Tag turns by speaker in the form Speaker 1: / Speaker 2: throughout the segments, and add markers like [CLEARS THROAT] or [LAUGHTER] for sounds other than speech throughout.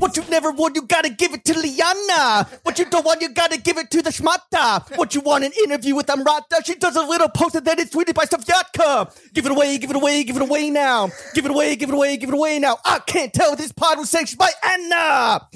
Speaker 1: What you never want, you gotta give it to Liana. What you don't want, you gotta give it to the schmata. What you want, an interview with Amrata. She does a little post and then it's tweeted by Sofyatka. Give it away, give it away, give it away now. Give it away, give it away, give it away now. I can't tell this pod was sanctioned by Anna.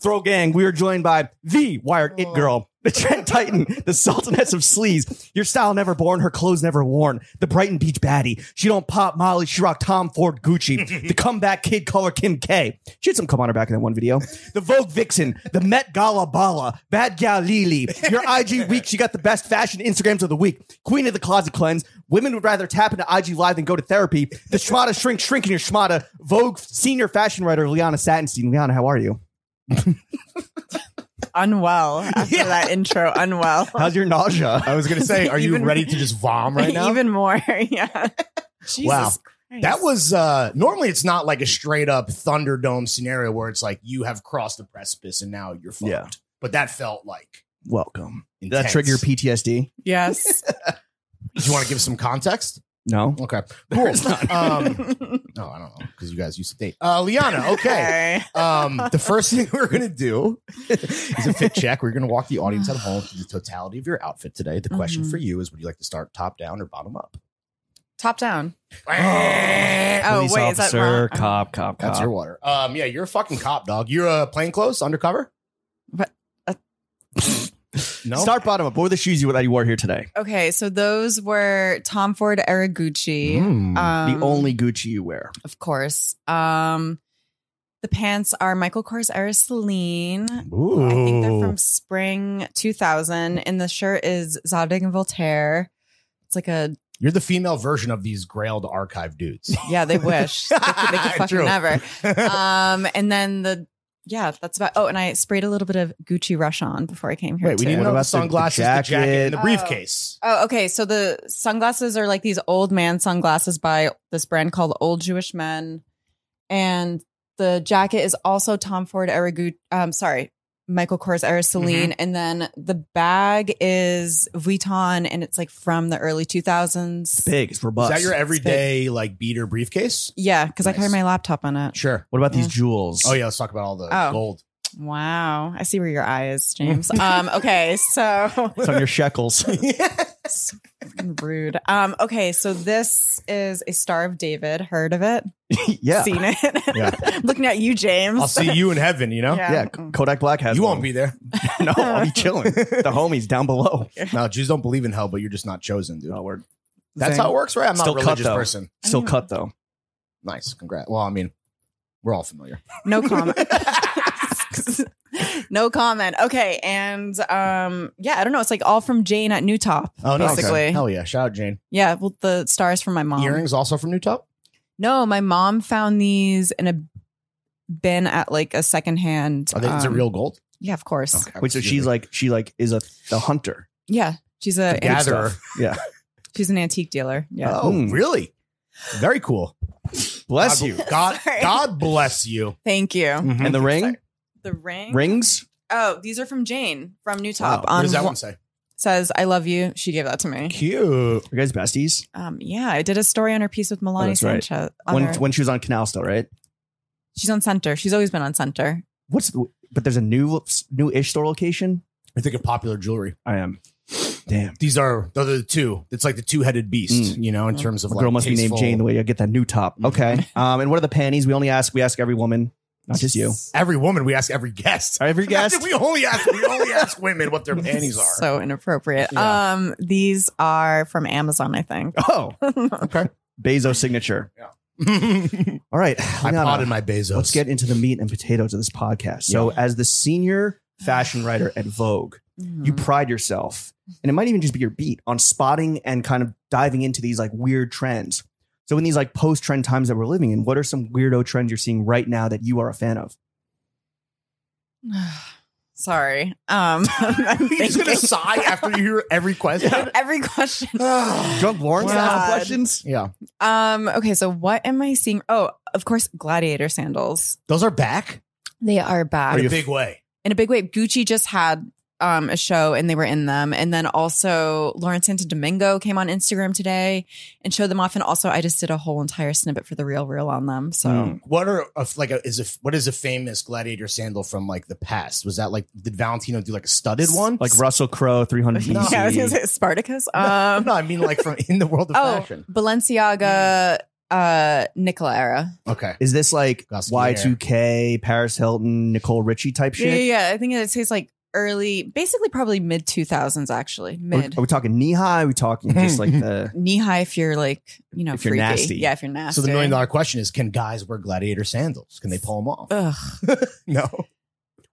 Speaker 1: Throw Gang, we are joined by the Wired It Girl, the Trent Titan, the Sultaness of Sleaze, your style never born, her clothes never worn, the Brighton Beach baddie. She don't pop Molly, she rock Tom Ford Gucci, the comeback kid color Kim K. She had some come on her back in that one video. The Vogue Vixen, the Met Gala Bala, Bad Gal Lily, your IG week, she got the best fashion Instagrams of the week, Queen of the Closet Cleanse, women would rather tap into IG Live than go to therapy, the Schmata Shrink, Shrink in your Schmata, Vogue senior fashion writer Liana Satinstein. Liana, how are you?
Speaker 2: [LAUGHS]
Speaker 3: unwell after that intro. Unwell.
Speaker 1: How's your nausea?
Speaker 2: I was gonna say, are
Speaker 1: [LAUGHS]
Speaker 2: you
Speaker 3: Even- [LAUGHS]
Speaker 2: ready to just vom right now?
Speaker 3: Even more. [LAUGHS] yeah. Jesus
Speaker 2: Wow.
Speaker 3: Christ.
Speaker 2: that was uh normally it's not like a straight up Thunderdome scenario where it's like you have crossed the precipice and now you're fucked.
Speaker 1: Yeah.
Speaker 2: But that felt like
Speaker 1: Welcome. Did that
Speaker 2: intense.
Speaker 1: trigger PTSD?
Speaker 3: yes.
Speaker 2: Do you want to give some context?
Speaker 1: No.
Speaker 2: Okay. Cool. um no, I don't know, because you guys used to date. Uh Liana, [LAUGHS] okay. Um the first thing we're gonna do [LAUGHS] is a fit check. We're gonna walk the audience at home through the totality of your outfit today. The question
Speaker 3: Mhm.
Speaker 2: for you is would you like to start top down or bottom up?
Speaker 3: Top down. Oh
Speaker 1: Police
Speaker 3: wait, is that
Speaker 1: officer,
Speaker 3: wrong?
Speaker 1: cop, cop,
Speaker 2: That's your
Speaker 1: cop.
Speaker 2: water. Um, yeah, you're a fucking cop, dog. You're a plainclothes undercover.
Speaker 3: But- uh-
Speaker 2: [LAUGHS] no.
Speaker 1: Start bottom up. What were the shoes you that you wore here today?
Speaker 3: Okay, so those were Tom Ford Araguchi.
Speaker 2: Mm.
Speaker 3: Um,
Speaker 1: the only Gucci you wear.
Speaker 3: of course. Um, the pants are Michael Kors Araceline. I think they're from spring 2000, and the shirt is Zadig and Voltaire. It's like a
Speaker 2: You're the female version of these grailed archive
Speaker 3: [LAUGHS]
Speaker 2: dudes.
Speaker 3: yeah. They wish they could, they could fucking
Speaker 2: True.
Speaker 3: never.
Speaker 2: [LAUGHS]
Speaker 3: um, and then the yeah, that's about. Oh, and I sprayed a little bit of Gucci Rush on before I came here.
Speaker 2: Wait, we
Speaker 3: too.
Speaker 2: need to
Speaker 1: What
Speaker 2: know
Speaker 1: about
Speaker 2: the
Speaker 1: the
Speaker 2: sunglasses, the jacket, and the
Speaker 3: jacket?
Speaker 2: briefcase.
Speaker 3: Oh, okay. So the sunglasses are like these old man sunglasses by this brand called Old Jewish Men, and the jacket is also Tom Ford Aragu. Um, sorry, Michael Kors
Speaker 2: Mm-hmm.
Speaker 3: Araceline, and then the bag is Vuitton, and it's like from the early two thousands.
Speaker 1: Big. It's
Speaker 2: Is
Speaker 1: robust.
Speaker 2: that your everyday like beater briefcase?
Speaker 3: Yeah, because I
Speaker 2: Nice.
Speaker 3: carry my laptop on it.
Speaker 2: Sure.
Speaker 1: what about these
Speaker 3: Yeah.
Speaker 1: jewels?
Speaker 2: Oh yeah, let's talk about all the
Speaker 3: Oh. [LAUGHS]
Speaker 2: gold.
Speaker 3: Wow, I see where your eye is,
Speaker 2: [LAUGHS]
Speaker 3: James. um, okay, so
Speaker 1: It's on your shekels.
Speaker 3: So fucking rude. Um, okay, so this is a Star of David. Heard of it?
Speaker 1: [LAUGHS] yeah.
Speaker 3: Seen it?
Speaker 2: Yeah.
Speaker 3: [LAUGHS] Looking at you, James.
Speaker 2: I'll see you in heaven, you know?
Speaker 1: Yeah.
Speaker 3: um,
Speaker 1: Kodak Black has
Speaker 2: You
Speaker 1: one. [LAUGHS]
Speaker 2: won't be there.
Speaker 1: No, I'll be chilling.
Speaker 2: [LAUGHS]
Speaker 1: the homies down below.
Speaker 2: No, Jews don't believe in hell, but you're just not chosen, dude.
Speaker 1: No, we're
Speaker 2: That's how it works, right? I'm not
Speaker 1: Still
Speaker 2: a
Speaker 1: cut,
Speaker 2: religious
Speaker 1: though.
Speaker 2: person.
Speaker 1: still
Speaker 3: I mean-
Speaker 1: cut though.
Speaker 2: Nice. Congrats. Well, I mean, we're all familiar.
Speaker 3: No comment.
Speaker 2: [LAUGHS]
Speaker 3: no comment. Okay, and um, yeah, I don't know. It's like all from Jane at New Top,
Speaker 2: Oh, no.
Speaker 3: basically. Um,
Speaker 2: Hell yeah. Shout out, Jane.
Speaker 3: Yeah, well, the stars from my mom.
Speaker 2: Earrings also from New Top?
Speaker 3: No, my mom found these in a bin at like a secondhand.
Speaker 2: Are they, is it
Speaker 3: um,
Speaker 2: real gold?
Speaker 3: Yeah, of course.
Speaker 1: Wait, so she's like she like is a, a hunter.
Speaker 3: Yeah, she's a
Speaker 1: Yeah.
Speaker 2: gatherer.
Speaker 1: Yeah.
Speaker 3: she's an antique dealer. Yeah.
Speaker 2: Oh,
Speaker 1: Mm.
Speaker 2: really? Very cool.
Speaker 1: Bless
Speaker 2: God,
Speaker 1: you.
Speaker 2: God,
Speaker 3: Sorry.
Speaker 2: God bless you.
Speaker 3: Thank you.
Speaker 2: Mm. Mhm.
Speaker 1: And the ring?
Speaker 3: Sorry. The ring.
Speaker 1: Rings?
Speaker 3: Oh, these are from Jane from New Top.
Speaker 1: Wow.
Speaker 2: What
Speaker 3: On
Speaker 2: does that
Speaker 3: wa-
Speaker 2: one say?
Speaker 3: says, "I love you." She gave that to me.
Speaker 2: Cute.
Speaker 1: You guys besties?
Speaker 3: Um, yeah, I did a story on her piece with Melanie
Speaker 1: that's right.
Speaker 3: Sanchez. on
Speaker 1: When
Speaker 3: her-
Speaker 1: when she was on Canal still, right?
Speaker 3: she's on Center. She's always been on Center.
Speaker 1: What's the, but there's a new new ish store location?
Speaker 2: I think of popular jewelry.
Speaker 1: I am. Damn.
Speaker 2: These are those are the two. It's like the two headed beast, you know, in terms of
Speaker 1: Hmm. A
Speaker 2: like
Speaker 1: girl must be named
Speaker 2: tasteful-
Speaker 1: Jane the way you get that new top.
Speaker 2: Mhm.
Speaker 1: Okay. Um, and what are the panties? We only ask we ask every woman, not just you.
Speaker 2: Every woman we ask every guest.
Speaker 1: Every guest.
Speaker 2: [LAUGHS] we only ask we only ask women
Speaker 1: [LAUGHS]
Speaker 2: what their panties are.
Speaker 3: So inappropriate.
Speaker 2: Yeah.
Speaker 3: Um, these are from Amazon, I think.
Speaker 1: Oh,
Speaker 2: okay.
Speaker 1: Bezos signature.
Speaker 2: [LAUGHS] I
Speaker 1: All right. Liana,
Speaker 2: potted my Bezos.
Speaker 1: let's get into the meat and potatoes of this podcast. So, as the senior fashion writer at Vogue, you
Speaker 3: Mm-hmm.
Speaker 1: pride yourself, and it might even just be your beat on spotting and kind of diving into these like weird trends. So, in these like post trend times that we're living in, what are some weirdo trends you're seeing right now that you are a fan of?
Speaker 3: Sorry. Um, [LAUGHS]
Speaker 2: [LAUGHS]
Speaker 3: I'm
Speaker 1: [LAUGHS]
Speaker 2: You're just gonna
Speaker 3: thinking.
Speaker 2: sigh after you hear every question.
Speaker 3: [LAUGHS] every question.
Speaker 2: [SIGHS]
Speaker 4: Drunk Lawrence
Speaker 3: God.
Speaker 4: asked the questions.
Speaker 2: yeah,
Speaker 3: Um, okay, so what am I seeing? Oh, of course, gladiator sandals.
Speaker 2: those are back
Speaker 3: They are back.
Speaker 2: in a big way.
Speaker 3: in a big way. Gucci just had um, a show and they were in them. And then also Lauren Santo Domingo came on Instagram today and showed them off. And also I just did a whole entire snippet for the real real on them. So
Speaker 1: Hmm.
Speaker 2: What are a, like a, is a what is a famous gladiator sandal from like the past? Was that like did Valentino do like a studded one?
Speaker 1: Like Russell Crowe,
Speaker 3: [LAUGHS]
Speaker 1: 300
Speaker 2: No.
Speaker 1: BC.
Speaker 3: [LAUGHS] yeah, I was gonna say Spartacus. Um
Speaker 2: [LAUGHS] no, I mean like from in the world of
Speaker 3: oh
Speaker 2: fashion.
Speaker 3: Balenciaga uh Nicola era.
Speaker 2: Okay,
Speaker 1: Is this like
Speaker 2: Gosselaar.
Speaker 1: Y2K, Paris Hilton, Nicole Richie type
Speaker 3: Yeah,
Speaker 1: shit?
Speaker 3: yeah, yeah. I think it tastes like early basically probably mid two thousands actually.
Speaker 1: Are,
Speaker 3: Mid
Speaker 1: are we talking knee high? Are we talking just
Speaker 3: [LAUGHS]
Speaker 1: like the.
Speaker 3: knee high if you're like, you know,
Speaker 1: If you're
Speaker 3: freaky.
Speaker 1: nasty.
Speaker 3: Yeah, if you're nasty.
Speaker 2: so the million dollar question is: Can guys wear gladiator sandals? Can they pull
Speaker 3: [LAUGHS]
Speaker 2: them off?
Speaker 3: Ugh.
Speaker 2: no,
Speaker 1: What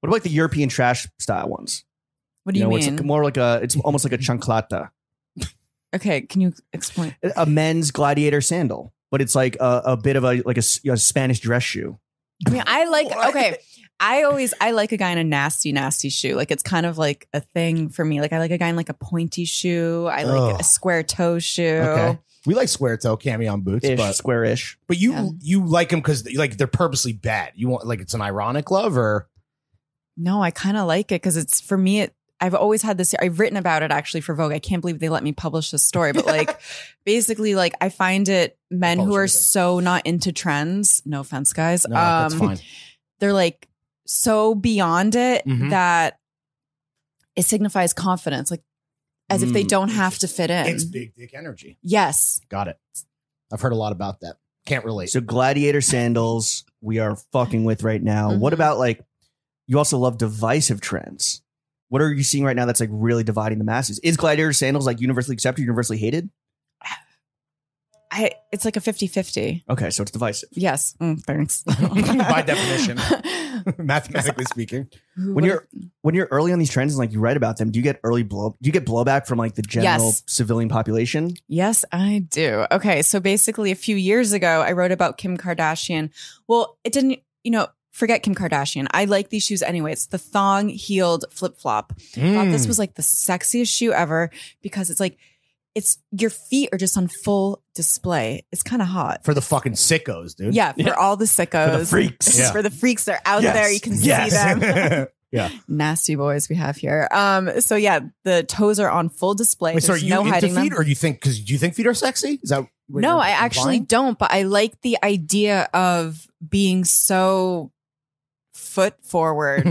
Speaker 1: about like the European trash style ones?
Speaker 3: What do you,
Speaker 1: know,
Speaker 3: mean?
Speaker 1: It's more like a, it's almost like a chanclata,
Speaker 3: okay, can you explain?
Speaker 1: a men's gladiator sandal, but it's like a, a bit of a, like a, s- a Spanish dress shoe.
Speaker 3: I mean, I like
Speaker 2: What?
Speaker 3: okay. I always I like a guy in a nasty, nasty shoe. Like it's kind of like a thing for me. Like I like a guy in like a pointy shoe. I like
Speaker 2: Ugh.
Speaker 3: a square toe shoe.
Speaker 2: okay. We like square toe camion boots,
Speaker 1: Ish,
Speaker 2: but
Speaker 1: square-ish.
Speaker 2: But you
Speaker 3: Yeah.
Speaker 2: you like them because like they're purposely bad. You want like it's an ironic love or
Speaker 3: No, I kind of like it because it's for me. It, I've always had this. I've written about it actually for Vogue. I can't believe they let me publish this story.
Speaker 2: [LAUGHS]
Speaker 3: But like, basically, like I find it men who
Speaker 2: Publish
Speaker 3: are
Speaker 2: anything.
Speaker 3: so not into trends. No offense, guys.
Speaker 2: no, that's
Speaker 3: Um,
Speaker 2: fine.
Speaker 3: they're like so beyond it
Speaker 1: Mm-hmm.
Speaker 2: Mhm.
Speaker 3: that it signifies confidence, like as if they
Speaker 1: Mm,
Speaker 3: don't have to fit in.
Speaker 2: It's big dick energy.
Speaker 3: Yes.
Speaker 2: Got it. I've heard a lot about that. Can't relate. [LAUGHS]
Speaker 1: So gladiator sandals we are fucking with right now. What
Speaker 3: Mhm.
Speaker 1: about like you also love divisive trends? What are you seeing right now that's like really dividing the masses? Is gladiator sandals like universally accepted, universally hated?
Speaker 3: I it's like a 50-50.
Speaker 1: Okay, so it's divisive.
Speaker 3: Yes. Mm,
Speaker 1: [LAUGHS]
Speaker 3: thanks.
Speaker 2: By definition. Mathematically speaking,
Speaker 1: When you're when you're early on these trends and like you write about them, do you get early blow do you get blowback from like the general
Speaker 3: Yes.
Speaker 1: civilian population?
Speaker 3: Yes, I do. Okay, so basically a few years ago I wrote about Kim Kardashian. Well, it didn't, you know, forget Kim Kardashian. I like these shoes anyway. It's the thong-heeled flip-flop. thought this
Speaker 2: Mm. Hmm.
Speaker 3: was like the sexiest shoe ever because it's like it's your feet are just on full display. It's kind of hot.
Speaker 2: for the fucking sickos, dude.
Speaker 3: Yeah, for
Speaker 1: Yeah.
Speaker 3: all the
Speaker 1: Uh,
Speaker 3: sickos. [LAUGHS]
Speaker 1: freaks.
Speaker 2: Yeah.
Speaker 3: For the freaks that are out there. You can see
Speaker 2: [LAUGHS]
Speaker 3: them. Nasty boys we have here. Um, so yeah, the toes are on full display.
Speaker 2: Wait, so are
Speaker 3: There's
Speaker 2: you
Speaker 3: no
Speaker 2: into
Speaker 3: hiding them.
Speaker 2: feet, or you think because do you think feet are sexy? Is that what
Speaker 3: no,
Speaker 2: you're
Speaker 3: I actually
Speaker 2: implying? [LAUGHS]
Speaker 3: don't, but I like the idea of being so foot
Speaker 2: [LAUGHS]
Speaker 3: forward.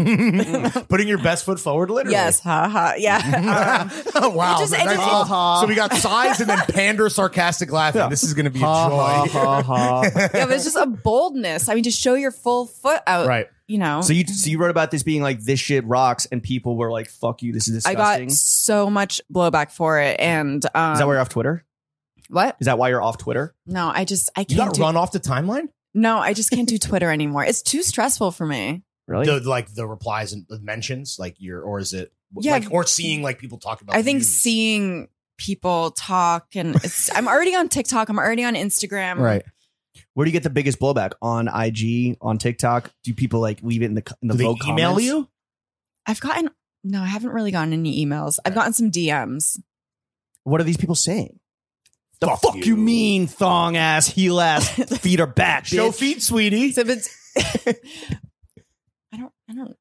Speaker 2: putting your best foot forward, literally.
Speaker 3: Mm. yes, ha ha. Yeah. [LAUGHS] Um,
Speaker 2: [LAUGHS] wow.
Speaker 3: It just- it
Speaker 2: Nice.
Speaker 3: just-
Speaker 2: Ha, ha. so we got sighs and then pander sarcastic laughing.
Speaker 1: Yeah.
Speaker 2: This is going to be a
Speaker 1: [LAUGHS] Ha, ha,
Speaker 2: joy.
Speaker 1: ha,
Speaker 2: [LAUGHS]
Speaker 1: ha.
Speaker 3: yeah, but it's just a boldness. I mean, to show your full foot out,
Speaker 2: right.
Speaker 3: you
Speaker 1: [LAUGHS]
Speaker 3: know.
Speaker 1: So you so you wrote about this being like this shit rocks and people were like, fuck you, this is
Speaker 3: I
Speaker 1: disgusting.
Speaker 3: got so much blowback for it, and um,
Speaker 1: is that why you're off Twitter?
Speaker 3: what?
Speaker 1: Is that why you're off Twitter?
Speaker 3: No, I just I
Speaker 2: You
Speaker 3: can't
Speaker 2: got
Speaker 3: do.
Speaker 2: run off the timeline?
Speaker 3: No, I just can't do Twitter anymore. It's too stressful for me.
Speaker 1: Really?
Speaker 2: the like the replies and the mentions, like your or is it
Speaker 3: Yeah.
Speaker 2: like or seeing like people talk
Speaker 1: Oh,
Speaker 2: about
Speaker 3: I think
Speaker 2: views.
Speaker 3: seeing people talk and
Speaker 1: [LAUGHS]
Speaker 3: it's, I'm already on TikTok. I'm already on Instagram.
Speaker 1: Where do you get the biggest blowback on IG on TikTok? Do people like leave it in the in the
Speaker 2: Do they
Speaker 1: Vogue
Speaker 2: email
Speaker 1: comments?
Speaker 2: you?
Speaker 3: I've gotten no. I haven't really gotten any emails. I've gotten some DMs.
Speaker 1: What are these people saying? The
Speaker 2: Fuck
Speaker 1: fuck, you.
Speaker 2: you.
Speaker 1: mean thong ass heel ass
Speaker 2: [LAUGHS]
Speaker 1: feet are back.
Speaker 2: Show
Speaker 1: bitch.
Speaker 2: feet,
Speaker 1: [LAUGHS]
Speaker 3: [LAUGHS]
Speaker 2: sweetie.
Speaker 3: So if it's. [LAUGHS] I don't. I don't.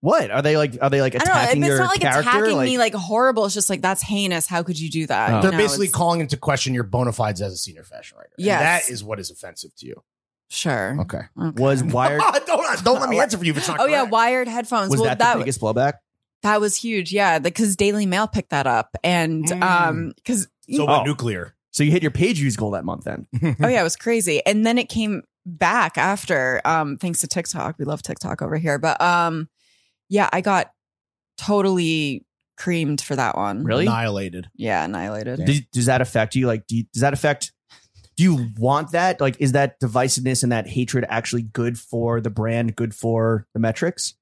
Speaker 1: What are they like? Are they like
Speaker 3: I don't
Speaker 1: attacking
Speaker 3: know. If
Speaker 1: your
Speaker 3: it's not like
Speaker 1: character?
Speaker 3: attacking me like horrible, it's just like that's heinous. How could you do that?
Speaker 1: Oh.
Speaker 3: You
Speaker 2: They're
Speaker 3: know,
Speaker 2: basically
Speaker 3: it's-
Speaker 2: calling into question your bona fides as a senior fashion writer. And
Speaker 3: Yes.
Speaker 2: that is what is offensive to you.
Speaker 3: sure.
Speaker 2: [LAUGHS] Okay.
Speaker 3: Okay. [LAUGHS]
Speaker 1: was wired.
Speaker 2: don't, don't let me answer for you if it's not
Speaker 3: Oh yeah,
Speaker 2: correct.
Speaker 3: wired headphones.
Speaker 1: was
Speaker 3: well,
Speaker 1: that,
Speaker 3: that
Speaker 1: the
Speaker 3: that,
Speaker 1: biggest blowback?
Speaker 3: was huge. Yeah, because Daily Mail picked that up, and
Speaker 2: Mm.
Speaker 3: um, because
Speaker 2: So
Speaker 1: Oh.
Speaker 2: what [LAUGHS] nuclear.
Speaker 1: So you hit your page views goal that month then?
Speaker 3: oh yeah, it was crazy. And then it came back after, um, thanks to TikTok. We love TikTok over here, but um, yeah, I got totally creamed for that one.
Speaker 1: Really?
Speaker 2: Annihilated.
Speaker 3: Yeah, annihilated.
Speaker 1: Does, does that affect you? Like, do you, does that affect? Do you want that? Like, is that divisiveness and that hatred actually good for the brand? Good for the metrics?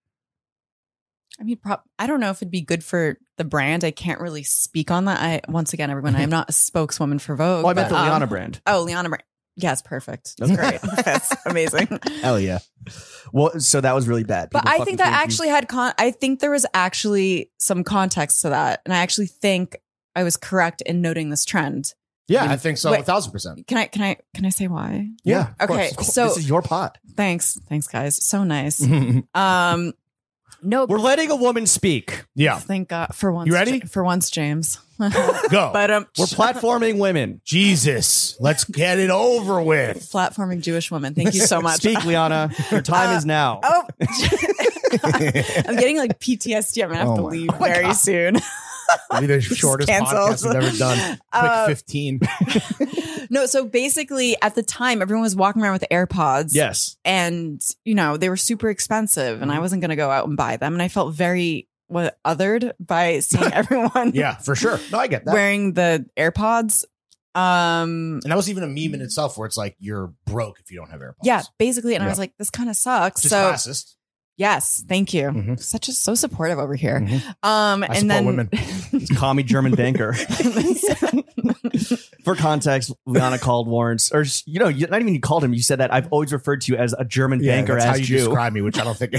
Speaker 3: I mean, prob I don't know if it'd be good for the brand. I can't really speak on that. I once again, everyone, I am
Speaker 1: [LAUGHS]
Speaker 3: not a spokeswoman for Vogue.
Speaker 1: Oh, I meant
Speaker 3: but,
Speaker 1: the Liana
Speaker 3: um,
Speaker 1: brand. [LAUGHS]
Speaker 3: Oh, Liana brand. Yes, perfect.
Speaker 1: That's [LAUGHS]
Speaker 3: That's great. That's amazing.
Speaker 2: Hell yeah.
Speaker 1: Well, so that was really bad.
Speaker 3: But
Speaker 1: People
Speaker 3: I
Speaker 1: fucking
Speaker 3: think that
Speaker 1: confused.
Speaker 3: actually had con. I think there was actually some context to that, and I actually think I was correct in noting this trend.
Speaker 2: Yeah, I think so.
Speaker 3: Wait.
Speaker 2: A thousand percent.
Speaker 3: Can I? Can I? Can I say why?
Speaker 1: Yeah.
Speaker 2: of
Speaker 3: Okay,
Speaker 2: course.
Speaker 3: so
Speaker 1: this is your pot.
Speaker 3: thanks, thanks guys, so nice. um, no,
Speaker 1: We're letting a woman speak.
Speaker 2: yeah,
Speaker 3: thank God for once.
Speaker 2: You ready?
Speaker 3: Ja- for once, James.
Speaker 2: go.
Speaker 3: [LAUGHS] but um,
Speaker 1: We're platforming women.
Speaker 2: Jesus, let's get it over with.
Speaker 3: platforming Jewish women. Thank you so much.
Speaker 1: Speak, Liana. Your time is now.
Speaker 3: Oh, [LAUGHS] I'm getting like PTSD. I'm gonna have
Speaker 2: Oh
Speaker 3: to
Speaker 2: my-
Speaker 3: leave very soon. [LAUGHS]
Speaker 2: Be the shortest
Speaker 3: canceled.
Speaker 2: podcast we've ever done. Quick
Speaker 3: Uh,
Speaker 2: fifteen.
Speaker 3: No, so basically, at the time, everyone was walking around with AirPods.
Speaker 1: Yes.
Speaker 3: and you know they were super expensive
Speaker 2: Mm-hmm.
Speaker 3: and i wasn't going to go out and buy them and i felt very what othered by [LAUGHS]
Speaker 2: [LAUGHS]
Speaker 3: seeing everyone
Speaker 2: Yeah, for sure. No, I get that.
Speaker 3: [LAUGHS] wearing the airpods um
Speaker 2: and that was even a meme in itself, where it's like you're broke if you don't have AirPods.
Speaker 3: yeah basically and i
Speaker 2: Yeah.
Speaker 3: was like this kind of sucks
Speaker 2: Just
Speaker 3: so
Speaker 2: classist.
Speaker 3: yes thank you
Speaker 2: Mhm.
Speaker 3: such a so supportive over here
Speaker 2: Mhm.
Speaker 3: um
Speaker 2: I support
Speaker 3: and then
Speaker 2: women.
Speaker 1: Commie German banker. For context, Liana called Lawrence, or you know, you, not even you called him. You said that I've always referred to you as a German
Speaker 2: Yeah,
Speaker 1: banker
Speaker 2: that's
Speaker 1: as
Speaker 2: how you
Speaker 1: Jew.
Speaker 2: describe me, which I don't think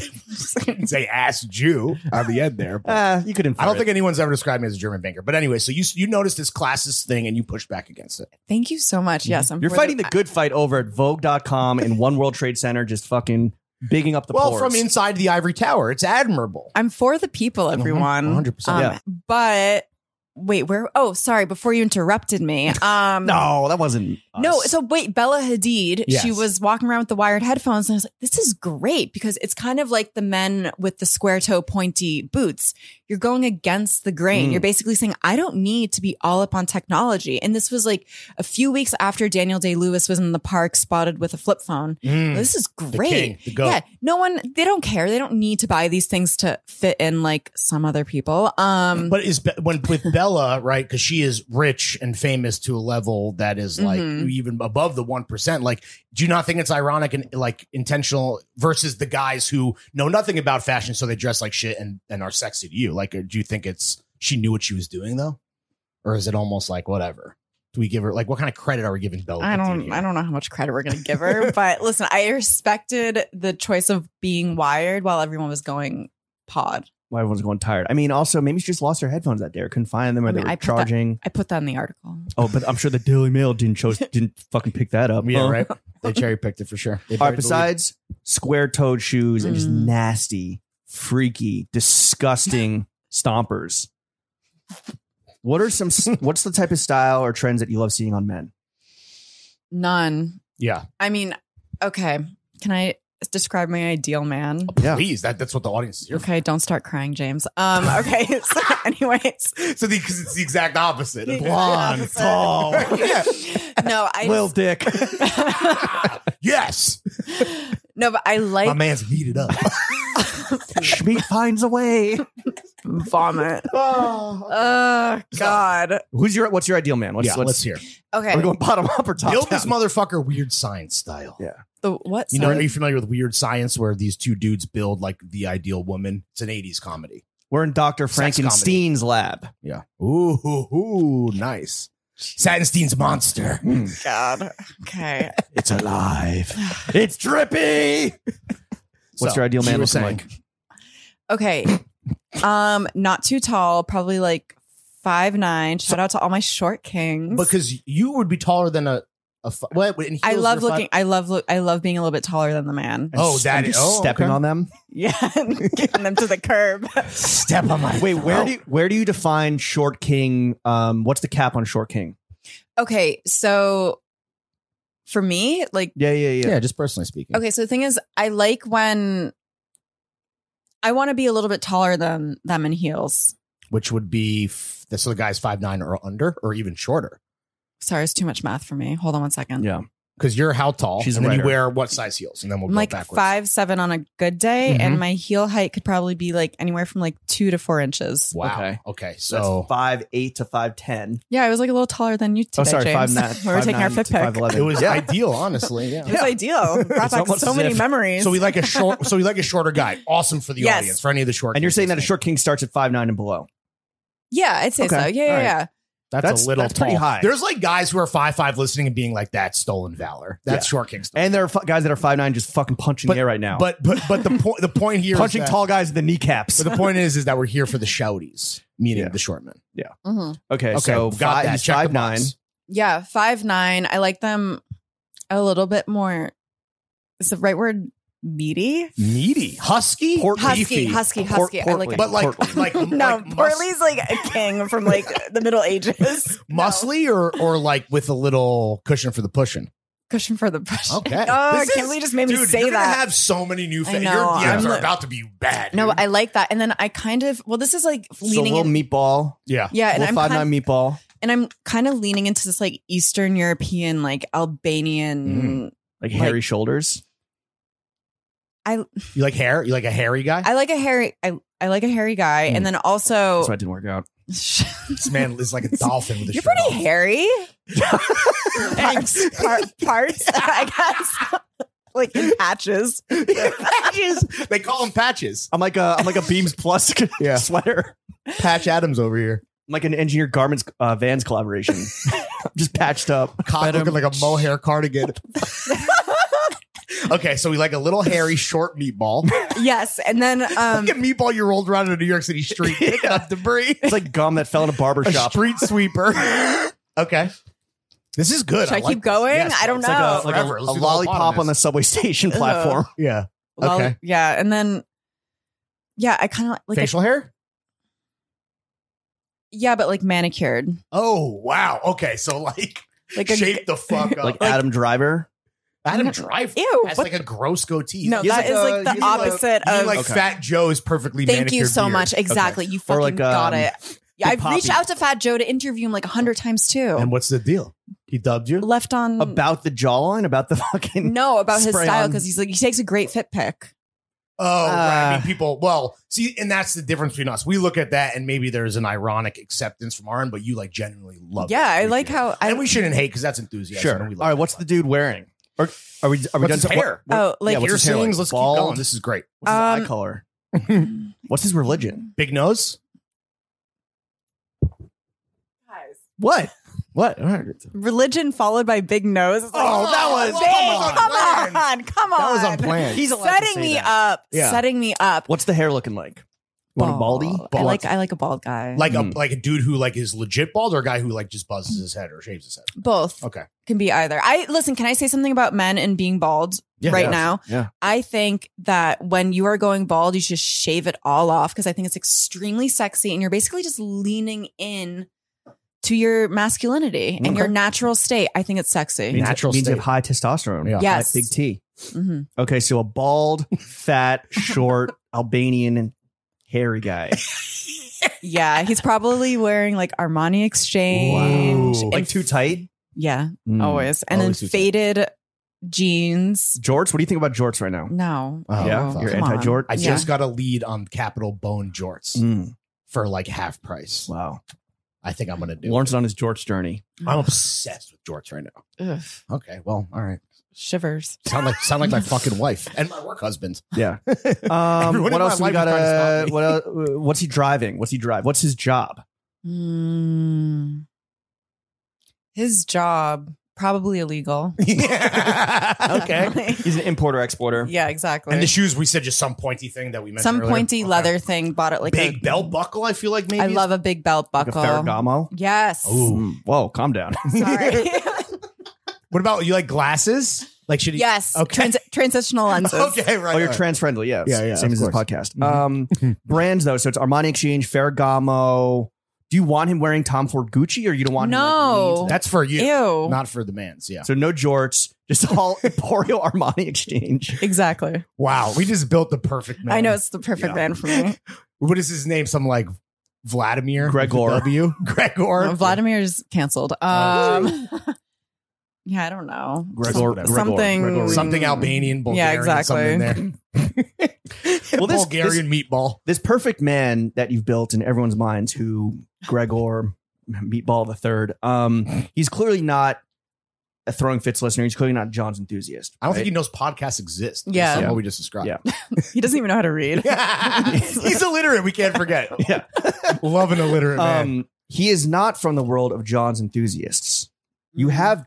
Speaker 2: say ass Jew on the end there.
Speaker 1: [LAUGHS]
Speaker 2: but-
Speaker 1: Ah, you could infer.
Speaker 2: I don't
Speaker 1: it.
Speaker 2: think anyone's ever described me as a German banker. But anyway, so you you noticed this classist thing and you push back against it.
Speaker 3: [LAUGHS] thank you so much yes
Speaker 2: Mm-hmm.
Speaker 3: i'm
Speaker 1: You're
Speaker 3: for
Speaker 1: fighting the good fight over at Vogue.com and One World Trade Center, just fucking bigging up the
Speaker 2: well,
Speaker 1: pores.
Speaker 2: from inside the ivory tower, it's admirable.
Speaker 3: i'm for the people
Speaker 2: Mm-hmm.
Speaker 3: everyone
Speaker 2: 100%,
Speaker 3: um,
Speaker 1: yeah.
Speaker 3: but wait where oh sorry before you interrupted me
Speaker 2: [LAUGHS]
Speaker 3: um
Speaker 1: no, that wasn't. Us.
Speaker 3: No, so wait, Bella Hadid,
Speaker 2: Yes.
Speaker 3: she was walking around with the wired headphones, and I was like, this is great because it's kind of like the men with the square toe pointy boots. You're going against the grain.
Speaker 1: Mm.
Speaker 3: You're basically saying, I don't need to be all up on technology. And this was like a few weeks after Daniel Day Lewis was in the park spotted with a flip phone.
Speaker 2: Mm,
Speaker 3: This is
Speaker 2: the
Speaker 3: great.
Speaker 2: king, the goat.
Speaker 3: Yeah, no one they don't care. They don't need to buy these things to fit in like some other people. Um
Speaker 2: But is Be- when with Bella right because she is rich and famous to a level that is like
Speaker 3: Mhm.
Speaker 2: even above the one percent. Like, do you not think it's ironic and like intentional versus the guys who know nothing about fashion, so they dress like shit and and are sexy to you? Like, do you think it's she knew what she was doing though, or is it almost like whatever? Do we give her like what kind of credit are we giving Bella?
Speaker 3: I
Speaker 2: Hadid
Speaker 3: don't
Speaker 2: here?
Speaker 3: I don't know how much credit we're gonna give her, [LAUGHS] but listen, I respected the choice of being wired while everyone was going pod.
Speaker 1: Why everyone's going tired. I mean, also maybe she just lost her headphones that day, or couldn't find them, or
Speaker 3: I
Speaker 1: they
Speaker 3: mean,
Speaker 1: were
Speaker 3: I put that-
Speaker 1: charging.
Speaker 3: I put that in the article.
Speaker 1: Oh, but I'm sure the Daily Mail didn't
Speaker 3: [LAUGHS]
Speaker 1: chose didn't fucking pick that up.
Speaker 2: Yeah,
Speaker 1: huh?
Speaker 2: right. They cherry picked it for sure. They
Speaker 1: All
Speaker 2: buried
Speaker 1: right.
Speaker 2: the
Speaker 1: Besides square toed shoes and just
Speaker 3: Mm.
Speaker 1: nasty, freaky,
Speaker 3: [LAUGHS]
Speaker 1: disgusting stompers. What are some? What's the type of style or trends that you love seeing on men?
Speaker 3: None.
Speaker 2: lead. yeah.
Speaker 3: I mean, okay. Can I describe my ideal man?
Speaker 1: Yeah.
Speaker 2: Please, that, that's what the audience is here. for. [LAUGHS]
Speaker 3: Okay, don't start crying, James. Um, okay. So [LAUGHS] anyways.
Speaker 2: So because it's the
Speaker 1: [LAUGHS]
Speaker 2: exact opposite.
Speaker 3: The
Speaker 2: Blonde,
Speaker 3: opposite.
Speaker 2: tall. [LAUGHS] yeah.
Speaker 3: [LAUGHS] No, I
Speaker 1: Lil Dick.
Speaker 2: Yes.
Speaker 3: [LAUGHS] No, but I
Speaker 2: My
Speaker 3: like
Speaker 2: man's heated up.
Speaker 1: Schmeat finds a way.
Speaker 3: vomit. [LAUGHS] Oh God.
Speaker 1: Who's your? What's your ideal man? What's,
Speaker 2: yeah,
Speaker 1: what's,
Speaker 2: let's hear.
Speaker 3: Okay.
Speaker 1: Are we going bottom [LAUGHS] up or top
Speaker 2: Build
Speaker 1: down?
Speaker 2: this motherfucker weird science style.
Speaker 1: Yeah.
Speaker 3: the what
Speaker 2: You know,
Speaker 3: side?
Speaker 2: are you familiar with Weird Science, where these two dudes build like the ideal woman? It's an '80s comedy.
Speaker 1: We're in Dr.
Speaker 2: Sex
Speaker 1: Frankenstein's lab.
Speaker 2: Yeah. Ooh, ooh, ooh nice. Satinstein's monster.
Speaker 3: God. Okay.
Speaker 1: It's alive. it's drippy. What's
Speaker 2: So,
Speaker 1: your ideal
Speaker 2: you
Speaker 1: man
Speaker 2: were
Speaker 1: looking
Speaker 2: saying-
Speaker 1: like?
Speaker 3: Okay. um, not too tall, probably like five nine. Shout out to all my short kings.
Speaker 2: Because you would be taller than a. a f- what? in
Speaker 3: I
Speaker 2: heels,
Speaker 3: love
Speaker 2: you're five-
Speaker 3: looking. I love look. I love being a little bit taller than the man.
Speaker 2: Oh,
Speaker 1: s-
Speaker 2: that
Speaker 1: and
Speaker 2: is-
Speaker 1: just
Speaker 2: oh,
Speaker 1: stepping
Speaker 2: okay.
Speaker 1: on them.
Speaker 3: [LAUGHS] Yeah, and getting them to the curb.
Speaker 2: Step on my.
Speaker 1: Wait, where
Speaker 2: throat.
Speaker 1: do you, where do you define short king? Um, what's the cap on short king?
Speaker 3: [LAUGHS] Okay, so for me, like,
Speaker 1: Yeah, yeah, yeah.
Speaker 2: Yeah, just personally speaking.
Speaker 3: okay, so the thing is, I like when I want to be a little bit taller than them in heels.
Speaker 2: Which would be f- so the guy's five nine or under, or even shorter.
Speaker 3: Sorry, it's too much math for me. Hold on one second.
Speaker 1: Yeah.
Speaker 2: Because you're how tall?
Speaker 1: She's a
Speaker 2: and then you
Speaker 1: writer.
Speaker 2: wear what size heels, and then we'll
Speaker 3: I'm
Speaker 2: go
Speaker 3: like
Speaker 2: backwards.
Speaker 3: five seven on a good day,
Speaker 2: Mhm.
Speaker 3: and my heel height could probably be like anywhere from like two to four inches.
Speaker 2: Wow. Okay.
Speaker 1: Okay.
Speaker 2: So
Speaker 1: That's five eight to five ten.
Speaker 3: Yeah, I was like a little taller than you today,
Speaker 1: Oh. Oh, sorry,
Speaker 3: James.
Speaker 1: five nine.
Speaker 3: we [LAUGHS] were
Speaker 1: five
Speaker 3: taking our
Speaker 1: nine
Speaker 3: fifth
Speaker 1: to
Speaker 3: pick.
Speaker 1: Five eleven.
Speaker 2: it was
Speaker 1: yeah.
Speaker 3: [LAUGHS]
Speaker 2: ideal, honestly. Yeah.
Speaker 3: It
Speaker 1: [LAUGHS]
Speaker 3: was ideal. Brought
Speaker 1: It's
Speaker 3: back
Speaker 1: almost
Speaker 3: so
Speaker 1: as
Speaker 3: many
Speaker 1: if-
Speaker 3: memories.
Speaker 2: So we like a short. so we like a shorter guy.
Speaker 3: [LAUGHS]
Speaker 2: Awesome for the
Speaker 3: Yes.
Speaker 2: audience for any of the short.
Speaker 1: and you're saying that a
Speaker 2: listening.
Speaker 1: short king starts at five nine and below.
Speaker 3: yeah, I'd say
Speaker 1: Okay.
Speaker 3: so. Yeah, yeah,
Speaker 1: All right.
Speaker 3: yeah.
Speaker 2: That's,
Speaker 1: That's-
Speaker 2: a little
Speaker 1: that's
Speaker 2: tall.
Speaker 1: pretty high.
Speaker 2: There's like guys who are five five listening and being like, "That's stolen valor. That's short king stuff."
Speaker 1: And there are fu- guys that are five nine just fucking punching the air right now.
Speaker 2: But but but the point the point here is
Speaker 1: punching
Speaker 2: that-
Speaker 1: tall guys in the kneecaps.
Speaker 2: But the point is is that we're here for the shouties, meaning
Speaker 1: Yeah.
Speaker 2: the short men.
Speaker 3: Mhm.
Speaker 1: Okay,
Speaker 2: Okay,
Speaker 1: so
Speaker 2: got
Speaker 1: five,
Speaker 2: that.
Speaker 1: he's
Speaker 2: Check the
Speaker 1: five nine.
Speaker 2: box.
Speaker 3: Yeah, five nine. I like them a little bit more. Is the right word meaty?
Speaker 2: Meaty, husky,
Speaker 1: Portly.
Speaker 3: Husky, husky, husky. I like it.
Speaker 2: but like
Speaker 1: Portly.
Speaker 3: [LAUGHS]
Speaker 2: like
Speaker 3: no,
Speaker 2: like mus-
Speaker 3: Portly's like a king
Speaker 1: [LAUGHS]
Speaker 3: from like the Middle Ages. No.
Speaker 2: muscly or or like with a little cushion for the pushing.
Speaker 3: Cushion for the brush.
Speaker 2: Okay.
Speaker 3: [LAUGHS] Oh,
Speaker 2: This
Speaker 3: Kimberly
Speaker 2: is-
Speaker 3: just made me
Speaker 2: Dude,
Speaker 3: say
Speaker 2: you're
Speaker 3: that.
Speaker 2: Gonna have so many new
Speaker 3: I
Speaker 2: fans. Your
Speaker 3: know,
Speaker 2: DMs
Speaker 3: I'm
Speaker 2: are
Speaker 3: li-
Speaker 2: about to be bad.
Speaker 3: no,
Speaker 2: dude.
Speaker 3: I like that. And then I kind of well, this is like
Speaker 1: So
Speaker 3: leaning
Speaker 1: little
Speaker 3: in,
Speaker 1: meatball.
Speaker 2: yeah.
Speaker 3: yeah, and
Speaker 1: little five
Speaker 3: I'm kind,
Speaker 1: nine meatball.
Speaker 3: and I'm kind of leaning into this like Eastern European, like
Speaker 2: Mm-hmm.
Speaker 3: Albanian.
Speaker 1: Like,
Speaker 3: Like-
Speaker 1: hairy shoulders.
Speaker 2: You like hair? You like a hairy guy?
Speaker 3: I like a hairy, I, I like a hairy guy,
Speaker 1: Mm.
Speaker 3: and then
Speaker 1: That's
Speaker 3: also [LAUGHS]
Speaker 1: why it didn't work out.
Speaker 2: this man is like a dolphin with a
Speaker 3: You're
Speaker 2: shirt
Speaker 3: pretty
Speaker 2: off.
Speaker 3: hairy.
Speaker 2: [LAUGHS] Thanks.
Speaker 3: Parts, par- parts, [LAUGHS] I guess. like in patches. [LAUGHS]
Speaker 2: [LAUGHS] patches. They call him patches.
Speaker 1: I'm like a I'm like a
Speaker 2: [LAUGHS]
Speaker 1: Beams Plus [LAUGHS]
Speaker 2: Yeah.
Speaker 1: sweater.
Speaker 2: Patch Adams over here.
Speaker 1: I'm like an engineer garments uh, vans collaboration.
Speaker 2: [LAUGHS]
Speaker 1: I'm just patched up.
Speaker 2: Cock
Speaker 1: But, um,
Speaker 2: looking like a
Speaker 3: [LAUGHS]
Speaker 2: mohair cardigan. okay, so we like a little hairy, short meatball.
Speaker 3: yes, and
Speaker 2: [LAUGHS]
Speaker 3: then um,
Speaker 2: Look at meatball you rolled around in a New York
Speaker 3: [LAUGHS]
Speaker 2: City street picking up debris.
Speaker 1: It's like gum that fell in a barber
Speaker 2: [LAUGHS] A
Speaker 1: shop.
Speaker 2: street sweeper. [LAUGHS] okay. This is good.
Speaker 3: Should I
Speaker 2: like
Speaker 3: keep
Speaker 2: this.
Speaker 3: going?
Speaker 2: Yes,
Speaker 3: I don't
Speaker 2: it's
Speaker 3: know.
Speaker 1: Like a, like a,
Speaker 2: Forever. Let's
Speaker 1: a
Speaker 2: do the whole
Speaker 1: lollipop
Speaker 2: bottom
Speaker 1: on the
Speaker 2: is-
Speaker 1: subway station platform.
Speaker 2: Yeah.
Speaker 3: well,
Speaker 2: Okay.
Speaker 3: yeah, and then yeah, I kind of like a-
Speaker 2: Facial hair?
Speaker 3: yeah, but like manicured,
Speaker 2: Oh, wow. Okay, so like,
Speaker 3: like a
Speaker 2: shape
Speaker 3: [LAUGHS]
Speaker 2: the fuck up.
Speaker 1: Like, Adam Driver.
Speaker 2: Adam Driver
Speaker 3: ew.
Speaker 2: has
Speaker 3: what
Speaker 2: like a gross goatee.
Speaker 3: the- no,
Speaker 1: he's
Speaker 3: that
Speaker 1: like
Speaker 3: is
Speaker 1: a-
Speaker 3: like the
Speaker 1: he's like-
Speaker 3: opposite
Speaker 2: You
Speaker 3: of.
Speaker 2: like
Speaker 1: Okay.
Speaker 2: Fat Joe's perfectly
Speaker 3: thank you
Speaker 2: manicured
Speaker 3: so
Speaker 2: beard.
Speaker 3: much. Exactly, you fucking
Speaker 1: Or like,
Speaker 3: got
Speaker 1: um,
Speaker 3: it. Yeah, I've
Speaker 1: Big
Speaker 3: reached
Speaker 1: Poppy.
Speaker 3: out to Fat Joe to interview him like a hundred times too.
Speaker 2: And what's the deal? He dubbed you?
Speaker 3: Left on
Speaker 2: Mm.
Speaker 1: About the jawline, about the fucking
Speaker 3: no about his
Speaker 1: Spray
Speaker 3: style
Speaker 1: on.
Speaker 3: because he's like he takes a great fit pick.
Speaker 2: Oh, right. I mean,
Speaker 1: Uh,
Speaker 2: people. Well, see, and that's the difference between us. We look at that, and maybe there's an ironic acceptance from our end, but you like genuinely love.
Speaker 3: Yeah,
Speaker 2: it.
Speaker 3: I like how I
Speaker 2: and we shouldn't hate because that's enthusiasm.
Speaker 1: Sure.
Speaker 2: and we
Speaker 1: All right, what's the dude wearing? Or are we are we
Speaker 2: What's his
Speaker 1: done?
Speaker 2: hair?
Speaker 1: What, what,
Speaker 3: oh like
Speaker 1: yeah, what's his hair
Speaker 2: Piercings.
Speaker 1: like?
Speaker 2: Let's
Speaker 1: Bald?
Speaker 2: keep going. This is great.
Speaker 1: what's his
Speaker 3: Um,
Speaker 1: eye
Speaker 2: [LAUGHS]
Speaker 1: color? What's his religion?
Speaker 2: Big nose.
Speaker 1: What? What? All right.
Speaker 3: religion followed by big nose. It's like,
Speaker 2: Oh, that was-
Speaker 3: big,
Speaker 2: come
Speaker 3: come
Speaker 2: on.
Speaker 3: on, come on.
Speaker 2: That was unplanned.
Speaker 1: He's allowed to
Speaker 3: setting
Speaker 1: say
Speaker 3: me
Speaker 1: that.
Speaker 3: up,
Speaker 2: Yeah.
Speaker 3: setting me up.
Speaker 1: What's the hair looking like? You want a
Speaker 3: Bald.
Speaker 1: baldy?
Speaker 3: I
Speaker 2: Bald.
Speaker 3: like I like a bald guy.
Speaker 2: Like
Speaker 1: Mm.
Speaker 2: a like a dude who like is legit bald, or a guy who like just buzzes his head or shaves his head.
Speaker 3: both
Speaker 2: Okay.
Speaker 3: can be either. I listen. Can I say something about men and being bald
Speaker 1: Yeah,
Speaker 3: right
Speaker 1: yeah.
Speaker 3: now?
Speaker 1: Yeah.
Speaker 3: I think that when you are going bald, you should shave it all off because I think it's extremely sexy, and you're basically just leaning in to your masculinity and your
Speaker 1: Okay.
Speaker 3: natural state. I think it's sexy.
Speaker 1: Means-
Speaker 2: Natural
Speaker 1: means you
Speaker 2: state.
Speaker 1: have high testosterone.
Speaker 2: Yeah.
Speaker 1: High-
Speaker 3: Yes.
Speaker 1: Big T.
Speaker 3: Mhm.
Speaker 1: Okay, so a
Speaker 2: [LAUGHS]
Speaker 1: bald, fat, short, Albanian, and hairy guy.
Speaker 3: Yeah, he's probably wearing like Armani Exchange.
Speaker 2: Wow. Hmm.
Speaker 3: and-
Speaker 1: Like too tight?
Speaker 3: yeah,
Speaker 1: Mm.
Speaker 3: always. And
Speaker 2: Always
Speaker 3: then
Speaker 2: too tight.
Speaker 3: faded jeans.
Speaker 1: Jorts? What do you think about jorts right now?
Speaker 3: No.
Speaker 2: Oh,
Speaker 1: yeah,
Speaker 2: fuck.
Speaker 1: you're
Speaker 3: Come on.
Speaker 1: anti-jort.
Speaker 2: I
Speaker 3: Yeah.
Speaker 2: just got a lead on Capital Bone Jorts
Speaker 1: Mm.
Speaker 2: for like half price.
Speaker 1: Wow.
Speaker 2: I think I'm gonna do.
Speaker 1: Lawrence is on his jorts journey.
Speaker 2: it. I'm obsessed with jorts right now.
Speaker 3: Ugh,
Speaker 2: Okay, well, all right.
Speaker 3: shivers.
Speaker 2: Sound like sound like my fucking wife and my work husband. [LAUGHS]
Speaker 1: Yeah. [LAUGHS] Um,
Speaker 2: Everyone in
Speaker 1: what
Speaker 2: my
Speaker 1: else do we
Speaker 2: life is
Speaker 1: got?
Speaker 2: trying to
Speaker 1: Uh,
Speaker 2: stop me.
Speaker 1: what else, what's he driving? What's he drive? What's his job?
Speaker 3: Mm. His job probably illegal. [LAUGHS]
Speaker 2: okay. [LAUGHS]
Speaker 3: Definitely.
Speaker 1: He's an importer exporter.
Speaker 3: yeah, exactly.
Speaker 2: And the shoes, we said just some pointy thing that we mentioned.
Speaker 3: Some
Speaker 2: earlier.
Speaker 3: pointy
Speaker 2: Okay.
Speaker 3: leather thing. Bought it like
Speaker 2: big
Speaker 3: a,
Speaker 2: belt buckle. I feel like maybe
Speaker 3: I love a big belt
Speaker 1: Like a
Speaker 3: buckle.
Speaker 1: Ferragamo.
Speaker 3: yes.
Speaker 2: Ooh.
Speaker 1: Mm. Whoa, calm down.
Speaker 3: [LAUGHS] Sorry.
Speaker 2: [LAUGHS]
Speaker 3: [LAUGHS]
Speaker 2: What about you? Like glasses? Like should he?
Speaker 3: yes.
Speaker 2: Okay.
Speaker 3: Trans-
Speaker 2: [LAUGHS]
Speaker 3: transitional lenses.
Speaker 2: Okay, right.
Speaker 1: Oh, you're
Speaker 2: right.
Speaker 1: trans friendly, yes.
Speaker 2: uh, Yeah, yeah,
Speaker 1: Same
Speaker 2: of
Speaker 1: as this
Speaker 2: course.
Speaker 1: podcast.
Speaker 2: Mhm. [LAUGHS]
Speaker 1: Um, brands though, so it's Armani Exchange, Ferragamo. Do you want him wearing Tom Ford Gucci, or you don't want him?
Speaker 3: No.
Speaker 1: Like, lean into
Speaker 2: That's for you,
Speaker 3: Ew.
Speaker 2: not for the man's. Yeah.
Speaker 1: that? so no jorts, just
Speaker 2: [LAUGHS]
Speaker 1: all Emporio Armani Exchange.
Speaker 3: exactly.
Speaker 2: Wow, we just built the perfect man.
Speaker 3: I know it's the perfect
Speaker 1: Yeah.
Speaker 3: band for
Speaker 2: [LAUGHS]
Speaker 3: me. Uh,
Speaker 2: What is his name? Some like Vladimir
Speaker 1: Gregor.
Speaker 2: W. Gregor.
Speaker 3: No, Vladimir's canceled.
Speaker 2: Uh,
Speaker 3: Um, [LAUGHS] yeah, I don't know.
Speaker 1: Gregor-
Speaker 3: Some-
Speaker 1: Gregor-
Speaker 3: something,
Speaker 1: Gregor-
Speaker 2: Something Albanian, Bulgarian,
Speaker 3: Yeah,
Speaker 2: something in
Speaker 3: [LAUGHS]
Speaker 2: there.
Speaker 1: [LAUGHS] Well, this-
Speaker 2: Bulgarian meatball.
Speaker 1: This perfect man that you've built in everyone's minds, who Gregor Meatball the Third. Um, he's clearly not a throwing fits listener. He's clearly not John's enthusiast.
Speaker 2: I don't
Speaker 1: right?
Speaker 2: think he knows podcasts exist. based
Speaker 3: Yeah.
Speaker 2: on what we just described.
Speaker 1: Yeah.
Speaker 3: [LAUGHS] He doesn't even know
Speaker 2: [LAUGHS]
Speaker 3: how to read. [LAUGHS]
Speaker 2: He's illiterate. We can't forget.
Speaker 1: [LAUGHS] Yeah.
Speaker 2: Love an illiterate man.
Speaker 1: Um, He is not from the world of John's enthusiasts. You
Speaker 2: Mm-hmm.
Speaker 1: have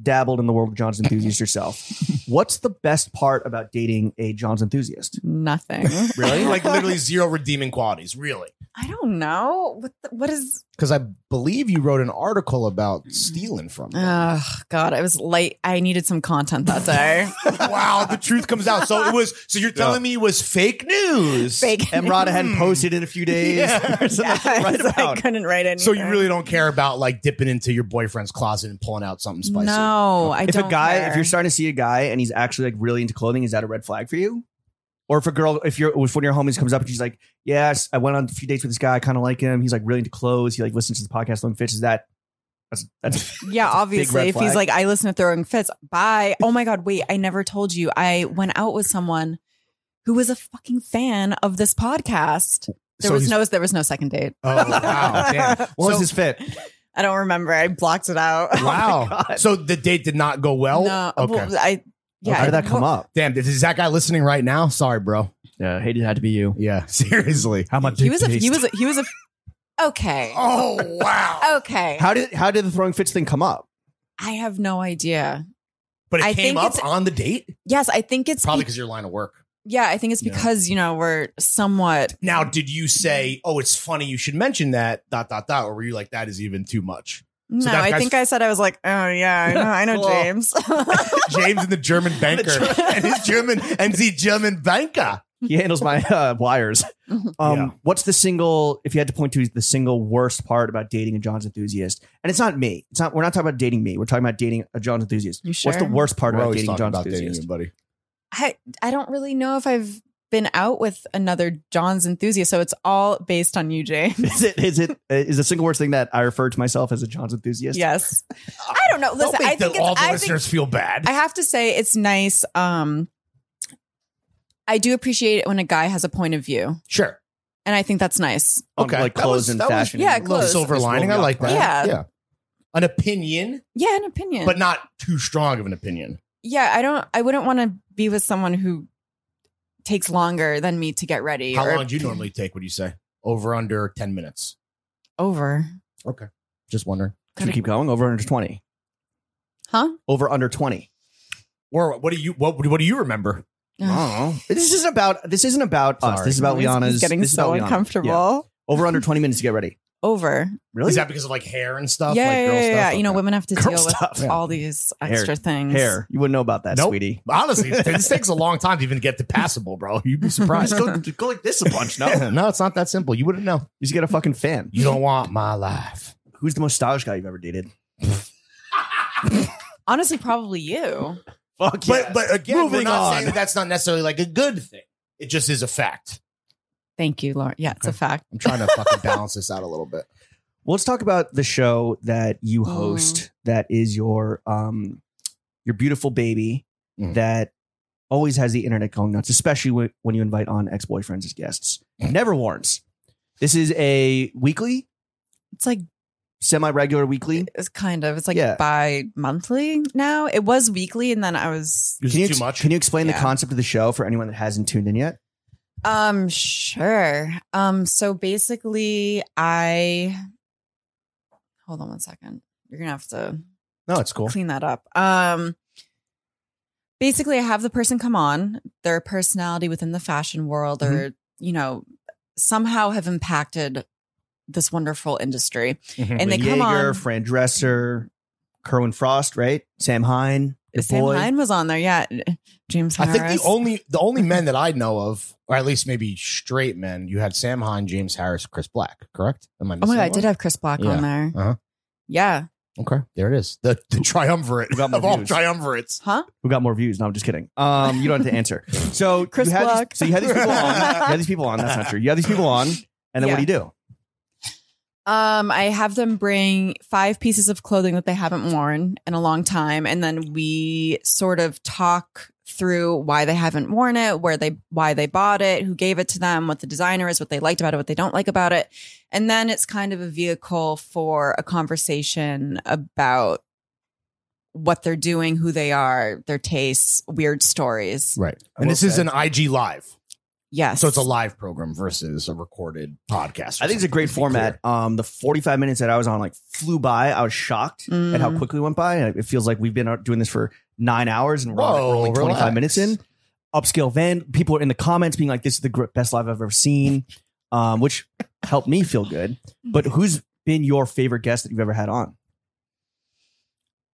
Speaker 1: dabbled in the world of
Speaker 2: [LAUGHS]
Speaker 1: John's enthusiast yourself. What's the best part about dating a John's enthusiast?
Speaker 3: Nothing.
Speaker 2: [LAUGHS] Really? like literally zero redeeming qualities, really.
Speaker 3: I don't know. What, the, what is.
Speaker 2: Because I believe you wrote an article about stealing from them.
Speaker 3: Oh, God. I was late. I needed some content that
Speaker 2: [LAUGHS]
Speaker 3: day.
Speaker 2: wow, the truth comes out. So it was so you're telling me it was fake news. Hmm.
Speaker 3: Fake.
Speaker 1: Emrata hadn't posted in a few days. [LAUGHS]
Speaker 2: Yeah.
Speaker 1: or something
Speaker 3: [LAUGHS] Yeah,
Speaker 1: to write
Speaker 3: it's like,
Speaker 1: about.
Speaker 3: couldn't write anything.
Speaker 2: So you really don't care about like dipping into your boyfriend's closet and pulling out something spicy.
Speaker 3: No, I
Speaker 1: if
Speaker 3: don't.
Speaker 1: a guy,
Speaker 3: care.
Speaker 1: if you're starting to see a guy and he's actually like really into clothing, is that a red flag for you? Or if a girl, if you're if one of your homies comes up and she's like, "Yes, I went on a few dates with this guy. I kind of like him. He's like really into clothes. He like listens to the podcast Long Fitch." Is that that's that's
Speaker 3: yeah,
Speaker 1: red
Speaker 3: obviously. If he's
Speaker 1: flag.
Speaker 3: like, I listen to throwing fits. Bye. Oh my god, wait, I never told you. I went out with someone who was a fucking fan of this podcast. There
Speaker 2: So
Speaker 3: was
Speaker 2: he's-
Speaker 3: no, there was no second date. [LAUGHS]
Speaker 2: Oh wow, damn.
Speaker 1: what was
Speaker 2: So-
Speaker 1: his fit?
Speaker 3: I don't remember. I blocked it out.
Speaker 2: Wow. so the date did not go well.
Speaker 3: Oh [LAUGHS] no,
Speaker 2: okay.
Speaker 3: well, I yeah.
Speaker 1: How did that come
Speaker 3: well,
Speaker 1: up?
Speaker 2: Damn, is that guy listening right now? Sorry, bro.
Speaker 1: Yeah, hated had to be you.
Speaker 2: Yeah, [LAUGHS] seriously.
Speaker 1: How much?
Speaker 3: He was a he was a he was a okay
Speaker 2: Oh wow.
Speaker 3: okay.
Speaker 1: How did how did the throwing fits thing come
Speaker 3: [LAUGHS]
Speaker 1: up?
Speaker 3: I have no idea.
Speaker 2: But it
Speaker 3: I
Speaker 2: came
Speaker 3: think
Speaker 2: up
Speaker 3: it's-
Speaker 2: on the date?
Speaker 3: Yes, I think it's
Speaker 2: Probably because your line of work.
Speaker 3: yeah. I think it's
Speaker 2: Yeah.
Speaker 3: because you know we're somewhat
Speaker 2: Now, did you say, "Oh, it's funny you should mention that"? Dot dot dot. Or were you like, "That is even too much"?
Speaker 3: No,
Speaker 2: that
Speaker 3: I
Speaker 2: guy's-
Speaker 3: think I said I was like, oh yeah, I know, I [LAUGHS] know
Speaker 1: Cool.
Speaker 3: James.
Speaker 2: James and [LAUGHS] the German banker and his German and the German banker.
Speaker 1: He handles my uh, wires.
Speaker 3: Mm-hmm.
Speaker 1: Um,
Speaker 2: Yeah.
Speaker 1: What's the single? If you had to point to the single worst part about dating a John's enthusiast, and it's not me. It's not. We're not talking about dating me. We're talking about dating a John's enthusiast.
Speaker 3: You
Speaker 1: What's the
Speaker 3: sure?
Speaker 1: worst part
Speaker 2: We're
Speaker 1: about
Speaker 2: always
Speaker 1: dating a
Speaker 2: talking
Speaker 1: John's
Speaker 2: about dating
Speaker 1: enthusiast?
Speaker 2: you, buddy.
Speaker 3: I I don't really know if I've been out with another John's enthusiast, so it's all based on you, James.
Speaker 1: Is it is it is the single worst thing that I refer to myself as a John's enthusiast?
Speaker 3: [LAUGHS] Yes, I don't know. Listen,
Speaker 2: Don't make
Speaker 3: I think it's,
Speaker 2: the, all the
Speaker 3: I think
Speaker 2: listeners feel bad.
Speaker 3: I have to say it's nice. Um, I do appreciate it when a guy has a point of view,
Speaker 2: sure.
Speaker 3: and I think that's nice.
Speaker 1: On,
Speaker 2: Okay.
Speaker 1: like
Speaker 2: That
Speaker 1: clothes
Speaker 2: was-
Speaker 1: and
Speaker 2: that was-
Speaker 1: fashion.
Speaker 3: yeah,
Speaker 1: and-
Speaker 3: clothes. Close.
Speaker 2: Silver lining. I like that.
Speaker 3: Yeah.
Speaker 2: yeah. An opinion,
Speaker 3: Yeah, an opinion,
Speaker 2: but not too strong of an opinion.
Speaker 3: yeah, I don't. I wouldn't want to be with someone who takes longer than me to get ready
Speaker 2: How
Speaker 3: or
Speaker 2: long do you normally take? Would you say over under ten minutes?
Speaker 3: over.
Speaker 2: Just wondering.
Speaker 1: Should we keep going over under twenty.
Speaker 3: Huh?
Speaker 1: Over under
Speaker 3: [SIGHS]
Speaker 1: twenty.
Speaker 2: Or what do you what what do you remember?
Speaker 1: I don't know. This isn't about. This isn't about us.
Speaker 2: Sorry.
Speaker 1: This is about
Speaker 3: He's- he's
Speaker 1: Liana's.
Speaker 3: getting
Speaker 1: this is
Speaker 3: so
Speaker 1: about Liana.
Speaker 3: uncomfortable.
Speaker 1: Yeah. Over under twenty minutes to get ready.
Speaker 3: Over.
Speaker 1: Really?
Speaker 2: Is that because of like hair and stuff?
Speaker 3: yeah,
Speaker 2: like
Speaker 3: yeah, yeah, yeah.
Speaker 2: stuff?
Speaker 3: You know,
Speaker 2: Okay.
Speaker 3: women have to
Speaker 1: Girl
Speaker 3: deal
Speaker 1: stuff.
Speaker 3: with all these extra things.
Speaker 1: hair? You wouldn't know about that,
Speaker 2: Nope.
Speaker 1: sweetie.
Speaker 2: Honestly, this takes a long time to even get to passable, bro. You'd be surprised.
Speaker 1: Just go, just go like this a bunch. No,
Speaker 2: no, no, it's not that simple. You wouldn't know.
Speaker 1: you just get a fucking fan.
Speaker 2: You don't want my life.
Speaker 1: Who's the most stylish guy you've ever dated?
Speaker 3: Honestly, probably you.
Speaker 1: Fuck yes.
Speaker 2: But but again,
Speaker 1: Moving
Speaker 2: we're not
Speaker 1: on.
Speaker 2: saying that that's not necessarily like a good thing. It just is a fact.
Speaker 3: Thank you, Lauren. Yeah, it's a fact.
Speaker 2: I'm trying to fucking balance this out a little bit.
Speaker 1: Well, let's talk about the show that you host. That is your um your beautiful baby
Speaker 2: Mm.
Speaker 1: that always has the internet going nuts, especially wh- when you invite on ex boyfriends as guests.
Speaker 2: Mm.
Speaker 1: Never warns. This is a weekly,
Speaker 3: It's like
Speaker 1: semi regular weekly.
Speaker 3: it's kind of it's like
Speaker 1: Yeah.
Speaker 3: bi monthly now. It was weekly, and then I was
Speaker 2: Is
Speaker 1: Can you
Speaker 2: it too
Speaker 1: ex-
Speaker 2: much?
Speaker 1: Can you explain the
Speaker 3: Yeah.
Speaker 1: concept of the show for anyone that hasn't tuned in yet?
Speaker 3: um sure. Um, so basically, I hold on one second. You're gonna have to
Speaker 2: No, it's cool.
Speaker 3: clean that up. Um, basically, I have the person come on, their personality within the fashion world,
Speaker 2: Mm-hmm.
Speaker 3: or you know, somehow have impacted this wonderful industry.
Speaker 2: Mm-hmm.
Speaker 3: And they
Speaker 1: Lynn
Speaker 3: come
Speaker 1: Yeager,
Speaker 3: on.
Speaker 1: Fran Dresser, Kerwin Frost, right? Sam Hine, your
Speaker 3: Sam
Speaker 1: boy.
Speaker 3: Hine was on there, yeah. James
Speaker 2: I
Speaker 3: Harris.
Speaker 2: think the only the only men that I know of, or at least maybe straight men, you had Sam Hine, James Harris, Chris Black, correct? Am I
Speaker 3: oh
Speaker 2: missing
Speaker 3: my god, I
Speaker 2: one?
Speaker 3: did have Chris Black
Speaker 2: Yeah.
Speaker 3: on there.
Speaker 2: Uh-huh.
Speaker 3: Yeah,
Speaker 2: Okay, there it is. The the triumvirate
Speaker 1: We got
Speaker 2: of
Speaker 1: more
Speaker 2: all
Speaker 1: views.
Speaker 2: triumvirates.
Speaker 3: huh?
Speaker 1: who got more views. No, I'm just kidding. Um, you don't have to
Speaker 3: [LAUGHS]
Speaker 1: answer. So
Speaker 3: Chris
Speaker 1: you had
Speaker 3: Block.
Speaker 1: These, so you had these people on. You had these people on. That's not true. You had these people on, and then what
Speaker 3: Yeah.
Speaker 1: do you do?
Speaker 3: Um, I have them bring five pieces of clothing that they haven't worn in a long time, and then we sort of talk through why they haven't worn it, where they why they bought it, who gave it to them, what the designer is, what they liked about it, what they don't like about it, and then it's kind of a vehicle for a conversation about what they're doing, who they are, their tastes, weird stories.
Speaker 2: Right,
Speaker 1: will
Speaker 2: and this is
Speaker 1: say-
Speaker 2: an IG live.
Speaker 3: Yes.
Speaker 2: So it's a live program versus a recorded podcast. or
Speaker 1: I think it's a
Speaker 2: something,
Speaker 1: great
Speaker 2: to be
Speaker 1: format. Um, the 45 minutes that I was on like flew by. I was shocked at how
Speaker 3: Mm.
Speaker 1: quickly it went by. It feels like we've been out doing this for nine hours and we're, on-
Speaker 2: Whoa,
Speaker 1: we're only 25
Speaker 2: relax.
Speaker 1: minutes in. Upscale van. People are in the comments being like, this is the gr- best live I've ever seen, um, which helped me feel good. But who's been your favorite guest that you've ever had on?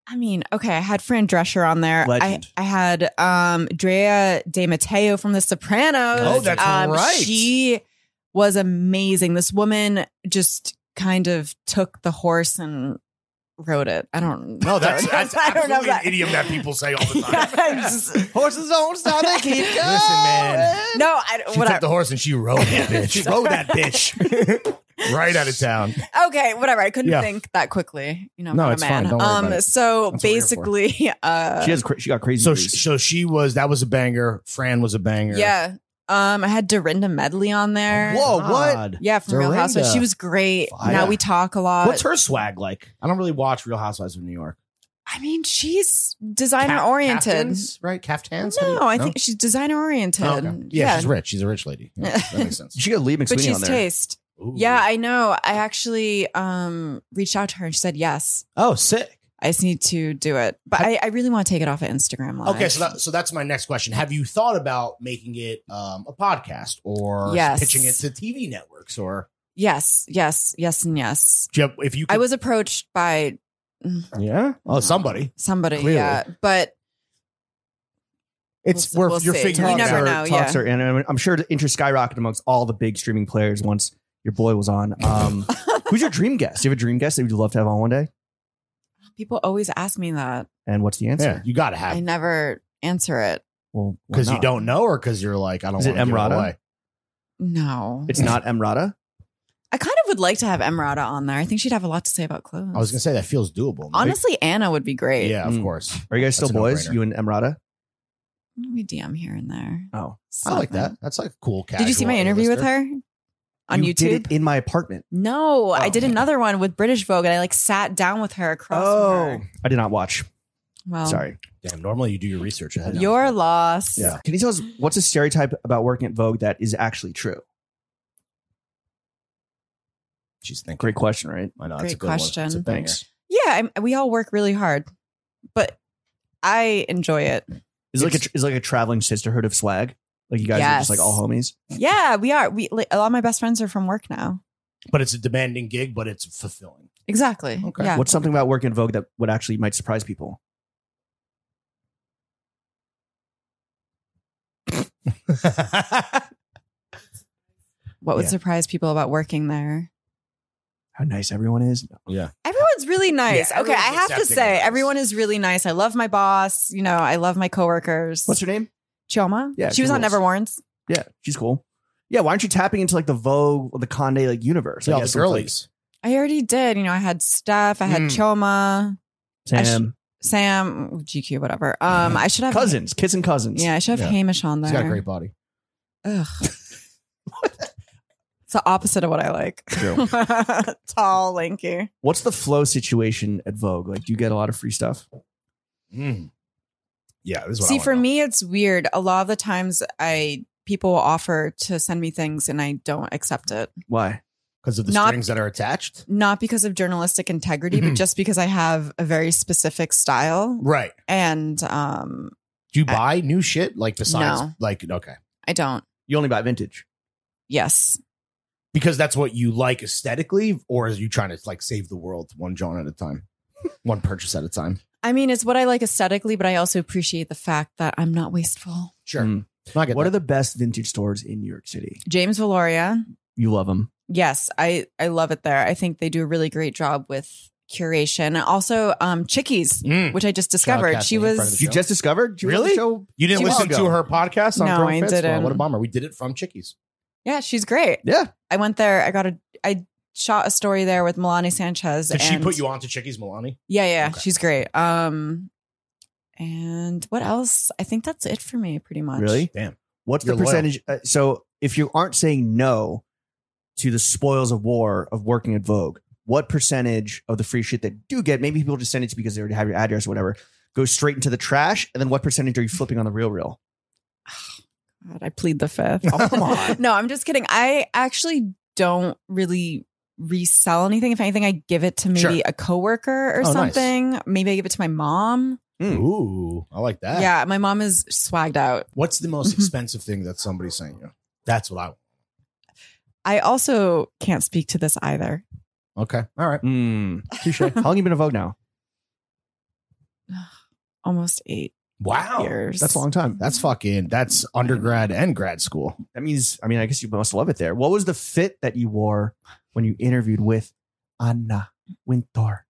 Speaker 3: I mean, okay, I had Fran Drescher on there. I,
Speaker 1: Legend.
Speaker 3: I had um Drea De Matteo from The Sopranos.
Speaker 2: Oh, that's
Speaker 3: um,
Speaker 2: right.
Speaker 3: She was amazing. This woman just kind of took the horse and rode it. [LAUGHS] I don't
Speaker 2: clear. No, that's, that's
Speaker 3: I don't know [LAUGHS]
Speaker 2: absolutely an
Speaker 3: that.
Speaker 2: idiom that people
Speaker 3: [LAUGHS]
Speaker 2: say all the time.
Speaker 3: I'm just-
Speaker 1: Horses don't stop. They keep
Speaker 2: Listen, man.
Speaker 3: no, I
Speaker 2: [LAUGHS] She took
Speaker 3: whatever.
Speaker 2: the horse and she rode that bitch.
Speaker 1: She rode that bitch.
Speaker 2: [LAUGHS] right out of town.
Speaker 3: okay, whatever. I couldn't
Speaker 2: Yeah.
Speaker 3: think that quickly. You know,
Speaker 2: No,
Speaker 3: I'm
Speaker 2: it's
Speaker 3: a
Speaker 2: fine.
Speaker 3: man.
Speaker 2: Don't worry
Speaker 3: um
Speaker 2: about it.
Speaker 3: so
Speaker 2: That's what we're here for.
Speaker 3: basically [LAUGHS] uh
Speaker 1: she has. cra- She got crazy.
Speaker 2: So,
Speaker 1: views.
Speaker 2: sh- so she was. That was a banger. Fran was a banger.
Speaker 3: yeah. Um I had Dorinda Medley on there.
Speaker 1: Whoa, what?
Speaker 2: God.
Speaker 3: Yeah, from Real Housewives.
Speaker 2: Dorinda.
Speaker 3: She was great.
Speaker 2: Fire.
Speaker 3: Now we talk a lot.
Speaker 2: What's her swag like? I don't really watch Real Housewives of New York.
Speaker 3: I mean, she's
Speaker 2: Cap-
Speaker 3: designer oriented.
Speaker 2: caftans, right? Caftans. How do you-
Speaker 3: No, I think she's designer oriented.
Speaker 2: Oh, okay. yeah, she's rich. She's a rich lady. Yeah, that makes sense.
Speaker 1: She got Lee
Speaker 3: but
Speaker 1: McSweeney
Speaker 3: she's
Speaker 1: on there.
Speaker 3: taste.
Speaker 2: Ooh.
Speaker 3: Yeah, I know. I actually um reached out to her and she said yes.
Speaker 2: oh, sick.
Speaker 3: I just need to do it, but I, I really want to take it off of Instagram. Live.
Speaker 2: Okay, so that, so that's my next question. Have you thought about making it um, a podcast or
Speaker 3: Yes.
Speaker 2: pitching it to TV networks or
Speaker 3: yes, yes, yes, and yes.
Speaker 2: Do you have- if you? Could,
Speaker 3: I was approached by
Speaker 1: Yeah.
Speaker 2: oh, somebody.
Speaker 3: somebody,
Speaker 2: Clearly.
Speaker 3: yeah, but
Speaker 2: It's
Speaker 3: We'll
Speaker 2: where
Speaker 3: s- we'll
Speaker 2: you're
Speaker 3: see.
Speaker 2: figuring
Speaker 3: You
Speaker 2: it
Speaker 3: never
Speaker 2: out.
Speaker 1: are-
Speaker 3: know,
Speaker 1: talks
Speaker 3: yeah.
Speaker 1: are in, and I'm sure the interest skyrocketed amongst all the big streaming players once your boy was on.
Speaker 3: [LAUGHS]
Speaker 1: Um, who's your dream guest? Do you have a dream guest that you'd love to have on one day?
Speaker 3: people always ask me that.
Speaker 1: And what's the
Speaker 2: Yeah,
Speaker 1: answer?
Speaker 2: you got to
Speaker 3: I
Speaker 2: have
Speaker 3: never answer it.
Speaker 1: Well, why
Speaker 2: because you
Speaker 1: not?
Speaker 2: don't know or because you're like I don't.
Speaker 1: Is it
Speaker 2: wanna give
Speaker 1: Emrata?
Speaker 2: away.
Speaker 3: No,
Speaker 1: It's not Emrata.
Speaker 3: I kind of would like to have Emrata on there. I think she'd have a lot to say about clothes.
Speaker 2: I was gonna say that feels doable. man.
Speaker 3: Honestly, Anna would be great.
Speaker 2: yeah, of
Speaker 1: Mm.
Speaker 2: course.
Speaker 1: Are you guys still
Speaker 2: That's a
Speaker 1: boys?
Speaker 2: no-brainer.
Speaker 1: You and Emrata?
Speaker 3: We DM here and there.
Speaker 1: Oh,
Speaker 2: I like that.
Speaker 3: Something.
Speaker 2: That's like a cool.
Speaker 3: Did you see my
Speaker 2: casual
Speaker 3: interview with
Speaker 2: A-lister.
Speaker 3: her on
Speaker 1: You did
Speaker 3: YouTube?
Speaker 1: it in my apartment.
Speaker 3: no, I
Speaker 1: Oh.
Speaker 3: did another one with British Vogue, and I like sat down with her across.
Speaker 2: Oh,
Speaker 3: from her.
Speaker 1: Oh. I did not watch.
Speaker 3: well,
Speaker 1: Sorry.
Speaker 2: Damn, normally you do your research ahead. of
Speaker 3: your
Speaker 2: time.
Speaker 3: loss.
Speaker 2: Yeah.
Speaker 1: Can you tell us what's a stereotype about working at Vogue that is actually true?
Speaker 2: She's thinking.
Speaker 1: Great question, right?
Speaker 2: I know,
Speaker 3: Great
Speaker 2: it's a good one.
Speaker 3: question.
Speaker 2: It's a banger.
Speaker 1: Thanks.
Speaker 3: yeah. I, we all work really hard, but I enjoy it.
Speaker 1: Is it like a tr- is it like a traveling sisterhood of swag? Like you guys are just
Speaker 3: Yes.
Speaker 1: like all homies.
Speaker 3: Yeah, we are. We like, a lot of my best friends are from work now.
Speaker 2: But it's a demanding gig, but it's fulfilling. [LAUGHS]
Speaker 3: Exactly.
Speaker 2: Okay.
Speaker 3: Yeah.
Speaker 1: What's something about working at Vogue that would actually might surprise people?
Speaker 3: What would
Speaker 2: Yeah.
Speaker 3: surprise people about working there?
Speaker 1: How nice everyone is.
Speaker 3: Everyone's really nice.
Speaker 2: Yeah,
Speaker 3: okay, I
Speaker 2: everyone's
Speaker 3: have to
Speaker 2: accepting
Speaker 3: say,
Speaker 2: and nice.
Speaker 3: everyone is really nice. I love my boss. You know, I love my coworkers.
Speaker 1: What's her name?
Speaker 3: Chioma?
Speaker 1: Yeah,
Speaker 3: she
Speaker 1: she
Speaker 3: was on
Speaker 1: rules.
Speaker 3: Never Warns.
Speaker 1: Yeah, she's cool. Yeah, why aren't you tapping into like the Vogue or the Conde like universe? I
Speaker 2: Yeah, all the
Speaker 1: guess it's,
Speaker 2: girlies.
Speaker 3: I already did. You know, I had Steph, I had
Speaker 2: Mm.
Speaker 3: Choma, I
Speaker 1: Like,
Speaker 3: sh-
Speaker 1: Sam,
Speaker 3: Sam, GQ, whatever. Um, I should have
Speaker 1: cousins, kids and cousins.
Speaker 3: Yeah, I should have
Speaker 2: Yeah.
Speaker 3: Hamish on
Speaker 2: She's
Speaker 3: there.
Speaker 2: got a great body.
Speaker 3: Ugh. it's the opposite of what I like.
Speaker 1: True.
Speaker 3: [LAUGHS] Tall, lanky.
Speaker 1: What's the flow situation at Vogue? Like, do you get a lot of free stuff?
Speaker 2: Mm. Yeah, this is what I
Speaker 3: See,
Speaker 2: wanna
Speaker 3: for
Speaker 2: know.
Speaker 3: me, it's weird. A lot of the times, I people will offer to send me things, and I don't accept it.
Speaker 1: Why?
Speaker 2: because of the
Speaker 3: not-
Speaker 2: strings that are attached.
Speaker 3: Not because of journalistic integrity, but
Speaker 2: Mhm.
Speaker 3: just because I have a very specific style,
Speaker 2: Right.
Speaker 3: and um,
Speaker 2: Do you
Speaker 3: I-
Speaker 2: buy new shit like besides
Speaker 3: No.
Speaker 2: like okay
Speaker 3: I don't.
Speaker 1: You only buy vintage.
Speaker 3: Yes,
Speaker 2: because that's what you like aesthetically, or are you trying to like save the world one John at
Speaker 3: [LAUGHS]
Speaker 2: a time, one purchase at a time?
Speaker 3: I mean, it's what I like aesthetically, but I also appreciate the fact that I'm not wasteful.
Speaker 2: Sure.
Speaker 1: Mm.
Speaker 2: No, I get
Speaker 1: What are
Speaker 2: that.
Speaker 1: the best vintage stores in New York City?
Speaker 3: James Valoria,
Speaker 1: You love them.
Speaker 3: yes, I I love it there. I think they do a really great job with curation. And Also, um, Chickies,
Speaker 2: Mm.
Speaker 3: which I just discovered, she
Speaker 2: Kathleen in front of
Speaker 3: was
Speaker 2: the
Speaker 1: You
Speaker 2: show.
Speaker 1: just discovered? Did you
Speaker 2: Really?
Speaker 1: show?
Speaker 2: You didn't
Speaker 1: Two
Speaker 2: listen
Speaker 1: months
Speaker 2: to
Speaker 1: ago.
Speaker 2: her podcast on
Speaker 3: No,
Speaker 2: Girl
Speaker 3: I
Speaker 2: Fits? Well,
Speaker 3: didn't.
Speaker 2: what a bummer. We did it from Chickies.
Speaker 3: yeah, she's great.
Speaker 1: Yeah.
Speaker 3: I went there. I got a I shot a story there with Milani Sanchez.
Speaker 2: Did she
Speaker 3: and-
Speaker 2: put you on to Chickies, Milani?
Speaker 3: Yeah, yeah,
Speaker 2: Okay.
Speaker 3: she's great. Um, and what else? I think that's it for me, pretty much.
Speaker 1: Really?
Speaker 2: Damn.
Speaker 1: What's
Speaker 2: You're
Speaker 1: the
Speaker 2: loyal.
Speaker 1: percentage? Uh, so, if you aren't saying no to the spoils of war of working at Vogue, what percentage of the free shit that do get, maybe people just send it to you because they already have your address or whatever, goes straight into the trash? And then what percentage are you flipping on the real reel?
Speaker 3: God, I plead the fifth.
Speaker 1: Oh, [LAUGHS] come on.
Speaker 3: No, I'm just kidding. I actually don't really resell anything. If anything, I give it to maybe
Speaker 2: Sure.
Speaker 3: a coworker or
Speaker 2: Oh, nice.
Speaker 3: something. Maybe I give it to my mom.
Speaker 2: Hmm. Ooh, I like
Speaker 1: Ah.
Speaker 2: that.
Speaker 3: Yeah, my mom is swagged out.
Speaker 2: What's the most
Speaker 3: [LAUGHS] Mhm.
Speaker 2: expensive thing that somebody sent you? That's what I want.
Speaker 3: I also can't speak to this either.
Speaker 2: Okay. All right.
Speaker 1: Mm. How long you been in Vogue now?
Speaker 3: Almost eight
Speaker 2: Wow.
Speaker 3: years.
Speaker 1: Oh, That's a long time.
Speaker 2: That's fucking that's undergrad and grad school.
Speaker 1: That means, I mean, I guess you must love it there. What was the fit that you wore when you interviewed with Anna Wintour?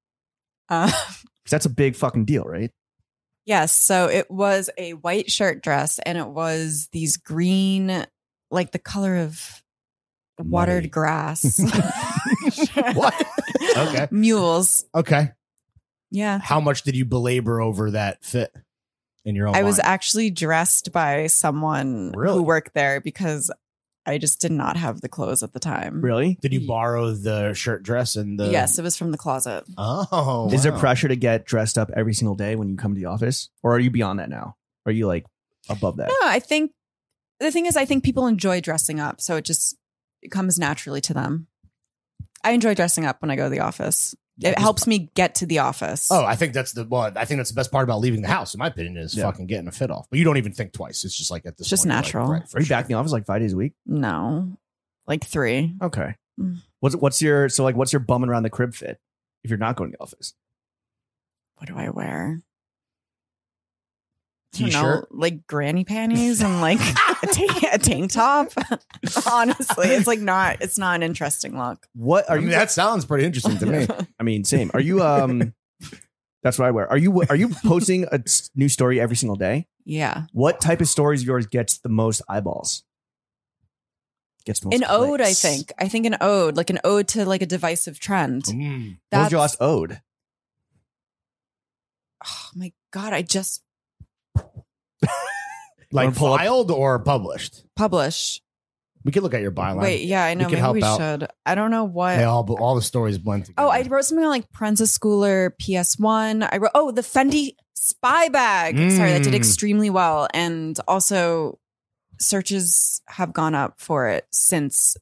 Speaker 3: Uh, [LAUGHS]
Speaker 1: 'Cause that's a big fucking deal, right?
Speaker 3: yes. So it was a white shirt dress and it was these green, like the color of watered
Speaker 2: Money.
Speaker 3: grass.
Speaker 2: [LAUGHS] What? Okay.
Speaker 3: Mules.
Speaker 2: Okay.
Speaker 3: Yeah.
Speaker 2: How much did you belabor over that fit in your own?
Speaker 3: I was
Speaker 2: mind?
Speaker 3: actually dressed by someone
Speaker 2: Oh, Really?
Speaker 3: who worked there because I just did not have the clothes at the time.
Speaker 1: Really?
Speaker 2: Did you borrow the shirt dress and the
Speaker 3: yes, it was from the closet.
Speaker 2: Oh,
Speaker 1: Is there
Speaker 2: wow.
Speaker 1: pressure to get dressed up every single day when you come to the office? Or are you beyond that now? Are you like above that?
Speaker 3: No, I think the thing is, I think people enjoy dressing up, so it just it comes naturally to them. I enjoy dressing up when I go to the office. It helps me get to the office.
Speaker 2: Oh, I think that's the well, I think that's the best part about leaving the house, in my opinion, is
Speaker 1: Yeah.
Speaker 2: fucking getting a fit off. But you don't even think twice. It's just like at this
Speaker 3: It's just
Speaker 2: point, you're
Speaker 3: natural.
Speaker 2: Like, right, for
Speaker 1: Are you
Speaker 2: sure.
Speaker 1: back in the office like five days a week?
Speaker 3: no, like three.
Speaker 1: Okay.
Speaker 3: Mm.
Speaker 1: What's what's your so like what's your bumming around the crib fit if you're not going to the office?
Speaker 3: What do I wear? I don't know,
Speaker 2: T-shirt.
Speaker 3: like granny panties and like a, ta- a tank top. Honestly, it's like not. It's not an interesting look.
Speaker 1: What
Speaker 2: I
Speaker 1: are
Speaker 2: mean,
Speaker 1: you?
Speaker 2: that sounds pretty
Speaker 1: [LAUGHS]
Speaker 3: [LAUGHS]
Speaker 2: interesting to me.
Speaker 1: I mean, same. Are you um?
Speaker 2: [LAUGHS]
Speaker 1: that's what I wear. Are you are you posting a s- new story every single day?
Speaker 3: Yeah,
Speaker 1: What type of stories of yours gets the most eyeballs? Gets the most
Speaker 3: an ode. I
Speaker 1: clicks.
Speaker 3: think. I think an ode, like an ode to like a divisive trend.
Speaker 2: Mm.
Speaker 1: What was
Speaker 3: That's
Speaker 1: your last ode?
Speaker 3: oh my god! I just
Speaker 2: Like
Speaker 1: Wanna pull up-
Speaker 2: filed or published.
Speaker 3: publish.
Speaker 2: We could look at your byline.
Speaker 3: Wait, yeah, I know.
Speaker 2: could
Speaker 3: Maybe
Speaker 2: help
Speaker 3: we
Speaker 2: out.
Speaker 3: should. I don't know what.
Speaker 2: They all all the stories blend together.
Speaker 3: Oh, I wrote something on like Princess Schooler PS1. I wrote oh the Fendi spy bag. Sorry, that did
Speaker 2: Mm.
Speaker 3: extremely well, and also searches have gone up for it since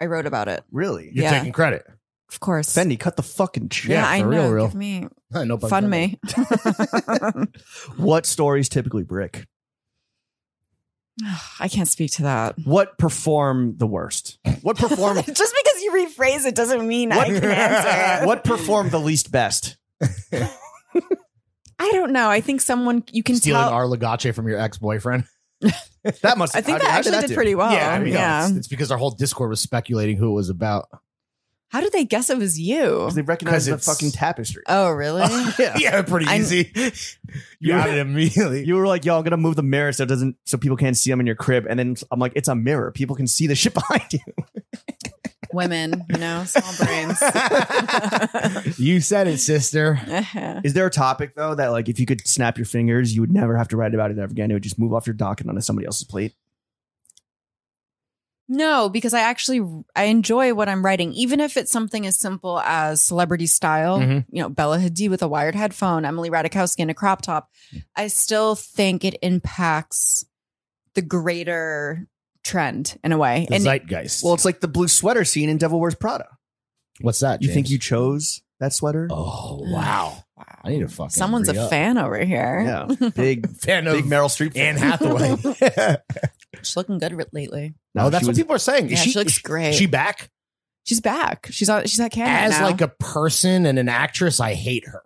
Speaker 3: I wrote about it.
Speaker 1: Really,
Speaker 2: You're
Speaker 3: yeah.
Speaker 2: taking credit. [LAUGHS]
Speaker 3: Of course,
Speaker 1: Fendi, cut the fucking shit.
Speaker 3: Yeah,
Speaker 2: Yeah,
Speaker 3: I
Speaker 2: for
Speaker 3: know.
Speaker 2: real, real.
Speaker 3: Give me
Speaker 2: no pun
Speaker 3: fund
Speaker 2: intended.
Speaker 3: me.
Speaker 1: What stories typically brick?
Speaker 3: [LAUGHS] I can't speak to that.
Speaker 1: What perform the worst? What
Speaker 3: [LAUGHS]
Speaker 1: perform?
Speaker 3: Just because you rephrase it doesn't mean I
Speaker 1: [LAUGHS]
Speaker 3: can answer
Speaker 1: [LAUGHS]
Speaker 3: it.
Speaker 1: what perform the least best?
Speaker 3: I don't know. I think someone you can
Speaker 2: Stealing
Speaker 3: tell.
Speaker 2: our Legace from your ex boyfriend.
Speaker 1: That must.
Speaker 3: I think
Speaker 1: how
Speaker 3: that
Speaker 1: how
Speaker 3: actually did
Speaker 1: do?
Speaker 3: pretty well. Yeah,
Speaker 2: no, It's, it's because our whole Discord was speculating who it was [LAUGHS] about.
Speaker 3: How did they guess it was you?
Speaker 1: 'Cause They recognize
Speaker 2: 'Cause
Speaker 1: the
Speaker 2: it's-
Speaker 1: fucking tapestry.
Speaker 3: Oh, [LAUGHS] really?
Speaker 1: [LAUGHS] yeah.
Speaker 2: pretty
Speaker 3: I'm-
Speaker 2: easy. you
Speaker 1: You-
Speaker 2: got it immediately.
Speaker 1: [LAUGHS] You were like, "Yo, I'm gonna move the mirror so it doesn't, so people can't see them in your crib." And then I'm like, "It's a mirror. People can see the [LAUGHS] shit behind you."
Speaker 3: Women, you know, small [LAUGHS] brains.
Speaker 2: you said it, sister.
Speaker 1: Is there a topic though that, like, if you could snap your fingers, you would never have to write about it ever again? It would just move off your docket onto somebody else's plate.
Speaker 3: no, because I actually I enjoy what I'm writing, even if it's something as simple as celebrity style.
Speaker 2: Mhm.
Speaker 3: You know, Bella Hadid with a wired headphone, Emily Ratajkowski in a crop top. I still think it impacts the greater trend in a way.
Speaker 2: The
Speaker 3: and
Speaker 2: zeitgeist.
Speaker 1: Well, it's like the blue sweater scene in Devil Wears Prada.
Speaker 2: what's that?
Speaker 1: You think
Speaker 2: Ah, James?
Speaker 1: you chose that sweater?
Speaker 3: [SIGHS]
Speaker 2: Oh wow! I need to fucking.
Speaker 3: someone's a
Speaker 2: re-up.
Speaker 3: fan over here.
Speaker 1: Yeah,
Speaker 3: [LAUGHS]
Speaker 2: [LAUGHS]
Speaker 1: big,
Speaker 2: Fan of
Speaker 1: big Meryl Streep.
Speaker 2: Anne Hathaway. [LAUGHS]
Speaker 3: She's looking good re- lately.
Speaker 1: No,
Speaker 2: oh, that's
Speaker 1: she
Speaker 2: what
Speaker 1: was-
Speaker 2: people are saying.
Speaker 3: Yeah, she, looks great.
Speaker 2: She back
Speaker 3: she's back. She's on. She's on camera
Speaker 2: as
Speaker 3: now.
Speaker 2: like a person and an actress. I hate her,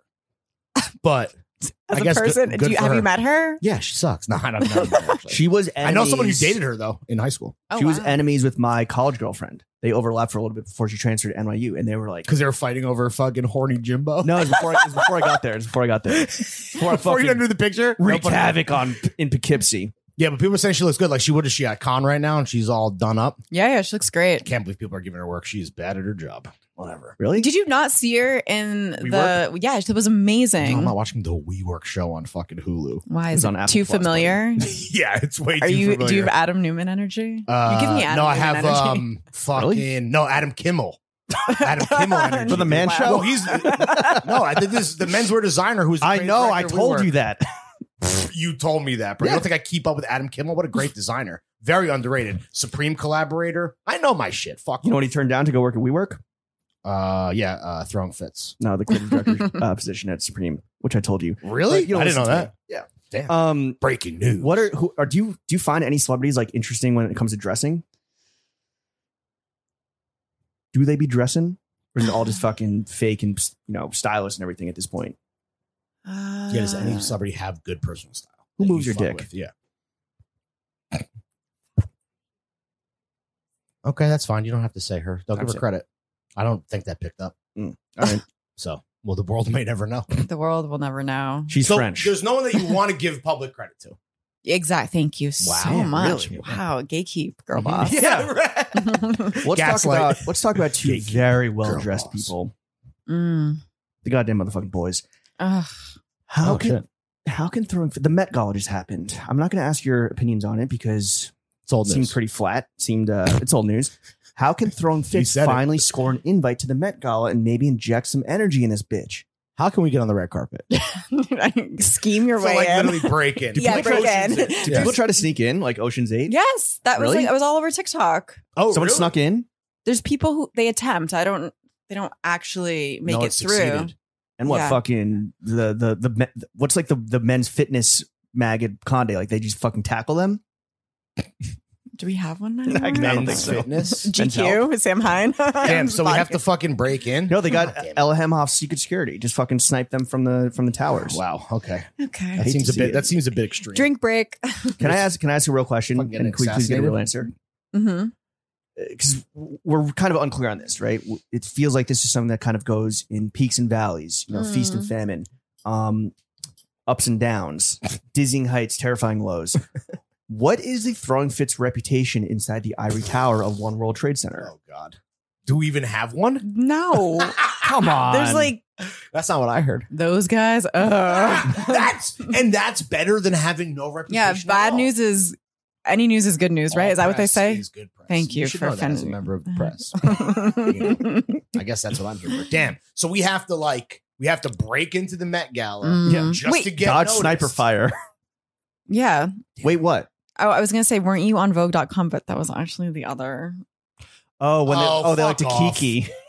Speaker 2: but
Speaker 3: as
Speaker 2: I
Speaker 3: a
Speaker 2: guess good-
Speaker 3: person.
Speaker 2: good
Speaker 3: do you
Speaker 2: for
Speaker 3: have
Speaker 2: her.
Speaker 3: you met her?
Speaker 2: yeah, she sucks. No, I don't know. actually.
Speaker 1: She was.
Speaker 2: I know someone who
Speaker 1: enemies-
Speaker 2: dated her though in high school
Speaker 3: Oh,
Speaker 1: she was
Speaker 3: wow.
Speaker 1: enemies with my college girlfriend. They overlapped for a little bit before she transferred to NYU, and they were
Speaker 2: [LAUGHS]
Speaker 1: like,
Speaker 2: because they were fighting over fucking horny Jimbo. [LAUGHS]
Speaker 1: No, it was before, it was before I got there. It was before I got there. Before I
Speaker 2: before you
Speaker 1: fucking
Speaker 2: under the picture,
Speaker 1: wreaked
Speaker 2: Nobody-
Speaker 1: havoc on in Poughkeepsie.
Speaker 2: Yeah, but people are saying she looks good. Like she what is she at con right now and she's all done up.
Speaker 3: yeah, yeah, she looks great.
Speaker 2: Can't believe people are giving her work. She is bad at her job. Whatever.
Speaker 1: Really?
Speaker 3: Did you not see her in
Speaker 2: We
Speaker 3: the? Yeah, that was amazing.
Speaker 2: I'm not watching the WeWork show on fucking Hulu. [LAUGHS]
Speaker 3: Why
Speaker 1: It's
Speaker 3: is
Speaker 1: on
Speaker 3: it
Speaker 1: Apple
Speaker 3: too
Speaker 1: Plus,
Speaker 3: familiar?
Speaker 2: yeah, it's way
Speaker 3: Are
Speaker 2: [LAUGHS] too
Speaker 3: you? Do you
Speaker 2: familiar.
Speaker 3: have Adam Newman energy?
Speaker 2: Uh,
Speaker 3: you give me Adam.
Speaker 2: no, I
Speaker 3: Newman
Speaker 2: have
Speaker 3: energy.
Speaker 2: um fucking no Adam Kimmel. Adam
Speaker 3: [LAUGHS]
Speaker 2: Kimmel energy.
Speaker 1: For the man show?
Speaker 2: [LAUGHS] Well, he's no. I think this is the menswear designer who's. the
Speaker 1: I
Speaker 2: creative
Speaker 1: know. I
Speaker 2: director of
Speaker 1: told
Speaker 2: WeWork.
Speaker 1: you that.
Speaker 2: You told me that, bro. You
Speaker 1: Yeah.
Speaker 2: don't think I keep up with Adam Kimmel? What a great designer. Very underrated. Supreme collaborator. I know my shit. Fuck.
Speaker 1: You know what he turned down to go work at WeWork?
Speaker 2: Uh, yeah. Uh, throwing fits.
Speaker 1: No, the creative
Speaker 3: [LAUGHS]
Speaker 1: director uh, position at Supreme, which I told you.
Speaker 2: Really?
Speaker 1: But you don't
Speaker 2: I didn't know
Speaker 1: listen to
Speaker 2: that. Yeah. Damn.
Speaker 1: Um,
Speaker 2: Breaking news.
Speaker 1: What are who are do you do you find any celebrities like interesting when it comes to dressing? Do they be dressing, or is it all [SIGHS] just fucking fake and you know stylish and everything at this point?
Speaker 3: [LAUGHS] Uh,
Speaker 2: um, Yeah, does any celebrity have good personal style?
Speaker 1: Ah. Who
Speaker 2: that
Speaker 1: moves
Speaker 2: you
Speaker 1: your
Speaker 2: fuck
Speaker 1: dick?
Speaker 2: with? Yeah. Okay, that's fine. You don't have to say her. Don't give her
Speaker 1: Absolutely.
Speaker 2: credit. I don't think that picked up.
Speaker 1: All right.
Speaker 2: So, well, the world [LAUGHS] may never know.
Speaker 3: the world will never know.
Speaker 1: [LAUGHS] She's
Speaker 2: So,
Speaker 1: French.
Speaker 2: There's no one that you want to give public credit to.
Speaker 3: Exact. Thank you so
Speaker 2: Wow,
Speaker 3: much.
Speaker 2: really?
Speaker 3: Wow. Gatekeep, girl boss.
Speaker 2: [LAUGHS] Yeah, right.
Speaker 1: Let's
Speaker 2: Gaslight.
Speaker 1: talk about let's talk [LAUGHS] about two
Speaker 2: Big
Speaker 1: very well
Speaker 2: girl
Speaker 1: dressed
Speaker 2: boss.
Speaker 1: people.
Speaker 3: [LAUGHS] Mm.
Speaker 1: The goddamn motherfucking boys.
Speaker 3: Ugh. [LAUGHS]
Speaker 1: How
Speaker 2: Oh,
Speaker 1: can
Speaker 2: shit.
Speaker 1: how can throwing the Met Gala just happened? I'm not going to ask your opinions on it because
Speaker 2: It's old
Speaker 1: it seemed
Speaker 2: news.
Speaker 1: pretty flat. Seemed uh, it's old news. How can Throne Fits
Speaker 2: said it.
Speaker 1: finally score an invite to the Met Gala and maybe inject some energy in this bitch?
Speaker 2: How can we get on the red carpet?
Speaker 3: Scheme your
Speaker 2: So,
Speaker 3: way
Speaker 2: like
Speaker 3: in.
Speaker 2: literally break in.
Speaker 3: Yeah,
Speaker 2: Like
Speaker 3: break
Speaker 2: Ocean's
Speaker 3: in.
Speaker 2: Eight.
Speaker 1: Did
Speaker 2: Yeah.
Speaker 1: people try to sneak in like Ocean's Eight?
Speaker 3: Yes, that was
Speaker 1: Really?
Speaker 3: like I was all over TikTok.
Speaker 2: Oh,
Speaker 1: Someone
Speaker 2: really?
Speaker 1: snuck in
Speaker 3: There's people who they attempt. I don't. They don't actually make
Speaker 2: No,
Speaker 3: it through.
Speaker 2: succeeded.
Speaker 1: and what
Speaker 3: Yeah.
Speaker 1: fucking the the the me- what's like the the men's fitness mag at Conde like they just fucking tackle them.
Speaker 3: Do we have
Speaker 1: [LAUGHS]
Speaker 3: one?
Speaker 1: I
Speaker 3: Anymore?
Speaker 1: don't think
Speaker 2: Men's
Speaker 1: so.
Speaker 2: fitness.
Speaker 1: Men's health.
Speaker 3: GQ with Sam Hine.
Speaker 2: [LAUGHS]
Speaker 3: [LAUGHS]
Speaker 2: Damn. So we have to fucking break in.
Speaker 1: No, they got
Speaker 2: God damn it.
Speaker 1: Ella Hemhoff's secret security. Just fucking snipe them from the from the towers.
Speaker 2: Wow. Okay.
Speaker 3: Okay.
Speaker 2: That
Speaker 1: hate
Speaker 2: seems
Speaker 1: to
Speaker 2: a
Speaker 1: see
Speaker 2: bit.
Speaker 1: it.
Speaker 2: That seems a bit extreme.
Speaker 3: Drink break.
Speaker 1: Can I ask? Can I ask a real question?
Speaker 2: Fucking
Speaker 1: And
Speaker 2: getting
Speaker 1: can we please get a real answer?
Speaker 3: hmm
Speaker 1: Because we're kind of unclear on this, right? W- It feels like this is something that kind of goes in peaks and valleys, you know, feast
Speaker 2: Mm-hmm.
Speaker 1: and famine, um, ups and downs, dizzying heights, terrifying lows.
Speaker 2: [LAUGHS]
Speaker 1: what is the throwing fits reputation inside the ivory tower of One World Trade Center?
Speaker 2: Oh God. Do we even have one?
Speaker 3: No.
Speaker 1: Come on,
Speaker 3: There's like
Speaker 2: That's not what I heard.
Speaker 3: those guys. [LAUGHS]
Speaker 2: Ah,
Speaker 3: Uh.
Speaker 2: [LAUGHS] that's and that's better than having no
Speaker 3: yeah.
Speaker 2: reputation. at
Speaker 3: Bad
Speaker 2: all.
Speaker 3: news is any news is good news, right?
Speaker 2: All
Speaker 3: Is that what they
Speaker 2: press
Speaker 3: say?
Speaker 2: is good press.
Speaker 3: Thank you
Speaker 2: should
Speaker 3: for
Speaker 2: know that as a
Speaker 3: offending-
Speaker 2: member of the
Speaker 3: [LAUGHS]
Speaker 2: press. I guess that's what I'm here
Speaker 1: [LAUGHS]
Speaker 2: for. Damn. So we have to like we have to break into the Met Gala
Speaker 3: Mhm.
Speaker 2: just
Speaker 3: Wait,
Speaker 2: to get
Speaker 1: dodge
Speaker 2: noticed.
Speaker 1: sniper fire.
Speaker 3: [LAUGHS]
Speaker 1: [LAUGHS]
Speaker 3: yeah.
Speaker 1: Wait, what?
Speaker 3: Oh, I was gonna say, weren't you on Vogue.com? But that was actually the other.
Speaker 1: Oh, when they,
Speaker 2: Oh,
Speaker 1: oh, they like to
Speaker 2: fuck off.
Speaker 1: kiki.
Speaker 2: [LAUGHS]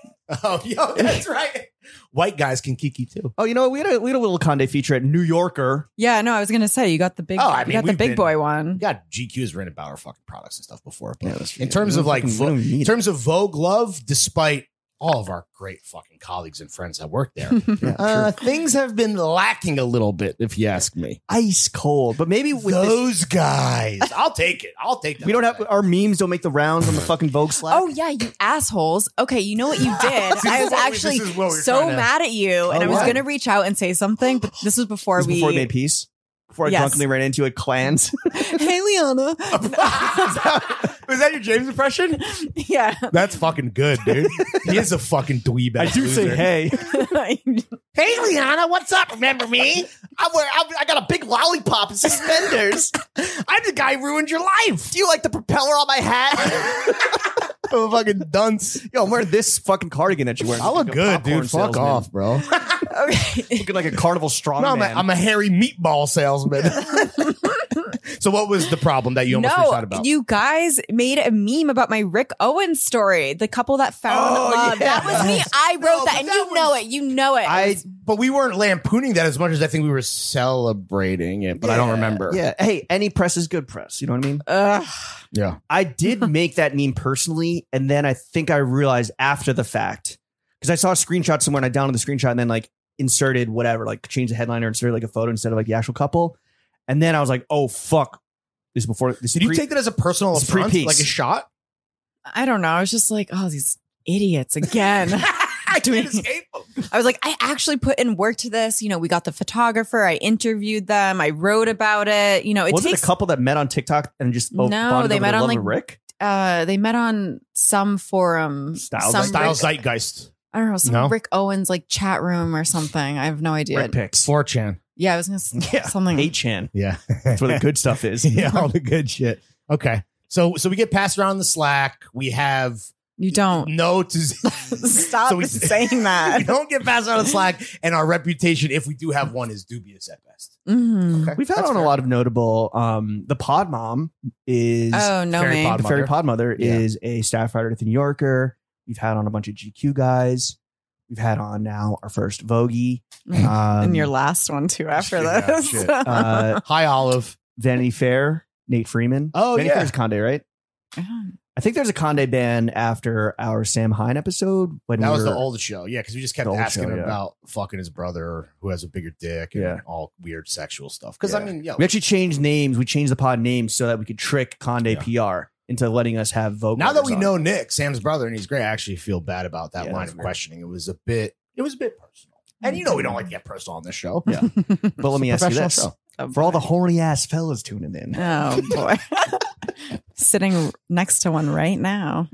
Speaker 2: Oh, yo,
Speaker 1: [LAUGHS]
Speaker 2: that's right. White guys can kiki too.
Speaker 1: Oh, you know, we had a, we had a little Conde feature at New Yorker.
Speaker 3: Yeah, no, I was gonna say you got the big.
Speaker 2: Oh, I mean,
Speaker 3: you got the
Speaker 2: we've
Speaker 3: big
Speaker 2: been-
Speaker 3: boy
Speaker 2: We
Speaker 3: one.
Speaker 2: got GQ's written about our fucking products and stuff before. But
Speaker 1: Yeah, that's true.
Speaker 2: in terms of like
Speaker 1: We
Speaker 2: Vo-
Speaker 1: don't
Speaker 2: in
Speaker 1: need it.
Speaker 2: terms of Vogue love, despite all of our great fucking colleagues and friends that work there,
Speaker 1: [LAUGHS] Yeah, sure.
Speaker 2: uh, things have been lacking a little bit, if you ask me.
Speaker 1: ice cold, but maybe with this-
Speaker 2: Those guys, [LAUGHS] I'll take it. I'll take. Them
Speaker 1: we don't have our memes don't make the rounds on the fucking Vogue Slack.
Speaker 3: Oh yeah, you assholes. Okay, you know what
Speaker 2: [LAUGHS]
Speaker 3: you did.
Speaker 2: This
Speaker 3: I
Speaker 2: is
Speaker 3: was
Speaker 2: what we-
Speaker 3: actually
Speaker 2: this is what we were
Speaker 3: so
Speaker 2: trying to-
Speaker 3: mad at you, and
Speaker 1: Oh,
Speaker 3: I was
Speaker 1: what?
Speaker 3: gonna reach out and say something, but this was before
Speaker 1: This is
Speaker 3: we.
Speaker 1: before we made peace. Before I
Speaker 3: Yes.
Speaker 1: drunkenly ran into a clans.
Speaker 3: [LAUGHS] hey, Leona.
Speaker 1: [LAUGHS]
Speaker 2: Was that your James impression?
Speaker 3: [LAUGHS] yeah. [LAUGHS]
Speaker 2: That's fucking good, dude. He is a fucking dweeb.
Speaker 1: I
Speaker 2: ass
Speaker 1: do say
Speaker 2: loser.
Speaker 1: hey.
Speaker 2: hey, Liana, what's up? Remember me? I wear. I, I got a big lollipop and suspenders. I'm the guy who ruined your life. Do you like the propeller on my hat? [LAUGHS] I'm a fucking dunce.
Speaker 1: [LAUGHS] Yo, I'm wearing this fucking cardigan that you're wearing.
Speaker 2: I
Speaker 1: Like
Speaker 2: look
Speaker 1: a
Speaker 2: good,
Speaker 1: popcorn
Speaker 2: dude. Fuck
Speaker 1: salesman.
Speaker 2: off, bro.
Speaker 3: okay.
Speaker 1: Looking like a carnival strongman.
Speaker 2: No, I'm a, I'm a hairy meatball salesman. [LAUGHS] so, what was the problem that you almost reached out
Speaker 3: No,
Speaker 2: about?
Speaker 3: you guys made a meme about my Rick Owens story. The couple that found
Speaker 1: Oh,
Speaker 3: love.
Speaker 1: yeah.
Speaker 3: That was me. I wrote that,
Speaker 2: No, but
Speaker 3: and
Speaker 2: that
Speaker 3: you know
Speaker 2: was-
Speaker 3: it. You know it.
Speaker 1: I-
Speaker 2: but we weren't lampooning that as much as I think we were celebrating it. But I don't
Speaker 1: Yeah,
Speaker 2: remember.
Speaker 1: [LAUGHS] Yeah. Hey, any press is good press. You know what I mean?
Speaker 3: Ugh.
Speaker 2: yeah.
Speaker 1: I did
Speaker 3: [LAUGHS]
Speaker 1: make that meme personally, and then I think I realized after the fact because I saw a screenshot somewhere and I downloaded the screenshot and then like inserted whatever, like changed the headline or inserted like a photo instead of like the actual couple. And then I was like, oh fuck, this is before this. is
Speaker 2: Did you
Speaker 1: pre-
Speaker 2: take that as a personal
Speaker 1: It's free
Speaker 2: affront,
Speaker 1: piece.
Speaker 2: like a shot?
Speaker 3: I don't know. I was just like, oh, these idiots again.
Speaker 2: [LAUGHS] I
Speaker 3: [LAUGHS] Doing-
Speaker 2: escape.
Speaker 3: I was like, I actually put in work to this. You know, we got the photographer. I interviewed them. I wrote about it. You know, it
Speaker 1: was
Speaker 3: takes.
Speaker 1: it a couple that met on TikTok and just oh,
Speaker 3: No,
Speaker 1: bonded
Speaker 3: they
Speaker 1: over
Speaker 3: met
Speaker 1: the
Speaker 3: on,
Speaker 1: love
Speaker 3: like,
Speaker 1: of Rick?
Speaker 3: uh, they met on some forum.
Speaker 1: Style-
Speaker 3: some
Speaker 2: Style
Speaker 3: Rick-
Speaker 2: zeitgeist.
Speaker 3: I don't know. Some
Speaker 2: No?
Speaker 3: Rick Owens like chat room or something. I have no idea.
Speaker 1: Rick picks.
Speaker 2: 4chan.
Speaker 3: Yeah, I was gonna
Speaker 1: [LAUGHS]
Speaker 3: s-
Speaker 1: Yeah.
Speaker 3: [LAUGHS] something.
Speaker 1: Eight chan.
Speaker 2: Yeah.
Speaker 1: That's
Speaker 2: [LAUGHS]
Speaker 1: where the good stuff
Speaker 3: [LAUGHS]
Speaker 1: is.
Speaker 2: yeah, all the good shit. Okay. So so we get passed around the slack. We have
Speaker 3: You don't.
Speaker 2: No
Speaker 3: [LAUGHS]
Speaker 2: to
Speaker 3: Stop
Speaker 2: So we-
Speaker 3: saying
Speaker 2: we
Speaker 3: that.
Speaker 2: [LAUGHS] don't get passed out of slack, and our reputation, if we do have one, is dubious at best.
Speaker 1: Mm-hmm.
Speaker 3: Mhm.
Speaker 2: Okay?
Speaker 1: We've had
Speaker 2: That's
Speaker 1: on
Speaker 2: fair.
Speaker 1: a lot of notable. Um, the Pod Mom is
Speaker 3: Oh, no,
Speaker 2: Fairy
Speaker 3: man.
Speaker 2: Pod
Speaker 1: the Fairy
Speaker 2: Mother.
Speaker 1: Pod Mother
Speaker 2: Yeah.
Speaker 1: is a staff writer at the New Yorker. We've had on a bunch of GQ guys. We've had on now our first Vogue. Um,
Speaker 3: and Mm. your last one too after
Speaker 2: Yeah,
Speaker 3: this. [LAUGHS]
Speaker 2: shit.
Speaker 1: uh,
Speaker 2: Hi, Olive.
Speaker 1: Vanity Fair, Nate Freeman.
Speaker 2: Oh,
Speaker 1: Vanity
Speaker 2: yeah.
Speaker 1: Fair's Conde, right? [LAUGHS] I think there's a Conde ban after our Sam Hine episode. When
Speaker 2: That
Speaker 1: we
Speaker 2: was the
Speaker 1: were-
Speaker 2: old show, yeah, because we just kept
Speaker 1: The old
Speaker 2: asking
Speaker 1: show,
Speaker 2: him
Speaker 1: yeah.
Speaker 2: about fucking his brother who has a bigger dick and
Speaker 1: Yeah.
Speaker 2: all weird sexual stuff. Because I
Speaker 1: Yeah.
Speaker 2: mean, yo,
Speaker 1: We actually changed names. We changed the pod names so that we could trick Conde
Speaker 2: Yeah.
Speaker 1: PR into letting us have Vogue.
Speaker 2: now that we
Speaker 1: on.
Speaker 2: know Nick, Sam's brother, and he's great, I actually feel bad about that
Speaker 1: Yeah,
Speaker 2: line
Speaker 1: that's
Speaker 2: of
Speaker 1: weird.
Speaker 2: questioning. It was a bit, it was a bit personal,
Speaker 3: Mm,
Speaker 2: and you know we don't like to get personal on this show. [LAUGHS]
Speaker 1: Yeah. but let me ask you
Speaker 2: professional
Speaker 1: this:
Speaker 2: show.
Speaker 1: for all the horny ass fellas tuning
Speaker 2: [LAUGHS]
Speaker 1: in,
Speaker 3: Oh boy. [LAUGHS] Sitting next to one right now.